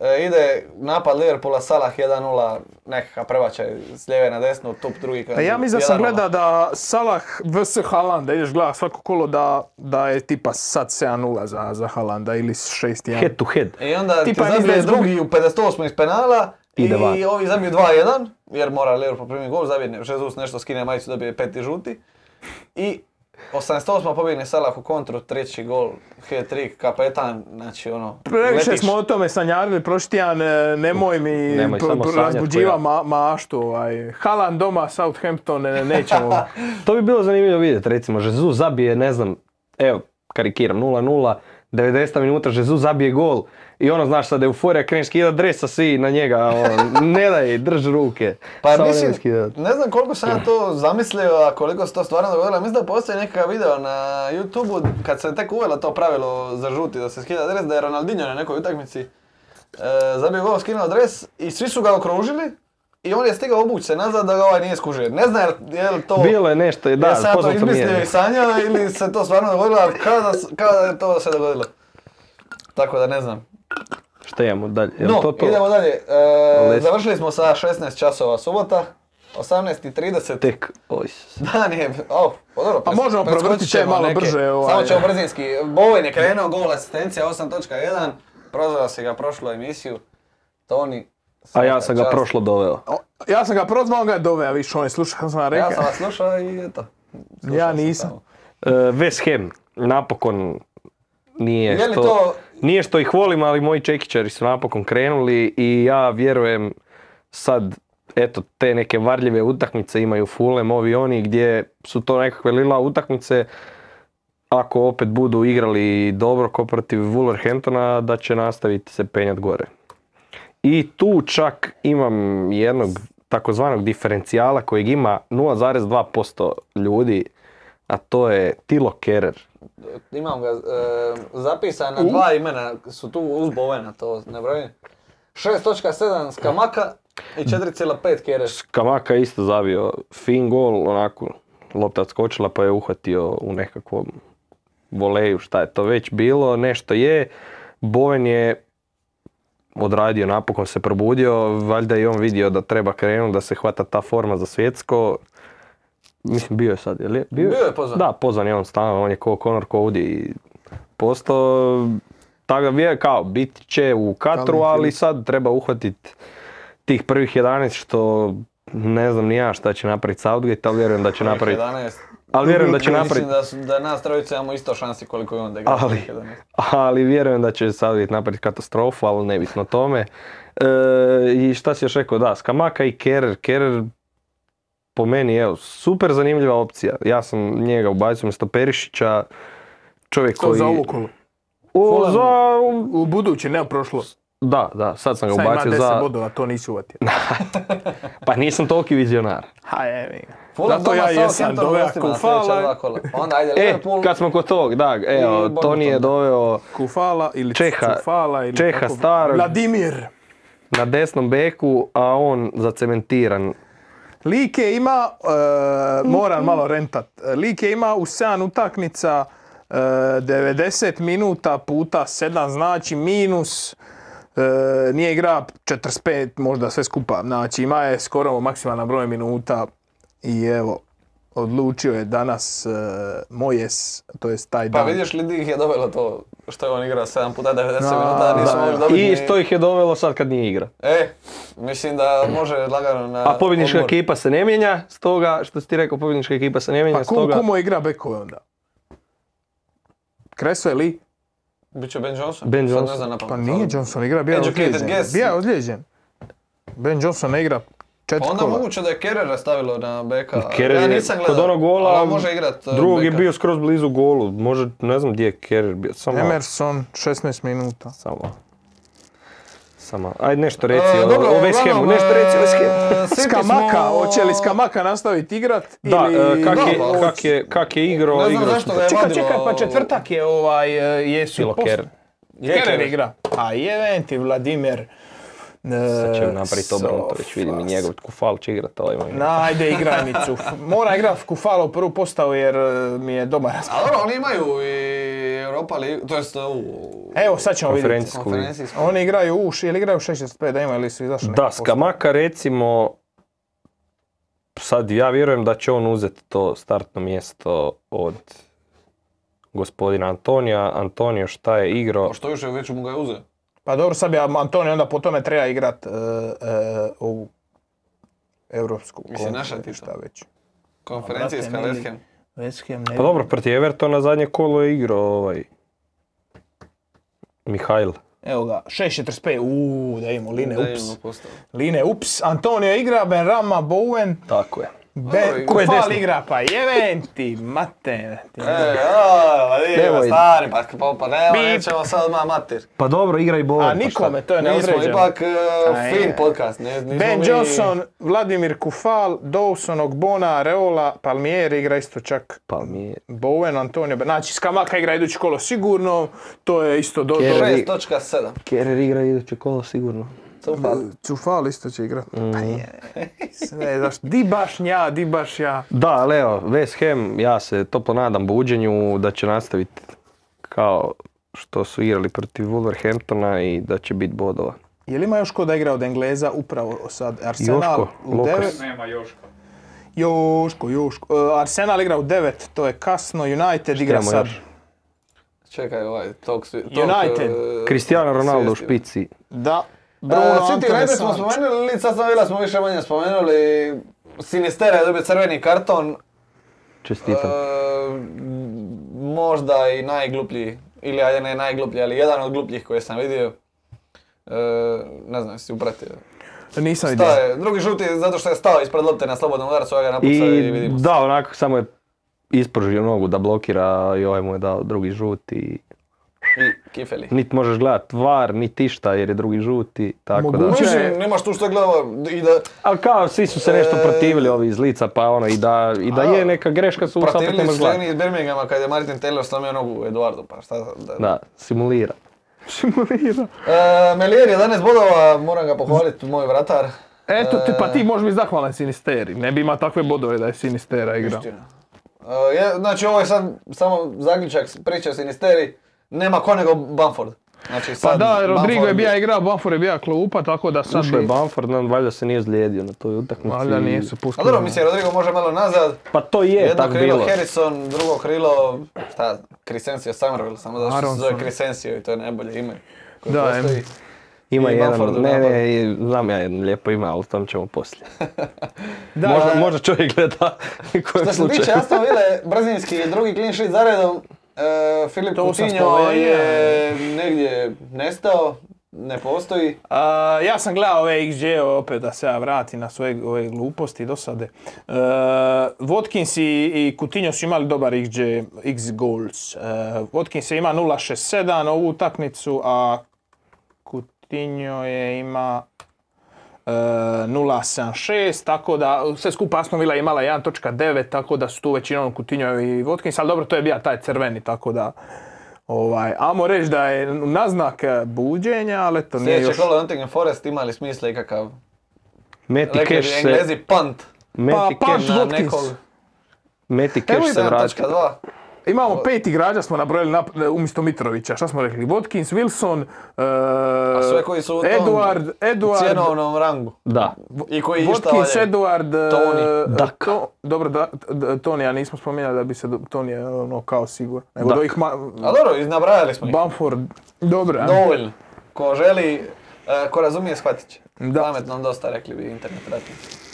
Speaker 2: E, ide napad Liverpoola, Salah 1-0, nekakav prebačaj s lijeve na desnu, tup drugi
Speaker 1: Pa
Speaker 2: kanal.
Speaker 1: ja mislim da sam gleda da Salah vs Haaland, da ideš gledat svako kolo da, da je tipa sad 7-0 za, za Haalanda ili 6-1.
Speaker 3: Head to head.
Speaker 2: I E onda ti
Speaker 1: Tipa
Speaker 2: zabije
Speaker 1: Nizozemska-
Speaker 2: drugi u 58. iz penala
Speaker 3: Ide van.
Speaker 2: i ovi zabiju 2-1, jer mora Liverpool primiti gol, zabije Jesus nešto skine majicu, dobije peti žuti. I 88. pobjegne Salah u kontru, treći gol, hat-trick, kapetan, znači ono,
Speaker 1: Previše
Speaker 2: letiš.
Speaker 1: smo o tome sanjarili prošli tjedan, e, nemoj mi
Speaker 3: Nemoj samo sanjat
Speaker 1: razbuđiva ma,
Speaker 3: koja-
Speaker 1: maštu. Ovaj. Haaland doma, Southampton, e, nećemo.
Speaker 3: To bi bilo zanimljivo vidjeti, recimo, Jesus zabije, ne znam, evo, karikiram, 0-0, 90 minuta, Jesus zabije gol i ono, znaš, sad euforija, kreneš skidat dresa, svi na njega, ono, ne daj, drži ruke.
Speaker 2: Pa
Speaker 3: Samo
Speaker 2: mislim,
Speaker 3: nemoj skidat.
Speaker 2: ne znam koliko sam ja to zamislio, a koliko se to stvarno dogodilo. Mislim da postoji nekakav video na YouTube-u kad se tek uvelo to pravilo za žuti da se skida dres, da je Ronaldinho na nekoj utakmici e, zabio gol, skinuo dres i svi su ga okružili i on je stigao obuć se nazad da ga ovaj nije skužio. Ne zna jel- je li to...
Speaker 3: Bilo je nešto, da,
Speaker 2: Jesam ja to
Speaker 3: poznato mi
Speaker 2: izmislio
Speaker 3: je.
Speaker 2: i sanjao ili se to stvarno dogodilo, ali kada, s- kada je to se dogodilo. Tako da ne znam.
Speaker 3: Šta imamo dalje? Jel
Speaker 2: No,
Speaker 3: to to?
Speaker 2: idemo dalje. E,
Speaker 3: Lesi.
Speaker 2: završili smo sa 16 časova subota, 18.30.
Speaker 3: Tek, oj, Isus.
Speaker 2: Da, nije, au, pa dobro,
Speaker 1: Pa
Speaker 2: pres-
Speaker 1: možemo
Speaker 2: preskočit
Speaker 1: prevrtit će
Speaker 2: ćemo
Speaker 1: malo
Speaker 2: neke.
Speaker 1: brže, ovaj.
Speaker 2: Samo ćemo brzinski. Bowen je krenuo, gol asistencija 8.1, prozvao si ga prošlu emisiju. Toni,
Speaker 3: A ja
Speaker 2: svaka
Speaker 3: sam ga
Speaker 2: čast.
Speaker 3: prošlo doveo.
Speaker 1: O, Ja sam ga prozvao, on ga je doveo, viš, on je slušao, sam vam rekao.
Speaker 2: Ja sam vas slušao i eto. slušao
Speaker 1: Ja
Speaker 2: sam
Speaker 1: nisam.
Speaker 2: tamo.
Speaker 3: E, West Ham, napokon nije
Speaker 2: Je li
Speaker 3: što,
Speaker 2: to-
Speaker 3: nije što ih volim, ali moji čekićari su napokon krenuli i ja vjerujem sad, eto, te neke varljive utakmice imaju Fulham, ovi oni gdje su to nekakve lila utakmice, ako opet budu igrali dobro ko protiv Wolverhamptona, da će nastaviti se penjati gore. I tu čak imam jednog takozvanog diferencijala kojeg ima 0,2% ljudi, a to je Tilo Kerer.
Speaker 2: Imam ga e, zapisana, dva imena su tu uz Bowena, to ne brojim. 6.7 Skamaka i 4.5 Kereš.
Speaker 3: Kamaka je isto zabio fin gol, onako lopta skočila pa je uhvatio u nekakvom voleju, šta je to već bilo, nešto je. Boven je odradio, napokon se probudio, valjda je i on vidio da treba krenuti, da se hvata ta forma za svjetsko. Mislim, bio je sad, jel je?
Speaker 2: Bio je pozvan.
Speaker 3: Da, pozvan je on stalno, on je ko Conor Cody i postao, tako da je kao, bit će u Katru, ali sad treba uhvatiti tih prvih 11 što ne znam ni ja šta će napraviti Southgate, ali vjerujem da će napraviti.
Speaker 2: 11.
Speaker 3: Ali vjerujem da će
Speaker 2: Mislim
Speaker 3: napraviti.
Speaker 2: da, su, da nas trojica imamo isto šansi koliko je on da igra.
Speaker 3: Ali,
Speaker 2: prvih 11.
Speaker 3: ali vjerujem da će Southgate napraviti katastrofu, ali nebitno o tome. E, I šta si još rekao, da, Skamaka i Kerer. Kerer po meni, evo, super zanimljiva opcija. Ja sam njega ubacio umjesto Perišića. Čovjek
Speaker 1: To
Speaker 3: koji...
Speaker 1: za ovu kolo.
Speaker 3: O, za...
Speaker 1: U budući, ne u prošlo.
Speaker 3: Da, da, sad sam ga
Speaker 1: Sad ima
Speaker 3: ubacio
Speaker 1: 10
Speaker 3: za...
Speaker 1: bodova, to nisi uvatio.
Speaker 3: Pa nisam toliki vizionar.
Speaker 2: E,
Speaker 1: Ha, evi ga.
Speaker 2: Fulham
Speaker 1: Zato
Speaker 2: doma
Speaker 1: ja jesam
Speaker 2: Southampton
Speaker 1: doveo
Speaker 2: gostima na
Speaker 1: Kufala.
Speaker 2: sljedeća dva kola. Onda ajde
Speaker 3: E,
Speaker 2: Liverpool.
Speaker 3: kad smo kod tog, da, evo,
Speaker 2: Bournemouth
Speaker 3: Toni je
Speaker 2: onda.
Speaker 3: doveo
Speaker 1: Kufala ili
Speaker 3: Čeha-
Speaker 1: Cufala ili
Speaker 3: Čeha
Speaker 1: kako-
Speaker 3: starog.
Speaker 1: Vladimir.
Speaker 3: na desnom beku, a on zacementiran.
Speaker 1: Like ima, e, moram malo rentat, Like ima u 7 utakmica e, 90 minuta puta 7 znači minus, e, nije igra 45 možda sve skupa, znači ima je skoro maksimalan broj minuta i evo, odlučio je danas e, Mojes, to jest taj
Speaker 2: Pa
Speaker 1: dan.
Speaker 2: vidiš li di ih je dovelo to što je on igrao 7 puta 90
Speaker 1: Da,
Speaker 2: minuta, nisu
Speaker 1: da,
Speaker 2: mogli
Speaker 1: da.
Speaker 2: dobiti
Speaker 3: I
Speaker 2: ni-
Speaker 3: što ih je dovelo sad kad nije igra.
Speaker 2: E, mislim da može lagano na
Speaker 3: A pobjednička
Speaker 2: odmor.
Speaker 3: ekipa se ne mijenja, stoga, što si ti rekao, pobjednička ekipa se ne mijenja,
Speaker 1: pa kum,
Speaker 3: stoga...
Speaker 1: kumo igra bekove onda? Kreso je li?
Speaker 2: Biće Ben Johnson.
Speaker 3: Ben
Speaker 2: Sad
Speaker 3: Johnson.
Speaker 2: Ne znam na pamet,
Speaker 1: Pa nije
Speaker 2: ali-
Speaker 1: Johnson igra, bio je
Speaker 2: Educated
Speaker 1: ozlijeđen.
Speaker 2: guess.
Speaker 1: Bio je ozlijeđen. Ben Johnson ne igra
Speaker 2: Pa
Speaker 1: četiri
Speaker 2: Onda
Speaker 1: kola.
Speaker 2: moguće da je Kerera stavilo na beka.
Speaker 3: Kerer
Speaker 2: ja
Speaker 3: je
Speaker 2: nisam gledao.
Speaker 3: kod onog gola,
Speaker 2: ali on može igrat e,
Speaker 3: Drugog je
Speaker 2: beka.
Speaker 3: bio skroz blizu golu, može, ne znam gdje je Kerer bio, samo...
Speaker 1: Emerson, 16 minuta.
Speaker 3: Samo... Samo, ajde nešto reci
Speaker 2: E,
Speaker 3: o,
Speaker 2: dobro,
Speaker 3: o West Hamu,
Speaker 2: uglavnom,
Speaker 3: nešto reci o West Hamu.
Speaker 2: e, City
Speaker 1: Skamaka,
Speaker 2: smo-
Speaker 1: hoće li Skamaka nastaviti igrat?
Speaker 3: Da,
Speaker 1: ili...
Speaker 3: e, kak, je,
Speaker 2: Da, pa-
Speaker 3: kak, je, kak je igrao,
Speaker 2: Ne znam
Speaker 3: igrao
Speaker 2: zašto
Speaker 3: super.
Speaker 2: ga je
Speaker 5: Čekaj,
Speaker 2: vadilo-
Speaker 5: čekaj, pa četvrtak je ovaj, e, jesu
Speaker 3: Bilo
Speaker 5: pos-
Speaker 3: Kerer.
Speaker 2: Je
Speaker 5: Kerer
Speaker 2: Kerer.
Speaker 5: igra. A jeventi ti Vladimir. E,
Speaker 3: Sad će napraviti Obrantović, vidim i njegov kufal će igrat ovaj moj.
Speaker 5: Na, ajde igrajnicu. Mora igrat Kufala u prvu postavu jer e, mi je dobar.
Speaker 2: A dobro, oni imaju i Europa Ligu, to jest ovu
Speaker 5: Evo, sad ćemo vidjeti.
Speaker 3: Konferencijsku ligu.
Speaker 2: konferencijsku.
Speaker 5: Oni igraju u š- ili igraju 6.45, da ima ili su izašli neki
Speaker 3: Da,
Speaker 5: post-
Speaker 3: Skamaka recimo, sad ja vjerujem da će on uzeti to startno mjesto od gospodina Antonija. Antonio šta je igrao?
Speaker 2: Pa što više, već mu ga je uzeo.
Speaker 5: Pa dobro, sad bi Antoni onda po tome treba igrat e, e, ovu europsku
Speaker 2: Mislim, naša
Speaker 5: konferenciju,
Speaker 2: ti to.
Speaker 5: šta već.
Speaker 2: Konferencijska
Speaker 5: brate,
Speaker 2: West
Speaker 5: meni-
Speaker 2: Ham.
Speaker 5: West Ham ne
Speaker 3: Pa dobro, protiv Evertona zadnje kolo je igrao ovaj Mihajl.
Speaker 5: Evo ga, 6.45, uuu, da imamo Line,
Speaker 2: Da je
Speaker 5: ups.
Speaker 2: ono postao.
Speaker 5: Line, ups. Antonio igra, Benrama, Bowen,
Speaker 3: Tako je.
Speaker 5: Ben,
Speaker 2: Ko je
Speaker 5: Kufal
Speaker 3: desno?
Speaker 5: igra, pa jeventi, mate. ti.
Speaker 2: E, a, vidi ga,
Speaker 3: Nemoj.
Speaker 2: stari, pa, pa, pa nema,
Speaker 5: Bip.
Speaker 2: nećemo sad odmah mater.
Speaker 3: Pa dobro, igra i Bowen.
Speaker 5: A
Speaker 3: pa
Speaker 5: nikome,
Speaker 3: šta?
Speaker 5: to je
Speaker 2: Mi smo
Speaker 5: neodređeno.
Speaker 2: ipak e,
Speaker 5: A,
Speaker 2: fin
Speaker 5: je.
Speaker 2: podcast, ne, nismo
Speaker 5: Ben
Speaker 2: mi-
Speaker 5: Johnson, Vladimir Kufal, Dawson, Ogbona, Areola, Palmieri igra isto čak.
Speaker 3: Pa mi je...
Speaker 5: Bowen, Antonio, Ben- znači Skamaka igra idući kolo sigurno, to je isto do... do-
Speaker 3: Kerry.
Speaker 2: 6.7.
Speaker 3: Kerer igra iduće kolo sigurno.
Speaker 2: Cufal.
Speaker 1: Cufal isto će igrat.
Speaker 2: Mm.
Speaker 1: Pa je. Ne, znaš, di baš nja, di baš ja.
Speaker 3: Da, ali evo, West Ham, ja se toplo nadam buđenju da će nastaviti kao što su igrali protiv Wolverhamptona i da će biti bodova.
Speaker 5: Je li ima još ko da igra od Engleza upravo sad? Arsenal
Speaker 3: Joško,
Speaker 5: u
Speaker 3: Lukas.
Speaker 5: devet-
Speaker 4: Nema Joška.
Speaker 5: Joško, Joško. E, Arsenal igra u 9, to je kasno. United igra
Speaker 3: imamo
Speaker 5: sad.
Speaker 3: još?
Speaker 2: Čekaj, ovaj, tog svi... tog,
Speaker 5: United.
Speaker 2: e,
Speaker 3: Cristiano Ronaldo u
Speaker 2: svijesti.
Speaker 3: špici.
Speaker 5: Da. Bruno
Speaker 2: E,
Speaker 5: Antoni
Speaker 2: City najprije smo
Speaker 5: Savić.
Speaker 2: spomenuli, Leeds Aston Villa smo više manje spomenuli. Sinistera je dobio crveni karton, E,
Speaker 3: Čestitam.
Speaker 2: možda i najgluplji, ili ajde ne najgluplji, ali jedan od glupljih koje sam vidio. E, ne znam, jesi upratio.
Speaker 1: Nisam vidio.
Speaker 2: Stao je, drugi žuti zato što je stao ispred lopte na slobodnom udarcu, ovaj ga
Speaker 3: I
Speaker 2: napucao i, vidimo se.
Speaker 3: da, onako samo je ispružio nogu da blokira i ovaj mu je dao drugi žuti.
Speaker 2: I kifeli.
Speaker 3: Niti možeš gledat var, niti išta jer je drugi žuti, tako da...
Speaker 1: Moguće.
Speaker 2: Mislim, nemaš tu što gledao i da...
Speaker 3: Ali kao, svi su se nešto
Speaker 2: E,
Speaker 3: protivili ovi iz lica, pa ono, i da, i da
Speaker 2: A,
Speaker 3: je neka greška su opet ne
Speaker 2: Protivili
Speaker 3: možeš
Speaker 2: su se
Speaker 3: gledat.
Speaker 2: oni iz Birminghama kad je Martin Taylor slomio nogu Eduardu, pa šta sad da...
Speaker 3: Da, simulira.
Speaker 1: Simulira.
Speaker 2: E, Melier 11 bodova, moram ga pohvaliti, moj vratar.
Speaker 1: Eto, ti, pa ti možeš biti zahvalan Sinisteri. Ne bi imao takve bodove da je Sinistera igrao.
Speaker 2: Istina. E, je- znači ovo je sad samo zaključak s- priče o Sinisteri, nema ko nego Bamford. Znači sad
Speaker 1: Pa da, Rodrigo je
Speaker 2: Bamford-
Speaker 1: bio igrao, Bamford je bio klupa, tako da sad
Speaker 3: Ušao je
Speaker 1: bi...
Speaker 3: Bamford, on valjda se nije zlijedio na toj utakmici.
Speaker 1: Valjda nisu
Speaker 2: A
Speaker 1: pustili.
Speaker 2: dobro, mislim Rodrigo može malo nazad,
Speaker 3: Pa to je
Speaker 2: jedno
Speaker 3: tako
Speaker 2: krilo
Speaker 3: bilo.
Speaker 2: Harrison, drugo krilo, šta, Crescencio Somerville, samo zato što se zove
Speaker 1: Aronson.
Speaker 2: Crescencio i to je najbolje ime koje
Speaker 1: Da, em.
Speaker 2: postoji.
Speaker 3: Ima
Speaker 2: i
Speaker 3: jedan,
Speaker 2: Bamfordu
Speaker 3: ne,
Speaker 2: napad.
Speaker 3: ne, je- znam ja jedno lijepo ime, ali o tom ćemo poslije.
Speaker 1: Da,
Speaker 3: možda, možda čovjek gleda kojem
Speaker 2: Što se tiče
Speaker 3: slučaju.
Speaker 2: Aston Ville, brazinski drugi clean sheet za redom, e, Filip
Speaker 5: To sam
Speaker 2: Coutinho
Speaker 5: spomenuo.
Speaker 2: je negdje nestao, ne postoji.
Speaker 5: A, ja sam gledao ove XG opet da se ja vratim na svoje ove gluposti i dosade. E, Watkins i, i Coutinho su imali dobar XG, X goals. E, Watkins je ima 0.67 ovu utakmicu, a Coutinho je ima e, 0.76, tako da sve skupa Aston Villa je imala 1.9, tako da su tu većinom Coutinho i Watkins, ali dobro, to je bio taj crveni, tako da... Ovaj, amo reći da je naznak e, buđenja, ali to nije još...
Speaker 2: Sljedeće kolo Nottingham Forest imali smisla ikakav
Speaker 3: Meti
Speaker 2: Rekli
Speaker 3: Cash
Speaker 2: bi
Speaker 3: se,
Speaker 2: Englezi punt
Speaker 3: Meti
Speaker 1: Pa,
Speaker 3: Cash,
Speaker 1: pa,
Speaker 2: na
Speaker 1: Watkins.
Speaker 2: nekog
Speaker 3: Meti
Speaker 1: Evo
Speaker 3: Cash se
Speaker 1: jedan
Speaker 3: vraća.
Speaker 2: 1.2.
Speaker 1: Imamo pet igrača smo nabrojili nap- umjesto Mitrovića. Šta smo rekli? Watkins, Wilson, e,
Speaker 2: sve koji su u tom
Speaker 1: Edward, Edward,
Speaker 2: Cjenovnom rangu.
Speaker 3: Da,
Speaker 2: I koji išta
Speaker 1: Watkins,
Speaker 2: valje.
Speaker 1: Edward, e,
Speaker 2: Tony.
Speaker 1: e,
Speaker 3: Dak.
Speaker 1: to- dobro, da, d- Tonija nismo spominjali da bi se, do- Toni je ono kao sigurno. Nego
Speaker 3: Dak.
Speaker 1: do ih ma,
Speaker 2: A dobro, iznabrajali smo ih.
Speaker 1: Bamford, dobro. a?
Speaker 2: Dovoljno. Ko želi, e, ko razumije, shvatit će.
Speaker 1: Da.
Speaker 2: Pametnom dosta, rekli bi internet ratnici.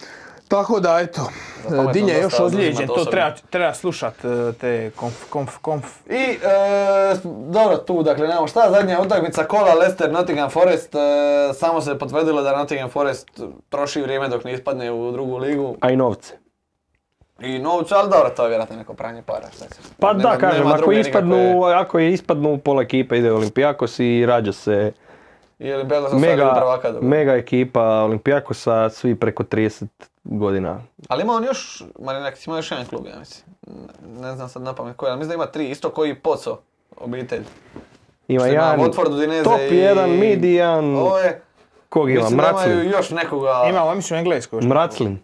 Speaker 1: Tako da, eto,
Speaker 2: Za pametno
Speaker 5: Dinje je još
Speaker 2: dosta oduzima
Speaker 5: ozlijeđen,
Speaker 2: to
Speaker 5: to
Speaker 2: sebi.
Speaker 5: treba, treba slušat e, te konf, konf, konf.
Speaker 2: I, e, dobro, tu dakle nemamo šta, zadnja utakmica kola Leicester Nottingham Forest, e, samo se potvrdilo da Nottingham Forest troši vrijeme dok ne ispadne u drugu ligu
Speaker 3: a i novce.
Speaker 2: i novcu, ali dobro, to je vjerojatno neko pranje para. šta će se-
Speaker 3: Pa
Speaker 2: nema-
Speaker 3: da, kažem,
Speaker 2: nema
Speaker 3: ako,
Speaker 2: druge
Speaker 3: ispadnu,
Speaker 2: nikakve-
Speaker 3: ako je ispadnu, pola ekipe ide u Olimpijakos i rađa se
Speaker 2: I Olympiakos ostvario
Speaker 3: mega,
Speaker 2: prvaka. dobro.
Speaker 3: mega ekipa Olimpijakosa, svi preko 30 godina.
Speaker 2: Ali ima on još, Marinak, ima još jedan klub, ja mislim. Ne, ne znam sad na pamet koji, ali mislim da ima tri, isto koji Poco obitelj.
Speaker 3: Ima
Speaker 2: Što ima
Speaker 3: jedan
Speaker 2: Watford, Udinese
Speaker 3: Pa top
Speaker 2: i-
Speaker 3: 1, mid i jedan,
Speaker 2: Ovo je,
Speaker 3: kog ima,
Speaker 2: mislim da imaju
Speaker 3: Mraclin.
Speaker 2: još nekoga,
Speaker 5: Imamo, ja mislim, englesko još.
Speaker 3: Mraclin,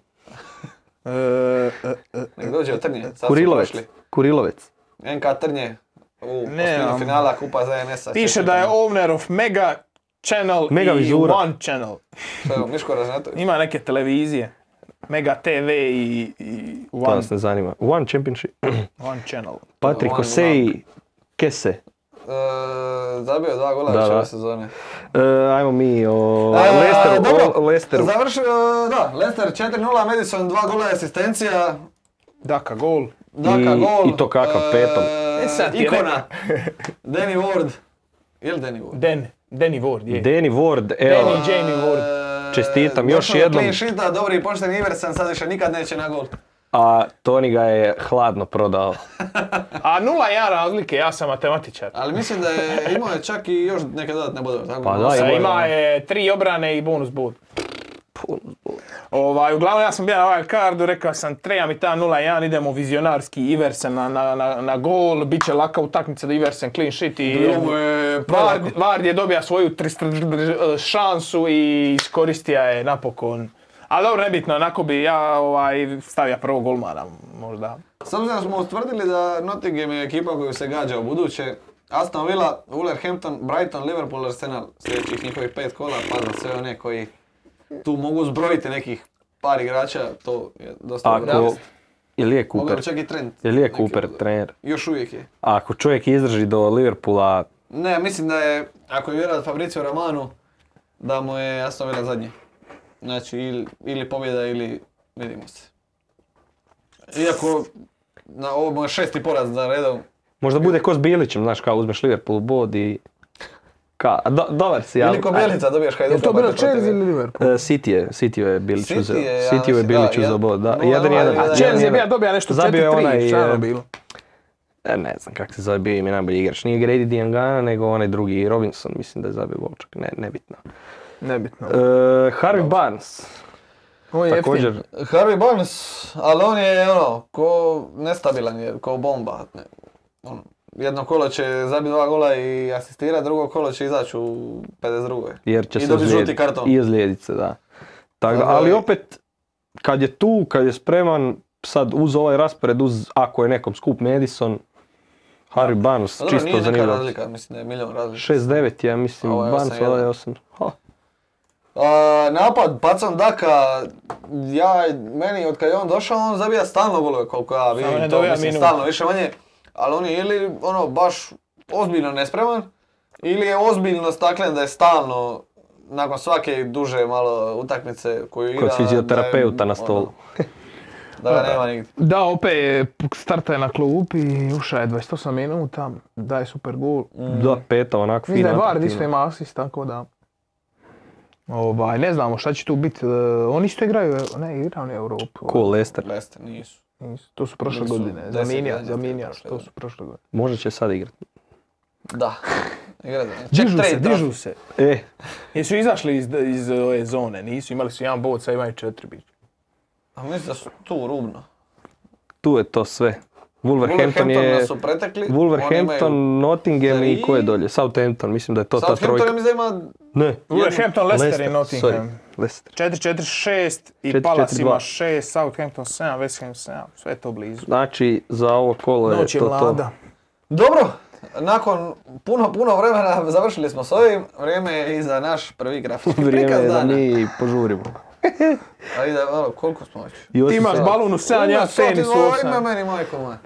Speaker 5: E, e, e,
Speaker 2: nek dođe u Trnje, sad su
Speaker 3: Kurilovec,
Speaker 2: prošli.
Speaker 3: Kurilovec.
Speaker 2: NK Trnje u osminu
Speaker 5: Nemam.
Speaker 2: finala Kupa ZNS-a.
Speaker 5: Piše da je owner of Mega Channel
Speaker 3: Mega
Speaker 5: i
Speaker 3: vizura.
Speaker 5: One Channel.
Speaker 2: Što je Miško Ražnatović.
Speaker 5: Ima neke televizije. Mega TV i, i
Speaker 3: To
Speaker 5: one,
Speaker 3: nas ne zanima. One Championship.
Speaker 5: one Channel.
Speaker 3: Patrick
Speaker 2: One
Speaker 3: Kosei, Kese.
Speaker 2: E, zabio je dva gola
Speaker 3: Da,
Speaker 2: više
Speaker 3: da.
Speaker 2: ove sezone.
Speaker 3: E, ajmo mi o
Speaker 2: A,
Speaker 3: Lesteru.
Speaker 2: E, dobro.
Speaker 3: o Lesteru.
Speaker 2: Završio, da, Leicester 4-0, Madison dva gola i asistencija.
Speaker 5: Daka gol.
Speaker 2: Daka
Speaker 3: I-
Speaker 2: gol.
Speaker 3: i to kakav
Speaker 2: e,
Speaker 3: petom.
Speaker 5: E sad ti je
Speaker 2: ikona. Danny Ward. Je li Danny Ward?
Speaker 5: Den, Danny Ward je.
Speaker 3: Danny Ward, evo.
Speaker 5: Danny Jamie Ward.
Speaker 2: E,
Speaker 3: Čestitam, još
Speaker 2: došao do
Speaker 3: jednom.
Speaker 2: Clean sheeta, dobri i pošteni Iversen, sad više nikad neće na gol.
Speaker 3: A Toni ga je hladno prodao.
Speaker 5: A 0-1 razlike, ja sam matematičar.
Speaker 2: Ali mislim da je imao je čak i još neke dodatne bodove. Tako
Speaker 3: Pa da,
Speaker 2: Osam
Speaker 5: Sa
Speaker 3: ima-
Speaker 2: bodova.
Speaker 5: ima je tri obrane i bonus bod. Ovaj, uglavnom ja sam bio na wildcardu, rekao sam treba mi ta 0-1, idemo vizionarski Iversen na, na, na, na gol, bit će laka utakmica da Iversen clean sheet i
Speaker 1: Ovo je
Speaker 2: pa,
Speaker 5: Vard, Vard je dobija svoju tristr- šansu i iskoristija je napokon. Ali dobro, nebitno, onako bi ja ovaj, stavio prvog golmana možda.
Speaker 2: S obzirom da smo ustvrdili da Nottingham je ekipa koju se gađa u buduće, Aston Villa, Wolverhampton, Brighton, Liverpool, Arsenal, sljedećih njihovih pet kola, pa za sve one koji tu mogu zbrojiti nekih par igrača, to je dosta
Speaker 3: Ako,
Speaker 2: realist.
Speaker 3: ili je
Speaker 2: Mogao
Speaker 3: Cooper,
Speaker 2: bi čak i trend.
Speaker 3: ili je
Speaker 2: neki
Speaker 3: Cooper
Speaker 2: od-
Speaker 3: trener.
Speaker 2: Još uvijek je.
Speaker 3: Ako čovjek izdrži do Liverpoola,
Speaker 2: Ne, mislim da je, ako je vjerovat Fabricio Romanu, da mu je Aston Villa zadnji. Znači, ili, ili pobjeda ili vidimo se. Iako, na ovo mu je šesti poraz za redom,
Speaker 3: možda bude ko s Bilićem, znaš, kao uzmeš Liverpool bod i... Ka, a do, dobar si, ali...
Speaker 2: ili ko Bjelica dobiješ Hajduka.
Speaker 1: Je to
Speaker 2: pa
Speaker 1: bilo
Speaker 2: te protiv-
Speaker 1: Chelsea ili Liverpool?
Speaker 3: E, City je, City je Bilić
Speaker 2: City
Speaker 3: uzeo.
Speaker 2: je, ja
Speaker 3: City je
Speaker 2: mislim,
Speaker 3: Bilić
Speaker 2: da,
Speaker 3: uzeo
Speaker 2: jed-
Speaker 3: bod, da.
Speaker 2: nula,
Speaker 3: Jedan,
Speaker 2: nula,
Speaker 3: jedan.
Speaker 2: jedan,
Speaker 1: A Chelsea je bio dobija nešto
Speaker 3: Zabio je
Speaker 1: 4-3,
Speaker 3: onaj,
Speaker 1: šta je ono
Speaker 3: e,
Speaker 1: bilo?
Speaker 3: E, ne znam kako se zove, bio im je najbolji igrač. Nije Grady Diangana, nego onaj drugi Robinson, mislim da je zabio golčak, ne, nebitno.
Speaker 1: Nebitno.
Speaker 3: E, Harvey Barnes,
Speaker 1: On je jeftin.
Speaker 3: također.
Speaker 2: Harvey Barnes, ali on je ono, ko nestabilan je, ko bomba. Ne, ono, jedno kolo će zabiti dva gola i asistira, drugo kolo će izaći u 52.
Speaker 3: Jer će
Speaker 2: I
Speaker 3: se
Speaker 2: dobit žuti
Speaker 3: ozlijedit-
Speaker 2: karton.
Speaker 3: I ozlijedit se, da. Tako da,
Speaker 2: Tako da
Speaker 3: ali
Speaker 2: je-
Speaker 3: opet, kad je tu, kad je spreman, sad uz ovaj raspored, uz ako je nekom skup Madison, Harry Barnes,
Speaker 2: A Pa Dobro,
Speaker 3: čisto
Speaker 2: nije neka
Speaker 3: zanimljivo.
Speaker 2: razlika, mislim da je milion razlika.
Speaker 3: 6-9 ja mislim,
Speaker 2: Ovo je
Speaker 3: Barnes,
Speaker 2: 8-1.
Speaker 3: ovo je 8. Ha,
Speaker 2: A, napad, pacom Daka, ja, meni od kad je on došao, on zabija stalno golove koliko ja vidim.
Speaker 5: ne
Speaker 2: to,
Speaker 5: dobija
Speaker 2: mislim,
Speaker 5: minut.
Speaker 2: stalno, više manje. Ali on je ili ono baš ozbiljno nespreman, ili je ozbiljno staklen da je stalno nakon svake duže malo utakmice koju igra...
Speaker 3: Kod
Speaker 2: da je,
Speaker 3: fizioterapeuta na stolu.
Speaker 2: ono, Da ga nema nigdje.
Speaker 5: Da, opet je starta je na klupi i ušao je 28 minuta, daje super gol.
Speaker 2: ono, mm.
Speaker 3: Da, peta onak fina.
Speaker 5: Mislim da je Vard
Speaker 3: atraktivna.
Speaker 5: isto ima asist, tako da... Ovaj, ne znamo šta će tu biti. Oni isto igraju, e, ne, igraju oni Europu.
Speaker 3: Ko Lester.
Speaker 2: Leicester, nisu.
Speaker 5: Nisu. To su prošle
Speaker 2: Nisu.
Speaker 5: godine.
Speaker 2: Deset
Speaker 5: Zaminija,
Speaker 2: godina
Speaker 5: zaminija,
Speaker 2: prošle
Speaker 5: to
Speaker 2: godine.
Speaker 5: su prošle godine.
Speaker 3: Možda će sad igrat.
Speaker 2: Da. Igra za- Čak
Speaker 5: Dižu se,
Speaker 2: trade draft.
Speaker 5: dižu se.
Speaker 3: E,
Speaker 5: Jesu izašli iz, iz ove zone, nisu, imali su jedan bod, sad imaju četiri bit.
Speaker 2: A mislim da su tu rubno.
Speaker 3: tu je to sve. Wolverhampton
Speaker 2: Wolverhampton
Speaker 3: je...
Speaker 2: nas su pretekli. oni imaju-
Speaker 3: Wolverhampton, Nottingham i
Speaker 2: tri.
Speaker 3: ko je dolje? Southampton, mislim da je to ta
Speaker 2: Southampton ja
Speaker 3: trojka.
Speaker 2: mislim da ima
Speaker 3: Ne.
Speaker 5: Wolverhampton, Leicester i
Speaker 3: sorry,
Speaker 5: Nottingham.
Speaker 3: Leicester.
Speaker 5: 4-4-6 i
Speaker 3: 4-4-2.
Speaker 5: Palace ima 6, Southampton 7, West Ham 7, sve je to blizu.
Speaker 3: Znači, za ovo kolo je
Speaker 5: Noć
Speaker 3: to
Speaker 5: je
Speaker 3: to.
Speaker 5: mlada.
Speaker 2: Dobro, nakon puno, puno vremena završili smo s ovim. Vrijeme je i za naš prvi grafički
Speaker 3: Vrijeme
Speaker 2: prikaz
Speaker 3: je da
Speaker 2: dana.
Speaker 3: mi požurimo.
Speaker 2: A ide, malo, koliko smo već?
Speaker 5: Ti imaš balun u 7, ja
Speaker 2: Ima stotinu,
Speaker 5: tenis u
Speaker 2: ovo
Speaker 5: 8.
Speaker 2: Ima meni, majko moja.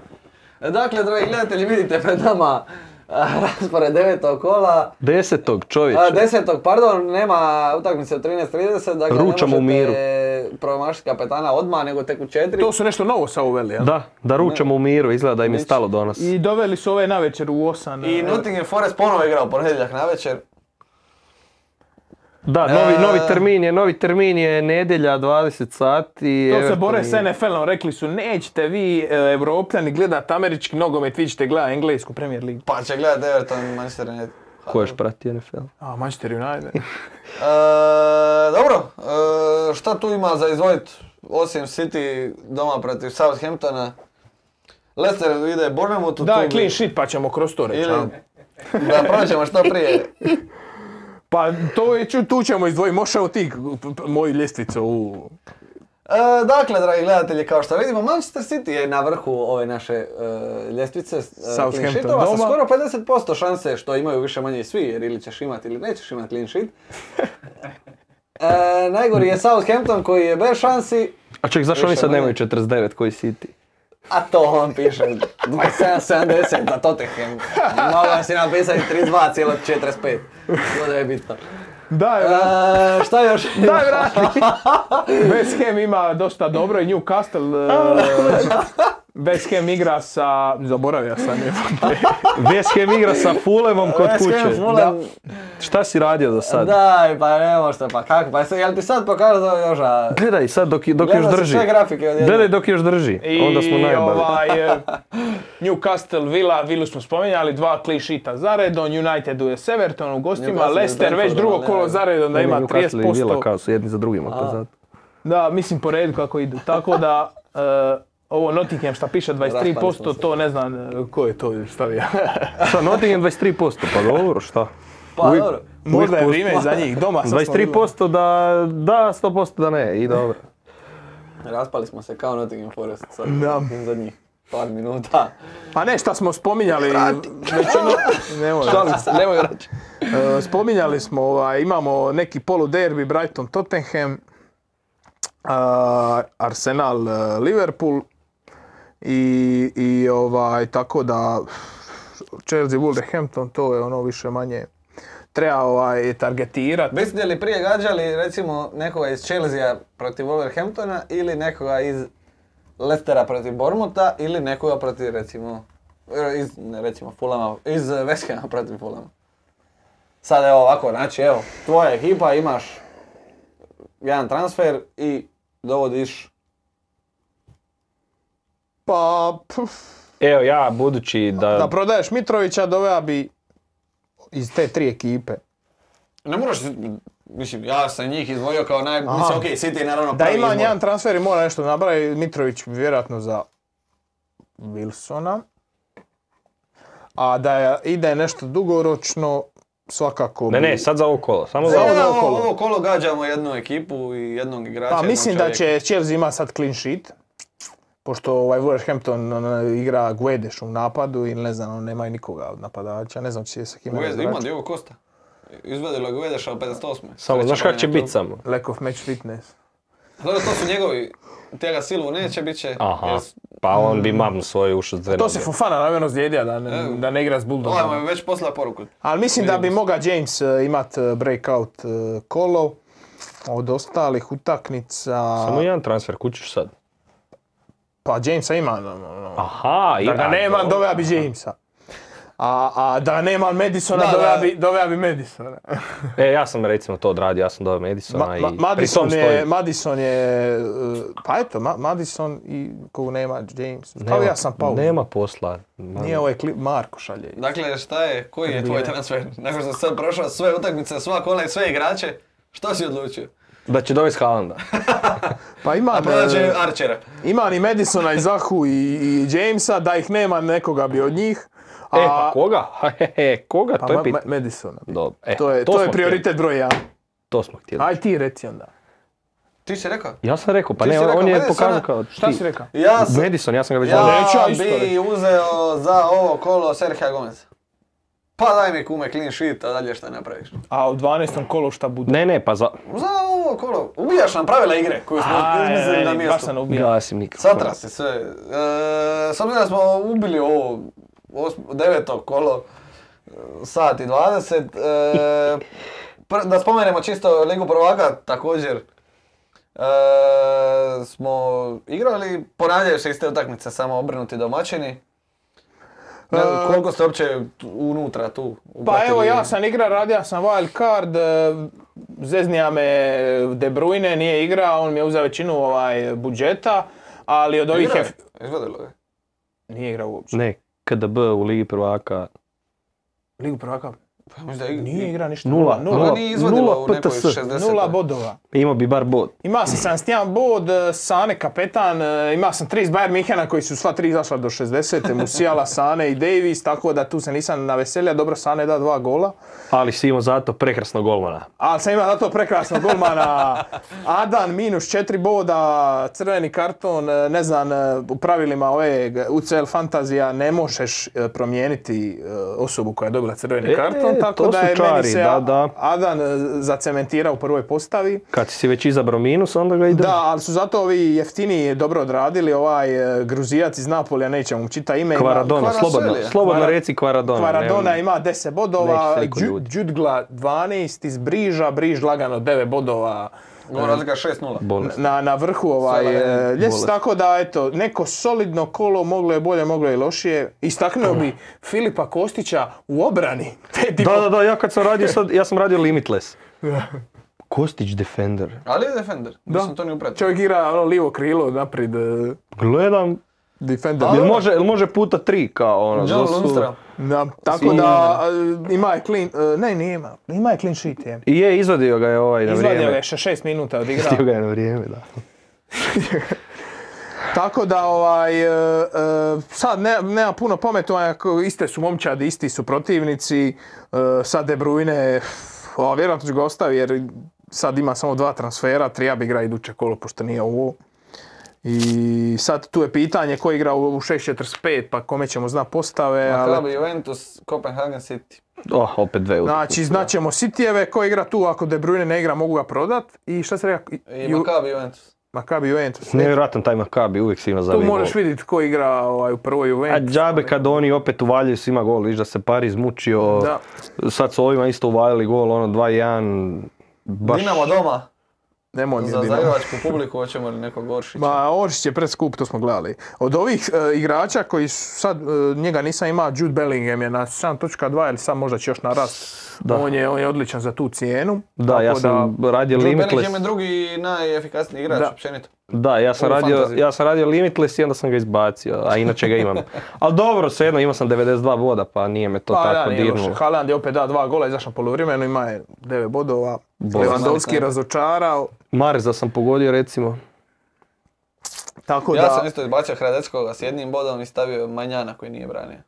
Speaker 2: Dakle, dragi gledatelji, vidite pred nama a, raspored devetog kola.
Speaker 3: Desetog čovječe.
Speaker 2: A, desetog, pardon, nema utakmice u 13.30, dakle
Speaker 3: Ručamo u
Speaker 2: ne
Speaker 3: miru.
Speaker 2: možete promašiti kapetana odmah, nego tek u četiri.
Speaker 5: To su nešto novo sa uveli, jel?
Speaker 3: Da, da ručamo u miru, izgleda da im je stalo do nas.
Speaker 5: I doveli su ove navečer u e, 8.
Speaker 2: I Nottingham Forest ponovo igra u ponedjeljak na večer.
Speaker 3: Da,
Speaker 2: E.
Speaker 3: novi, novi termin je, novi termin je nedjelja 20 sati.
Speaker 5: To se
Speaker 3: Everton
Speaker 5: bore
Speaker 3: i-
Speaker 5: s NFL-om, rekli su nećete vi e, Evropljani gledat američki nogomet, vi ćete gledat englesku Premier League.
Speaker 2: Pa će gledati Everton i Manchester United.
Speaker 3: Ko još prati NFL?
Speaker 5: A, Manchester United.
Speaker 2: E, dobro, e, šta tu ima za izvojit osim City doma protiv Southamptona? Leicester ide Bournemouthu.
Speaker 5: Da,
Speaker 2: tu bi-
Speaker 5: clean sheet pa ćemo kroz to reći.
Speaker 2: Ili
Speaker 5: a?
Speaker 2: da prođemo što prije.
Speaker 5: Pa to je, ću- tu ćemo izdvojiti, možeš evo ti p- p- moju ljestvicu u...
Speaker 2: E, dakle, dragi gledatelji, kao što vidimo, Manchester City je na vrhu ove naše e, ljestvice e, clean
Speaker 5: Southampton
Speaker 2: sheetova sa
Speaker 5: doma.
Speaker 2: skoro 50% šanse što imaju više manje i svi, jer ili ćeš imati ili nećeš imati clean sheet. E, najgori je Southampton koji je bez šansi,
Speaker 3: A ček, zašto oni
Speaker 2: Više
Speaker 3: sad
Speaker 2: manje.
Speaker 3: nemaju 49 koji City?
Speaker 2: A to on piše 27.70 za Tottenham. Mogao si napisati 32,45. To da je bitno.
Speaker 5: Daj, vrati.
Speaker 2: E, šta još?
Speaker 5: Daj, vrati. West Ham ima dosta dobro i Newcastle... e, West Ham igra sa... Zaboravio sam je.
Speaker 3: West Ham igra sa Fulemom kod
Speaker 2: West Ham
Speaker 3: kuće.
Speaker 2: Fulham.
Speaker 3: Šta si radio do sad?
Speaker 2: Daj, pa ne možete, pa kako, pa se, jel ti sad pokazao Joža?
Speaker 3: Gledaj sad dok, dok
Speaker 2: Gledao
Speaker 3: još
Speaker 2: sam
Speaker 3: drži.
Speaker 2: sve grafike odjednom.
Speaker 3: Gledaj dok još drži. Onda smo
Speaker 5: I
Speaker 3: najbali.
Speaker 5: ovaj, e, Newcastle, Villa, Villu smo spominjali, dva clean sheeta zaredom, Unitedu je Severton u gostima,
Speaker 2: Newcastle i
Speaker 5: Leicester već
Speaker 2: Brentford,
Speaker 5: drugo
Speaker 2: ali ne.
Speaker 5: kolo zaredom da
Speaker 3: Ne,
Speaker 5: ima
Speaker 3: Newcastle i Villa
Speaker 5: 30%.
Speaker 3: kao su jedni za drugima, pa zato.
Speaker 6: Da, mislim po redu kako idu. Tako da, e, ovo Nottingham šta piše
Speaker 2: Raspali smo
Speaker 6: 23%,
Speaker 2: se.
Speaker 6: to ne znam e, ko je to stavio.
Speaker 3: Šta, Nottingham 23%, pa dobro, šta?
Speaker 2: Pa
Speaker 3: Uvijek-
Speaker 2: dobro.
Speaker 6: Možda je
Speaker 3: uvijek
Speaker 6: vrijeme i za njih, doma sad smo
Speaker 3: 23% da da, 100% da ne, i dobro.
Speaker 2: Raspali smo se kao Nottingham Forest sad
Speaker 6: Da.
Speaker 2: u zadnjih par minuta.
Speaker 5: Pa ne, šta smo spominjali, većinu, nemoj,
Speaker 2: Šalim se, nemoj vraćati.
Speaker 5: E, spominjali smo, ovaj, imamo neki polu derbi Brighton Tottenham, a, Arsenal e, Liverpool i, i ovaj, tako da Chelsea Wolverhampton to je ono više manje treba ovaj, targetirati.
Speaker 2: Biste li prije gađali recimo nekoga iz Chelsea protiv Wolverhamptona ili nekoga iz Leicestera protiv Bormuta ili nekoga protiv recimo e, iz, ne, recimo Fulama, iz e, West Hama protiv Fulama. Sad evo ovako, znači evo, tvoja ekipa imaš jedan transfer i dovodiš
Speaker 5: Pa, pf,
Speaker 3: Evo ja, budući da...
Speaker 5: da prodaješ Mitrovića doveo bi iz te tri ekipe.
Speaker 2: Ne moraš, mislim, ja sam njih izdvojio kao naj... Mislim, okej, City je naravno
Speaker 5: Da
Speaker 2: prvi
Speaker 5: ima
Speaker 2: izbor.
Speaker 5: jedan transfer i mora nešto napraviti, Mitrović vjerojatno za Wilsona. A da je, ide nešto dugoročno, svakako
Speaker 3: Ne,
Speaker 5: bi-
Speaker 3: ne, sad za ovo kolo, samo za
Speaker 2: Za
Speaker 3: ovo.
Speaker 5: Za
Speaker 2: ovo,
Speaker 5: okolo.
Speaker 2: ovo kolo gađamo jednu ekipu i jednog igrača.
Speaker 5: Pa
Speaker 2: jednog
Speaker 5: mislim da
Speaker 2: čovjeka.
Speaker 5: će Chelsea ima sad clean sheet. Pošto ovaj Wolverhampton ono, igra Guedes u napadu i ne znam, on nema nikoga od napadača, ne znam će se kime
Speaker 2: Guedes, ima
Speaker 5: razračunati.
Speaker 2: Diogo Costa. Izvedilo je Guedeša u 58.
Speaker 3: Samo,
Speaker 2: Sreća
Speaker 3: znaš
Speaker 2: pa
Speaker 3: kak će
Speaker 2: nije
Speaker 3: biti
Speaker 2: to.
Speaker 3: samo?
Speaker 5: Lack of match fitness.
Speaker 2: Dobro, to su njegovi. Tega silu neće, bit će...
Speaker 3: Aha,
Speaker 2: jer s-
Speaker 3: pa on bi mamnu svoju ušu zvrnuo.
Speaker 5: To se Fofana namjerno zlijedija da ne,
Speaker 2: Evo.
Speaker 5: da ne igra s
Speaker 2: Ovaj
Speaker 5: Bulldogom.
Speaker 2: mu je već poslao poruku.
Speaker 5: Ali mislim da bi
Speaker 2: Vidimo
Speaker 5: mogao James e, imat e, breakout e, kolo od ostalih utaknica.
Speaker 3: Samo jedan transfer kućiš sad.
Speaker 5: Pa Jamesa ima. no, no, no.
Speaker 3: Aha,
Speaker 5: Da ga nema,
Speaker 3: dobro.
Speaker 5: doveo bi Jamesa. A, a da nema Madisona,
Speaker 2: Da,
Speaker 5: doveo
Speaker 2: da.
Speaker 5: bi, doveo bi Madisona.
Speaker 3: E, ja sam recimo to odradio, ja sam doveo Madisona
Speaker 5: Ma-
Speaker 3: i
Speaker 5: Ma-
Speaker 3: pri
Speaker 5: Madison,
Speaker 3: tom
Speaker 5: je,
Speaker 3: stoji.
Speaker 5: Madison je, e, pa eto, Ma- Madison i kogu nema James. Kao
Speaker 3: Nema-
Speaker 5: ja sam pao.
Speaker 3: Nema posla. Ma-
Speaker 5: Nije ovaj klip, Marko šalje.
Speaker 2: Dakle, šta je, koji je tvoj
Speaker 5: Odbijeno.
Speaker 2: transfer? Nakon što si sad prošao sve utakmice, sva kola i sve igrače, što si odlučio?
Speaker 3: Da će dovesti Haalanda.
Speaker 5: Pa ima,
Speaker 1: e,
Speaker 2: A prodat će Archera.
Speaker 5: ima ni Madisona i Zahu i, i Jamesa, da ih nema nekoga bi od njih. A,
Speaker 3: E, pa koga? Ha, he, he, koga?
Speaker 5: pa
Speaker 3: to je
Speaker 5: Ma- Ma-
Speaker 3: pitanje.
Speaker 5: Madisona.
Speaker 3: Dobro, e,
Speaker 5: To je, to
Speaker 3: smo
Speaker 5: je
Speaker 3: htjeli.
Speaker 5: prioritet broj 1.
Speaker 3: To smo htjeli.
Speaker 5: Aj ti reci onda.
Speaker 2: Ti si rekao?
Speaker 3: Ja sam rekao, pa
Speaker 2: Ti
Speaker 3: ne,
Speaker 2: si
Speaker 3: on,
Speaker 2: rekao
Speaker 3: on je
Speaker 2: Madisona?
Speaker 3: pokazao kao
Speaker 5: Šta
Speaker 3: ti.
Speaker 5: si rekao?
Speaker 2: Ja sam...
Speaker 3: Madison, ja sam ga već doveo.
Speaker 5: Neću ja
Speaker 2: Ja
Speaker 5: isto
Speaker 2: bi
Speaker 5: reći.
Speaker 2: uzeo za ovo kolo Serhija Gomez. Pa daj mi kume clean sheet, a dalje šta napraviš.
Speaker 6: A u 12. kolu šta bude?
Speaker 3: Ne, ne, pa za...
Speaker 2: Za ovo kolo, ubijaš nam pravila igre koju smo izmislili na
Speaker 6: Aj, baš
Speaker 2: mjestu.
Speaker 6: sam ubio.
Speaker 3: Gasim nikako.
Speaker 2: Satra se sve. E, s obzirom da smo ubili ovo osm- deveto kolo, e, sat i 20, e, pr- da spomenemo čisto Ligu prvaka također. E, smo igrali, ponavljaju se iste utakmice, samo obrnuti domaćini. Ne znam,
Speaker 5: E,
Speaker 2: koliko ste uopće tu- unutra tu?
Speaker 5: Pa
Speaker 2: upratili?
Speaker 5: evo, ja sam igra, radio sam wild card, e, zeznija me De Bruyne, nije igra, on mi je uzeo većinu ovaj budžeta, ali od ovih
Speaker 2: Igrao
Speaker 5: je...
Speaker 2: je, izvadilo je.
Speaker 5: Nije igrao uopće.
Speaker 3: Ne, KDB u Ligi prvaka.
Speaker 5: Ligu prvaka?
Speaker 2: Pa mislim da je-
Speaker 5: Nije igrao ništa.
Speaker 3: Nula,
Speaker 2: Ona
Speaker 5: Nula,
Speaker 2: nije izvadila
Speaker 3: Nula
Speaker 2: u nekoj
Speaker 3: PTS.
Speaker 2: 60.
Speaker 5: nula bodova.
Speaker 3: Imao bi bar bod.
Speaker 5: Ima sam 71 bod, e, Sane kapetan, e, ima sam 3 iz Bayern Minhena koji su sva tri izašla do 60. Musijala, Sane i Davis, tako da tu se nisam naveselio. Dobro, Sane da dva gola.
Speaker 3: Ali si imao zato prekrasno golmana.
Speaker 5: Ali sam imao zato prekrasnog golmana. Adan minus četiri boda, crveni karton, e, ne znam, e, u pravilima ove e, g- UCL fantazija ne možeš e, promijeniti e, osobu koja je dobila crveni
Speaker 3: E,
Speaker 5: karton, tako
Speaker 3: to
Speaker 5: da
Speaker 3: su
Speaker 5: je meni
Speaker 3: čari,
Speaker 5: se
Speaker 3: da,
Speaker 5: A-
Speaker 3: da.
Speaker 5: Adan e, zacementirao u prvoj postavi.
Speaker 3: Kad si već izabrao minus, onda ga ide.
Speaker 5: Da, ali su zato ovi jeftiniji dobro odradili, ovaj e, Gruzijac iz Napolja, nećemo mu čita ime. ima-
Speaker 3: Kvaradona,
Speaker 2: Kvaraselija.
Speaker 3: slobodno, slobodno
Speaker 5: Kvara-
Speaker 3: reci Kvaradona.
Speaker 5: Kvaradona
Speaker 3: nemoj.
Speaker 5: ima 10
Speaker 3: Neće
Speaker 5: bodova,
Speaker 3: se niko
Speaker 5: Đu-
Speaker 3: ljutiti.
Speaker 5: Đudgla 12 iz Briža, Briž lagano 9 bodova.
Speaker 2: Ovo razlika 6-0.
Speaker 3: Bolest.
Speaker 5: na, na vrhu ovaj,
Speaker 2: Sada je
Speaker 5: e, ljes,
Speaker 3: bolest.
Speaker 5: tako da eto, neko solidno kolo, moglo je bolje, moglo je i lošije. Istaknuo bi Filipa Kostića u obrani. Pet i
Speaker 3: Da,
Speaker 5: pol-
Speaker 3: da, da, ja kad sam radio sad, ja sam radio Limitless. Kostić Defender.
Speaker 2: Ali je defender, nisam to ni upratio.
Speaker 5: Čovjek igra ono livo krilo naprijed. e,
Speaker 3: Gledam,
Speaker 5: defender.
Speaker 3: Jel može, jel može puta tri kao ono?
Speaker 2: John
Speaker 3: to su-
Speaker 2: Lundstra.
Speaker 5: Da, tako da e, ima je clean, e, ne nije ima, ima je clean sheet je.
Speaker 3: I je, izvadio ga je ovaj na vrijeme.
Speaker 5: Izvadio ga je še- šest minuta odigrao.
Speaker 3: Izvadio ga je na vrijeme, da.
Speaker 5: Tako da ovaj, e, e, sad ne, nema puno pametovanja, ko- iste su momčadi, isti su protivnici, e, sad De Bruyne, a, vjerojatno ću ga ostaviti jer sad ima samo dva transfera, Trijab igra iduće kolo pošto nije ovo. I sad tu je pitanje ko igra u u 6.45 pa kome ćemo znat postave, ali...
Speaker 2: Maccabi, Juventus, Copenhagen City.
Speaker 3: Oh, opet dve utakmice.
Speaker 5: Znači, znaćemo Sitijeve ko igra tu, ako De Bruyne ne igra mogu ga prodat i šta se reka?
Speaker 2: I Maccabi, Juventus.
Speaker 5: Maccabi Juventus.
Speaker 3: Nevjerojatan taj Maccabi, uvijek svima
Speaker 5: Tu
Speaker 3: zavi
Speaker 5: možeš
Speaker 3: gol.
Speaker 5: vidjeti ko igra ovaj, u prvoj
Speaker 3: A
Speaker 5: Juventus.
Speaker 3: džabe kad oni opet uvaljaju svima gol, viš da se par izmučio.
Speaker 5: Da.
Speaker 3: Sad su ovima isto uvaljali gol, ono 2-1. Baš...
Speaker 2: Dinamo doma,
Speaker 5: Nemoj mi
Speaker 2: za
Speaker 5: Dinamo.
Speaker 2: zagrebačku publiku, hoćemo li nekog Goršića.
Speaker 5: Ma, Oršić je preskup, to smo gledali. Od ovih e, igrača koji su sad, e, njega nisam imao, Jude Bellingham je na 7.2 ili sad možda će još narast.
Speaker 3: Da.
Speaker 5: On, je, on je odličan za tu cijenu.
Speaker 3: Da, ja
Speaker 5: Tako
Speaker 3: sam radio
Speaker 2: Jude Bellingham
Speaker 3: Limitless.
Speaker 2: je drugi najefikasniji igrač,
Speaker 5: Da.
Speaker 2: općenito.
Speaker 3: Da, ja sam,
Speaker 2: u
Speaker 3: radio,
Speaker 2: fantaziji.
Speaker 3: ja sam radio Limitless i onda sam ga izbacio, a inače ga imam. Ali dobro, svejedno imao sam 92 boda, pa nije me to
Speaker 5: Pa da,
Speaker 3: tako
Speaker 5: nije loše.
Speaker 3: dirnulo.
Speaker 5: Haaland je opet da dva gola, izašao na poluvremenu, ima je 9 bodova. Lewandowski je razočarao.
Speaker 3: Mareza sam pogodio recimo.
Speaker 5: Tako
Speaker 2: Ja
Speaker 5: da,
Speaker 2: sam isto izbacio Hradeckoga s jednim bodom i stavio Manjana koji nije branio.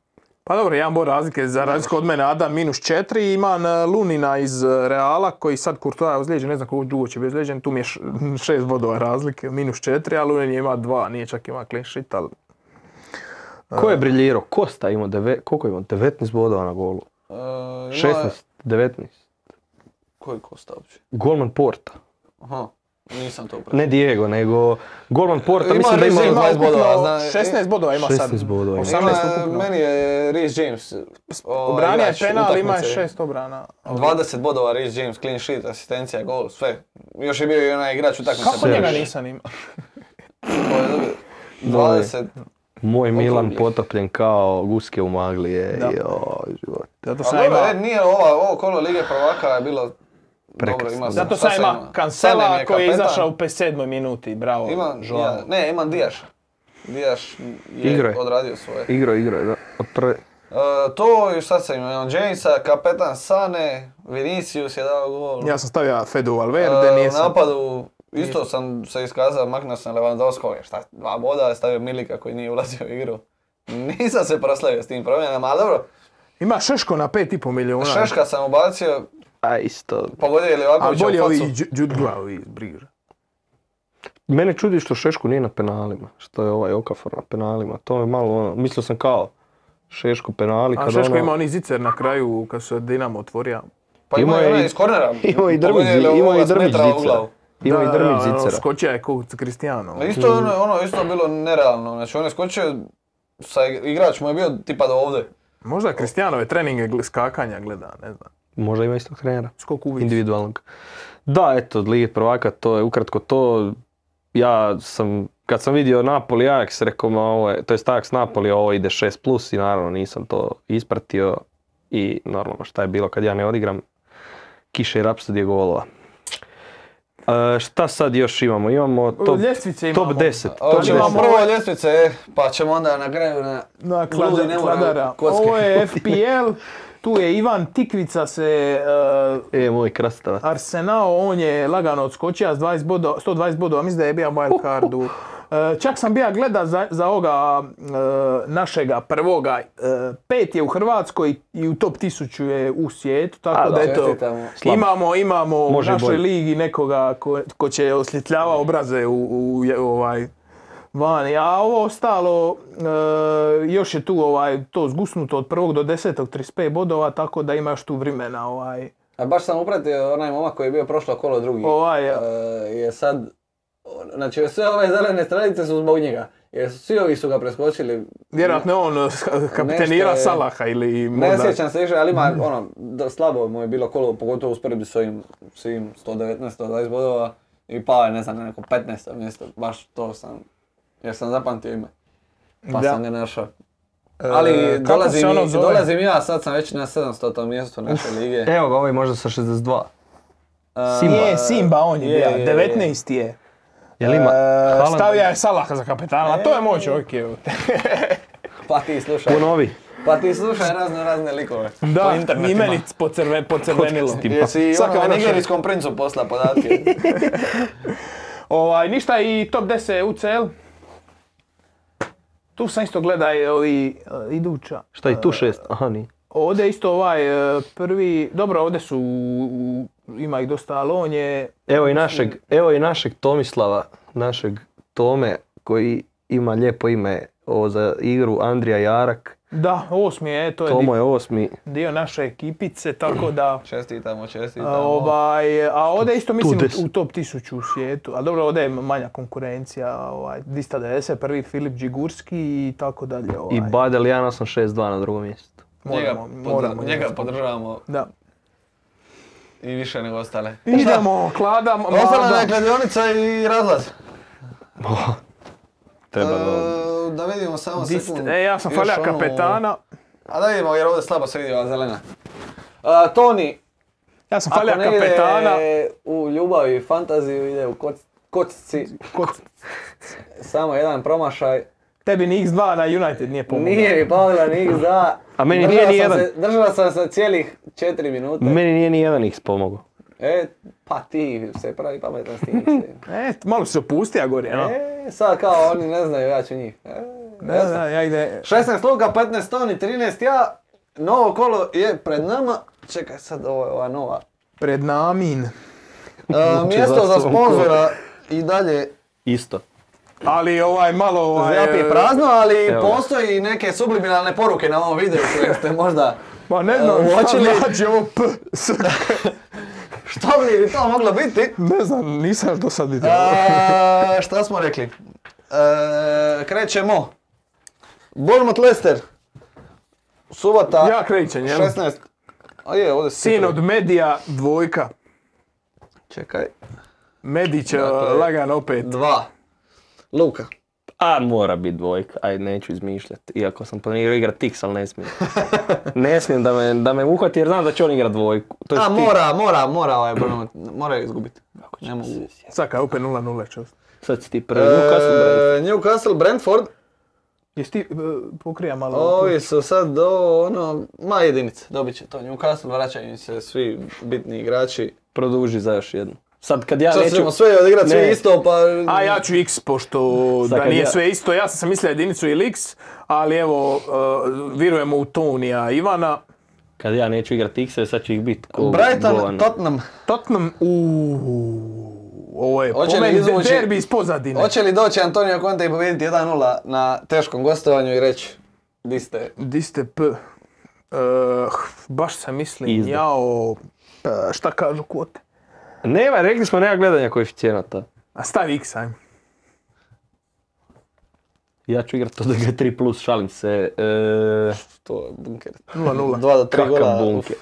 Speaker 5: Pa dobro, jedan bod razlike za razliku od mene, Adam minus 4, imam e, Lunina iz e, Reala koji sad Courtois je ozlijeđen, ne znam koliko dugo će biti ozlijeđen, tu mi je 6 bodova razlike, minus 4, a Lunin je ima 2, nije čak ima clean sheet, ali
Speaker 3: Ko je briljirao? Kosta imao, deve, koliko je imao? 19 bodova na golu.
Speaker 2: E, imao je-
Speaker 3: 16, 19.
Speaker 2: Koji kosta uopće?
Speaker 3: Golman Porta.
Speaker 2: Aha, nisam to pratio.
Speaker 3: Ne Diego, nego Golman Porta. mislim da
Speaker 2: Riz
Speaker 3: ima...
Speaker 2: James.
Speaker 5: ima
Speaker 2: 20
Speaker 5: ukupno
Speaker 2: bodova, zna-
Speaker 5: 16 bodova ima sad.
Speaker 3: 16 bodova ima.
Speaker 5: 18 ukupno.
Speaker 2: Meni je Reece James. ovaj,
Speaker 5: Obranio je
Speaker 2: igrač
Speaker 5: penal, ima je
Speaker 2: utakmice.
Speaker 5: 6 obrana.
Speaker 2: 20 bodova Reece James, clean sheet, asistencija, gol, sve. Još je bio i onaj igrač utakmice.
Speaker 5: Kako
Speaker 3: Sve.
Speaker 5: njega nisam imao?
Speaker 2: koji je dobio 20,
Speaker 3: Moj Milan
Speaker 2: Okrugli.
Speaker 3: potopljen kao guske u magli je.
Speaker 5: Da.
Speaker 3: Joj, život.
Speaker 5: Zato
Speaker 2: A
Speaker 5: sam ja
Speaker 2: dobro,
Speaker 5: imao-
Speaker 2: e, nije ova, ovo kolo Lige prvaka je bilo dobro,
Speaker 3: Prekrasno.
Speaker 2: ima šta
Speaker 5: Zato sam
Speaker 2: se
Speaker 5: ima Kancela koji je
Speaker 2: kapetan,
Speaker 5: izašao u 57. minuti, bravo,
Speaker 2: Ima,
Speaker 5: Joao.
Speaker 2: ja, ne, imam Dijaš. Dijaš je
Speaker 3: Igro je.
Speaker 2: odradio svoje. E,
Speaker 3: Igro, igro, da. Od prve.
Speaker 2: to i sad sam imao Jamesa, kapetan Sane, Vinicius je dao gol.
Speaker 5: Ja sam stavio Fedu Valverde,
Speaker 2: E,
Speaker 5: nije
Speaker 2: u
Speaker 5: sam...
Speaker 2: napadu isto sam se iskazao, maknuo sam Lewandowskog, šta, dva boda, stavio Milika koji nije ulazio u igru. Nisam se proslavio s tim promjenama, ali dobro,
Speaker 5: Ima Šeško na 5,5 milijuna.
Speaker 2: Šeška sam ubacio,
Speaker 3: A isto.
Speaker 2: pogodio je
Speaker 5: Ali
Speaker 2: Livakovića u
Speaker 5: bolje ovi
Speaker 2: facu.
Speaker 5: Ju- Jude Glavi iz Brigra.
Speaker 3: Mene čudi što Šeško nije na penalima. Što je ovaj Okafor na penalima. To je malo ono, mislio sam kao Šeško penali.
Speaker 5: A
Speaker 3: kad
Speaker 5: Šeško
Speaker 3: ono-
Speaker 5: ima oni zicer na kraju kad se Dinamo otvorio.
Speaker 2: Pa ima
Speaker 3: Imao
Speaker 2: je
Speaker 3: je
Speaker 2: onaj
Speaker 3: i-
Speaker 2: iz kornera.
Speaker 3: Ima i drmić,
Speaker 2: pogodio je
Speaker 3: ima i
Speaker 2: ovoga s
Speaker 3: drmić
Speaker 2: metra u
Speaker 3: zicera.
Speaker 2: glavu.
Speaker 3: Ima i drmić
Speaker 5: ono
Speaker 3: zicera.
Speaker 5: Skočio je kod Cristiano.
Speaker 2: Ma Isto je ono, ono isto je bilo nerealno, znači on je skočio, sa igrač mu je bio tipa do ovdje.
Speaker 5: Možda Cristianove treninge gle- skakanja gleda, ne znam.
Speaker 3: Možda ima istog trenera.
Speaker 5: Skok uvić.
Speaker 3: individualnog. Da, eto, od Lige prvaka, to je ukratko to. Ja sam, kad sam vidio Napoli i Ajax, rekao ma ovo je, to je Ajax Napoli, ovo ide 6 plus i naravno nisam to ispratio. I normalno šta je bilo kad ja ne odigram, kiše i rapsodije golova. E, šta sad još imamo? Imamo top,
Speaker 5: Ljestvice imamo.
Speaker 3: top 10.
Speaker 2: A
Speaker 3: Top
Speaker 2: Hoćemo
Speaker 3: 10.
Speaker 5: imamo-
Speaker 2: prvo ljestvice, e, pa ćemo onda na kraju na...
Speaker 5: Na
Speaker 2: Ludi
Speaker 5: klada-
Speaker 2: ne mora
Speaker 5: kladara.
Speaker 2: kocke.
Speaker 5: Ovo je FPL, tu je Ivan Tikvica se uh,
Speaker 3: E, moj krastavac.
Speaker 5: Arsenal, on je lagano odskočio s 20 bodova, 120 bodova, mislim da je bio wild cardu. E, čak sam bija gleda za, za ovoga e, našega prvoga, e, pet je u Hrvatskoj i u top 1000 je u svijetu, tako
Speaker 3: A,
Speaker 5: da,
Speaker 3: da,
Speaker 5: eto,
Speaker 2: čestitamo.
Speaker 3: Slabo.
Speaker 5: imamo, imamo u
Speaker 3: Može i
Speaker 5: našoj
Speaker 3: bolje.
Speaker 5: ligi nekoga ko, ko će osvjetljava obraze u, u, je- ovaj, vani. A ovo ostalo, e, još je tu ovaj, to zgusnuto od prvog do desetog, 35 bodova, tako da imaš tu vremena ovaj,
Speaker 2: A baš sam upratio onaj momak koji je bio prošlo kolo drugi.
Speaker 5: Ovaj, ja.
Speaker 2: E, je sad, znači sve ove zelene stranice su zbog njega. Jer svi ovi su ga preskočili.
Speaker 5: Vjerojatno je on eh, kaptenira
Speaker 2: Nešto je-
Speaker 5: Salaha ili
Speaker 2: Ne
Speaker 5: možda...
Speaker 2: sjećam se više, ali ima ono, da, slabo mu je bilo kolo, pogotovo usporedbi s ovim svim 119, 120 bodova. I pao je, ne znam, na neko 15 mjesto, baš to sam, jer sam zapamtio ime. Pa
Speaker 5: Da.
Speaker 2: sam ga našao.
Speaker 5: E,
Speaker 2: Ali
Speaker 5: kako se
Speaker 2: dolazim,
Speaker 5: ono
Speaker 2: i-
Speaker 5: zove?
Speaker 2: dolazim ja, sad sam već na 700. mjestu naše lige.
Speaker 3: Evo ga, ovaj možda sa 62.
Speaker 2: A,
Speaker 5: Je, Simba on je,
Speaker 2: Je,
Speaker 5: bio,
Speaker 2: je, je.
Speaker 5: 19 je.
Speaker 3: Jel ima? Haaland-
Speaker 5: Stavio E, je Salaha za kapetana, a to je moj čovjek. evo te.
Speaker 2: Pa ti slušaj.
Speaker 3: Ponovi.
Speaker 2: Pa ti slušaj razno razne likove.
Speaker 5: Da,
Speaker 2: internetima.
Speaker 5: i meni pocrve, pocrvenilo.
Speaker 3: Podcastima.
Speaker 2: Jesi
Speaker 5: Svaka
Speaker 2: onome
Speaker 5: ona
Speaker 2: nigerijskom princu posla podatke.
Speaker 5: Ovaj, ništa i top 10 UCL. Tu sam isto gledaj ovi e, iduća.
Speaker 3: Šta i tu šest? Aha, nije.
Speaker 5: Ovdje isto ovaj e, prvi, dobro ovdje su, u- ima ih dosta, ali on je
Speaker 3: Evo i našeg, evo i našeg Tomislava, našeg Tome koji ima lijepo ime o, za igru Andrija Jarak.
Speaker 5: Da, osmi je, to je
Speaker 3: Tomo je osmi.
Speaker 5: di- dio naše ekipice, tako da...
Speaker 2: Čestitamo, čestitamo.
Speaker 3: ono,
Speaker 5: a, Ovaj, a ovdje isto mislim
Speaker 3: des.
Speaker 5: u top 1000 u svijetu, a dobro ovdje je manja konkurencija, ovaj, 290, prvi Filip Đigurski i tako dalje. Ovaj.
Speaker 3: I Badel 1862 na drugom mjestu.
Speaker 2: njega,
Speaker 5: moramo,
Speaker 2: podra-
Speaker 5: moramo
Speaker 2: njega
Speaker 5: njega.
Speaker 2: podržavamo
Speaker 5: Da.
Speaker 2: i više nego ostale.
Speaker 5: Idemo, kladam,
Speaker 2: Ostala nam je
Speaker 5: mlada.
Speaker 2: kladionica i razlaz.
Speaker 3: Treba
Speaker 2: E, da vidimo samo
Speaker 5: Di ste?
Speaker 2: sekund.
Speaker 5: E, ja sam
Speaker 2: Još
Speaker 5: falja
Speaker 2: ono-
Speaker 5: kapetana.
Speaker 2: A da vidimo jer ovdje slabo se vidi ova zelena. A, Toni,
Speaker 5: Ja sam falja
Speaker 2: ako ne
Speaker 5: kapetana.
Speaker 2: ide u ljubavi i fantaziju, ide u koc, kocci.
Speaker 5: Kod
Speaker 2: Samo jedan promašaj.
Speaker 5: tebi ni X2 na United nije pomogao.
Speaker 2: Nije mi Pavla ni za...
Speaker 3: A meni nije ni jedan.
Speaker 2: Držala sam se cijelih četiri minute.
Speaker 3: Meni nije ni jedan ih pomogao.
Speaker 2: E, pa ti se pravi pametan s tim. mislim.
Speaker 5: E, malo se opusti, ja gori, no.
Speaker 2: E, sad kao oni ne znaju, ja ću njih. E,
Speaker 5: Ne znam, ja ide...
Speaker 2: 16 luka, 15 toni, 13 ja. Novo kolo je pred nama. Čekaj sad, ovo je ova nova.
Speaker 5: Pred namin.
Speaker 2: E, mjesto
Speaker 3: Znači, za
Speaker 2: za
Speaker 3: sobom kolo.
Speaker 2: sponzora i dalje
Speaker 3: Isto.
Speaker 5: Ali ovaj malo ovaj...
Speaker 2: zjapi
Speaker 5: e,
Speaker 2: prazno, ali
Speaker 3: evo ga.
Speaker 2: postoji neke subliminalne poruke na ovom videu koje ste možda
Speaker 5: Ma Pa ne znam
Speaker 2: E,
Speaker 5: šta
Speaker 2: uočili-
Speaker 5: znači ovo p. s.
Speaker 2: Što bi to moglo biti?
Speaker 5: Ne znam, nisam do sad vidio.
Speaker 2: A, šta smo rekli? E, krećemo. Bournemouth Leicester. Subota.
Speaker 5: Ja krećem, jel?
Speaker 2: 16. A je, ovdje su
Speaker 5: Sin
Speaker 2: cifre.
Speaker 5: od medija dvojka.
Speaker 2: Čekaj.
Speaker 5: Medić je
Speaker 2: Dakle-
Speaker 5: lagan opet.
Speaker 2: Dva. Luka.
Speaker 3: A mora biti dvojka, aj neću izmišljati. Iako sam planirao igrat tiks, ali ne smijem. ne smijem da me, da me uhvati jer znam da će on igrat dvojku. To je
Speaker 2: A
Speaker 3: tik.
Speaker 2: mora, mora, mora ovaj Bournemouth. Mora izgubiti. Ne mogu.
Speaker 5: Sad kad je opet 0-0 čest.
Speaker 3: Sad si ti prvi. Newcastle Brentford.
Speaker 2: E, Newcastle, Brentford.
Speaker 5: Jesi ti e, pokrija malo?
Speaker 2: Ovi su sad do ono, ma jedinice. Dobit će to Newcastle, vraćaju im se svi bitni igrači.
Speaker 3: Produži za još jednu. Sad kad ja
Speaker 2: Sad
Speaker 3: neću...
Speaker 2: ćemo sve odigrati, svi
Speaker 3: Ne.
Speaker 2: isto, pa...
Speaker 5: A ja ću X, pošto
Speaker 3: Sad
Speaker 5: da
Speaker 3: kad
Speaker 5: nije
Speaker 3: ja-
Speaker 5: sve isto. Ja sam mislio jedinicu ili X, ali evo, e, vjerujemo u Tonija Ivana.
Speaker 3: Kad ja neću igrat tikse, sad će ih biti ko
Speaker 2: Brighton,
Speaker 3: Govan.
Speaker 2: Tottenham.
Speaker 5: Tottenham, u ovo je
Speaker 2: Hoće
Speaker 5: po
Speaker 2: li
Speaker 5: meni
Speaker 2: izvući-
Speaker 5: derbi iz pozadine.
Speaker 2: Hoće li doći Antonio Conte i pobijediti 1-0 na teškom gostovanju i reći di ste?
Speaker 5: Di ste p? E, baš sam mislim,
Speaker 3: Izda.
Speaker 5: jao, e, šta kažu kvote?
Speaker 3: Nema, rekli smo nema gledanja koeficijenata.
Speaker 5: A stavi X, ajmo.
Speaker 3: Ja ću igrat to da ga 3 plus, šalim se. E,
Speaker 2: To je bunker.
Speaker 5: 0-0.
Speaker 2: 2 do 3
Speaker 3: kakav
Speaker 2: gola.
Speaker 3: bunker.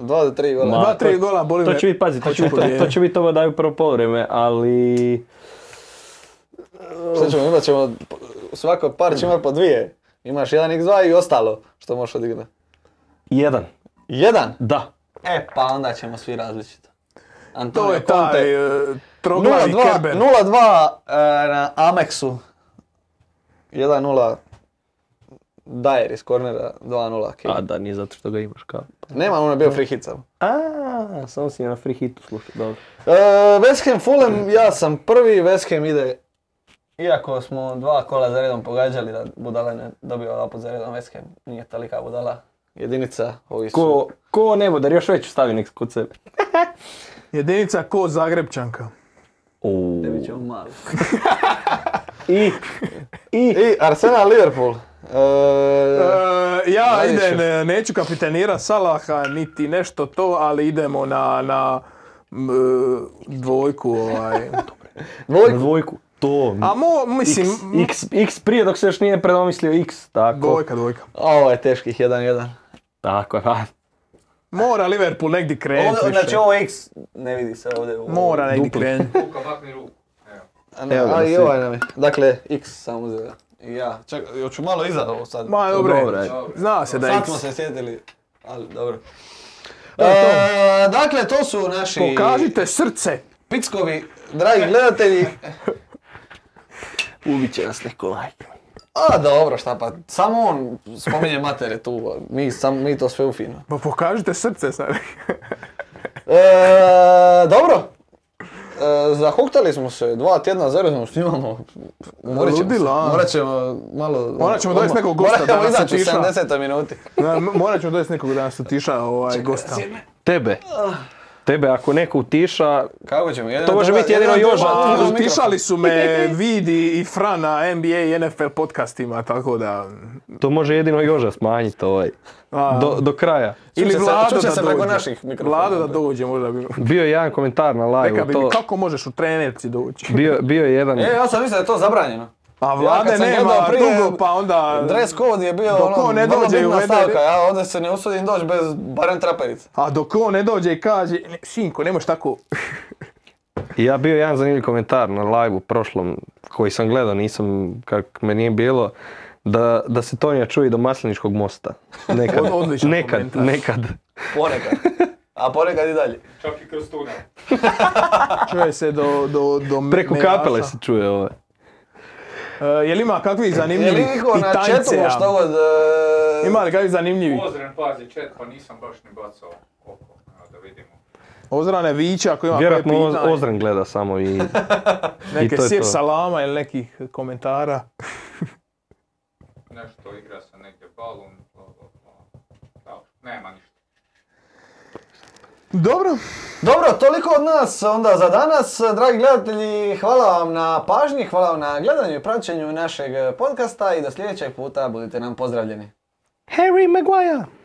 Speaker 2: 2 do 3 gola.
Speaker 3: Ma,
Speaker 5: Dva,
Speaker 3: to-
Speaker 5: tri gola, boli
Speaker 3: To
Speaker 5: me.
Speaker 3: će biti, pazi, to
Speaker 5: Hoću
Speaker 3: će biti, to,
Speaker 5: pobijediti.
Speaker 3: će biti ovo daju prvo povreme, ali...
Speaker 2: Šta ćemo, imat ćemo, svako par će imat po dvije. Imaš 1x2 i ostalo što možeš odigrati.
Speaker 3: Jedan,
Speaker 2: Jedan?
Speaker 3: da.
Speaker 2: E, pa onda ćemo svi različito.
Speaker 5: To
Speaker 2: Antonio
Speaker 5: je taj
Speaker 2: Conte.
Speaker 5: e, troglavi
Speaker 2: 0-2
Speaker 5: Kerber.
Speaker 2: 0-2, e, na Amexu. 1-0 Dyer iz kornera, 2-0 Kane.
Speaker 3: A da, nije zato što ga imaš kao.
Speaker 2: Nema, on je bio free hit samo.
Speaker 3: A, samo si na free hitu slušao, dobro.
Speaker 2: E, West Ham Fulham, ja sam prvi, West Ham ide... Iako smo dva kola za redom pogađali da budala ne dobio dva put za redom West Ham, nije tolika budala. Jedinica, ovi su...
Speaker 3: Ko, ko ne bude, još veću stavi nek kod sebe.
Speaker 5: Jedinica ko Zagrebčanka.
Speaker 3: Uuu.
Speaker 2: Bit ćemo mali.
Speaker 3: I, i,
Speaker 2: I Arsenal Liverpool. E,
Speaker 5: E, ja
Speaker 2: Dalje
Speaker 5: idem,
Speaker 2: ću.
Speaker 5: e, neću kapitanira Salaha, niti nešto to, ali idemo na, na m, e, dvojku ovaj.
Speaker 3: na
Speaker 2: dvojku.
Speaker 3: dvojku. To,
Speaker 5: A
Speaker 3: x,
Speaker 5: mo, mislim,
Speaker 3: x, x prije dok se još nije predomislio x, tako.
Speaker 5: dvojka, dvojka.
Speaker 2: A Ovo je teških 1-1.
Speaker 3: Tako je, a,
Speaker 5: Mora Liverpool negdje krenuti
Speaker 2: Ovo-
Speaker 5: više.
Speaker 2: Znači ovo X ne vidi se ovdje. u-
Speaker 5: Mora negdje
Speaker 3: Dupli.
Speaker 5: krenuti.
Speaker 4: Luka, bakni ruku. Evo.
Speaker 2: A ne,
Speaker 3: Evo ga,
Speaker 2: a i
Speaker 3: sve.
Speaker 2: ovaj nam je. Dakle, X samo za... I ja, čekaj, hoću malo iza ovo sad.
Speaker 5: Ma, dobre.
Speaker 3: Dobro je.
Speaker 5: Zna se da je
Speaker 2: Sad
Speaker 5: X.
Speaker 2: smo se sjetili, ali dobro. E, dakle, to su naši
Speaker 5: Pokažite srce.
Speaker 2: pickovi, dragi gledatelji.
Speaker 3: Ubit će nas Nikolaj.
Speaker 2: A dobro, šta pa, samo on spominje matere tu, a mi, sam, mi to sve u fino.
Speaker 1: Pa pokažite srce sad.
Speaker 2: E, dobro. E, zahuktali smo se, dva tjedna zaredno snimamo. Morat ćemo, se,
Speaker 1: Ludilo, a?
Speaker 2: morat ćemo malo...
Speaker 1: Morat ćemo dovesti nekog gosta
Speaker 2: Morat ćemo
Speaker 1: danas
Speaker 2: izaći u
Speaker 1: otišao.
Speaker 2: 70. minuti.
Speaker 1: Da, m- morat ćemo dovesti nekog da nas utiša ovaj, gosta.
Speaker 3: Tebe. Tebe, ako neko utiša,
Speaker 2: Kako ćemo? Jedan
Speaker 3: To može
Speaker 2: treba-
Speaker 3: biti jedino
Speaker 2: jedan
Speaker 3: Joža.
Speaker 2: treba-
Speaker 1: Pa,
Speaker 2: jedan
Speaker 1: utišali su me Vidi i Fra na NBA i NFL podcastima, tako da...
Speaker 3: to može jedino Joža smanjiti ovaj.
Speaker 1: A,
Speaker 3: Do, do kraja.
Speaker 1: ili
Speaker 2: se-
Speaker 1: Vlado
Speaker 2: čuće
Speaker 1: da
Speaker 2: se preko
Speaker 1: dođe.
Speaker 2: naših mikrofona.
Speaker 1: Vlado da dođe možda bi...
Speaker 3: Bio je jedan komentar na
Speaker 1: Rekao
Speaker 3: live
Speaker 1: bi mi,
Speaker 3: to.
Speaker 1: kako možeš u trenerci doći?
Speaker 3: Bio, bio je jedan...
Speaker 2: E, ja sam mislio da je to zabranjeno.
Speaker 1: A
Speaker 2: Ja
Speaker 1: Vlade
Speaker 2: kad sam gledao
Speaker 1: nema
Speaker 2: prije,
Speaker 1: dugo, pa onda...
Speaker 2: Dress code je bio
Speaker 1: Dok
Speaker 2: ono,
Speaker 1: on ne
Speaker 2: vrlo
Speaker 1: dođe i
Speaker 2: bitna
Speaker 1: uvede-
Speaker 2: stavka, ja ovdje se ne usudim doći bez barem traperice.
Speaker 1: A dok on ne dođe i kaže, "Ne, sinko, nemoš tako...
Speaker 3: I Ja bio jedan zanimljiv komentar na live-u prošlom koji sam gledao, nisam, kak me nije bilo, da, da se Tonija čuje do Masleničkog mosta. Nekad,
Speaker 1: Od- odličan
Speaker 3: nekad,
Speaker 1: komentar.
Speaker 3: nekad.
Speaker 2: Ponekad. A ponekad i dalje.
Speaker 4: Čak i kroz tunel.
Speaker 1: Čuje se do... do, do me-
Speaker 3: Preko
Speaker 1: meraša."
Speaker 3: kapele se čuje ovaj. ove.
Speaker 1: E, jel ima kakvih
Speaker 2: Je li
Speaker 1: zanimljivih
Speaker 2: niko na četu
Speaker 1: pitanjceja?
Speaker 2: što god... e,
Speaker 1: Ima li kakvih zanimljivih?
Speaker 4: Pozren pazi chat, pa nisam baš ni bacao oko, evo da vidimo.
Speaker 1: Ozrane viće ako ima koje
Speaker 3: Vjerojatno Oz-
Speaker 1: pitanje,
Speaker 3: Ozren gleda samo i...
Speaker 1: neke
Speaker 3: to je
Speaker 1: sir
Speaker 3: to.
Speaker 1: salama ili nekih komentara.
Speaker 4: Nešto igra se negdje balun, bla, bla, bla. Da, nema ništa.
Speaker 1: Dobro.
Speaker 2: Dobro, toliko od nas onda za danas. Dragi gledatelji, hvala vam na pažnji, hvala vam na gledanju i praćenju našeg podcasta i do sljedećeg puta budite nam pozdravljeni.
Speaker 3: Harry Maguire!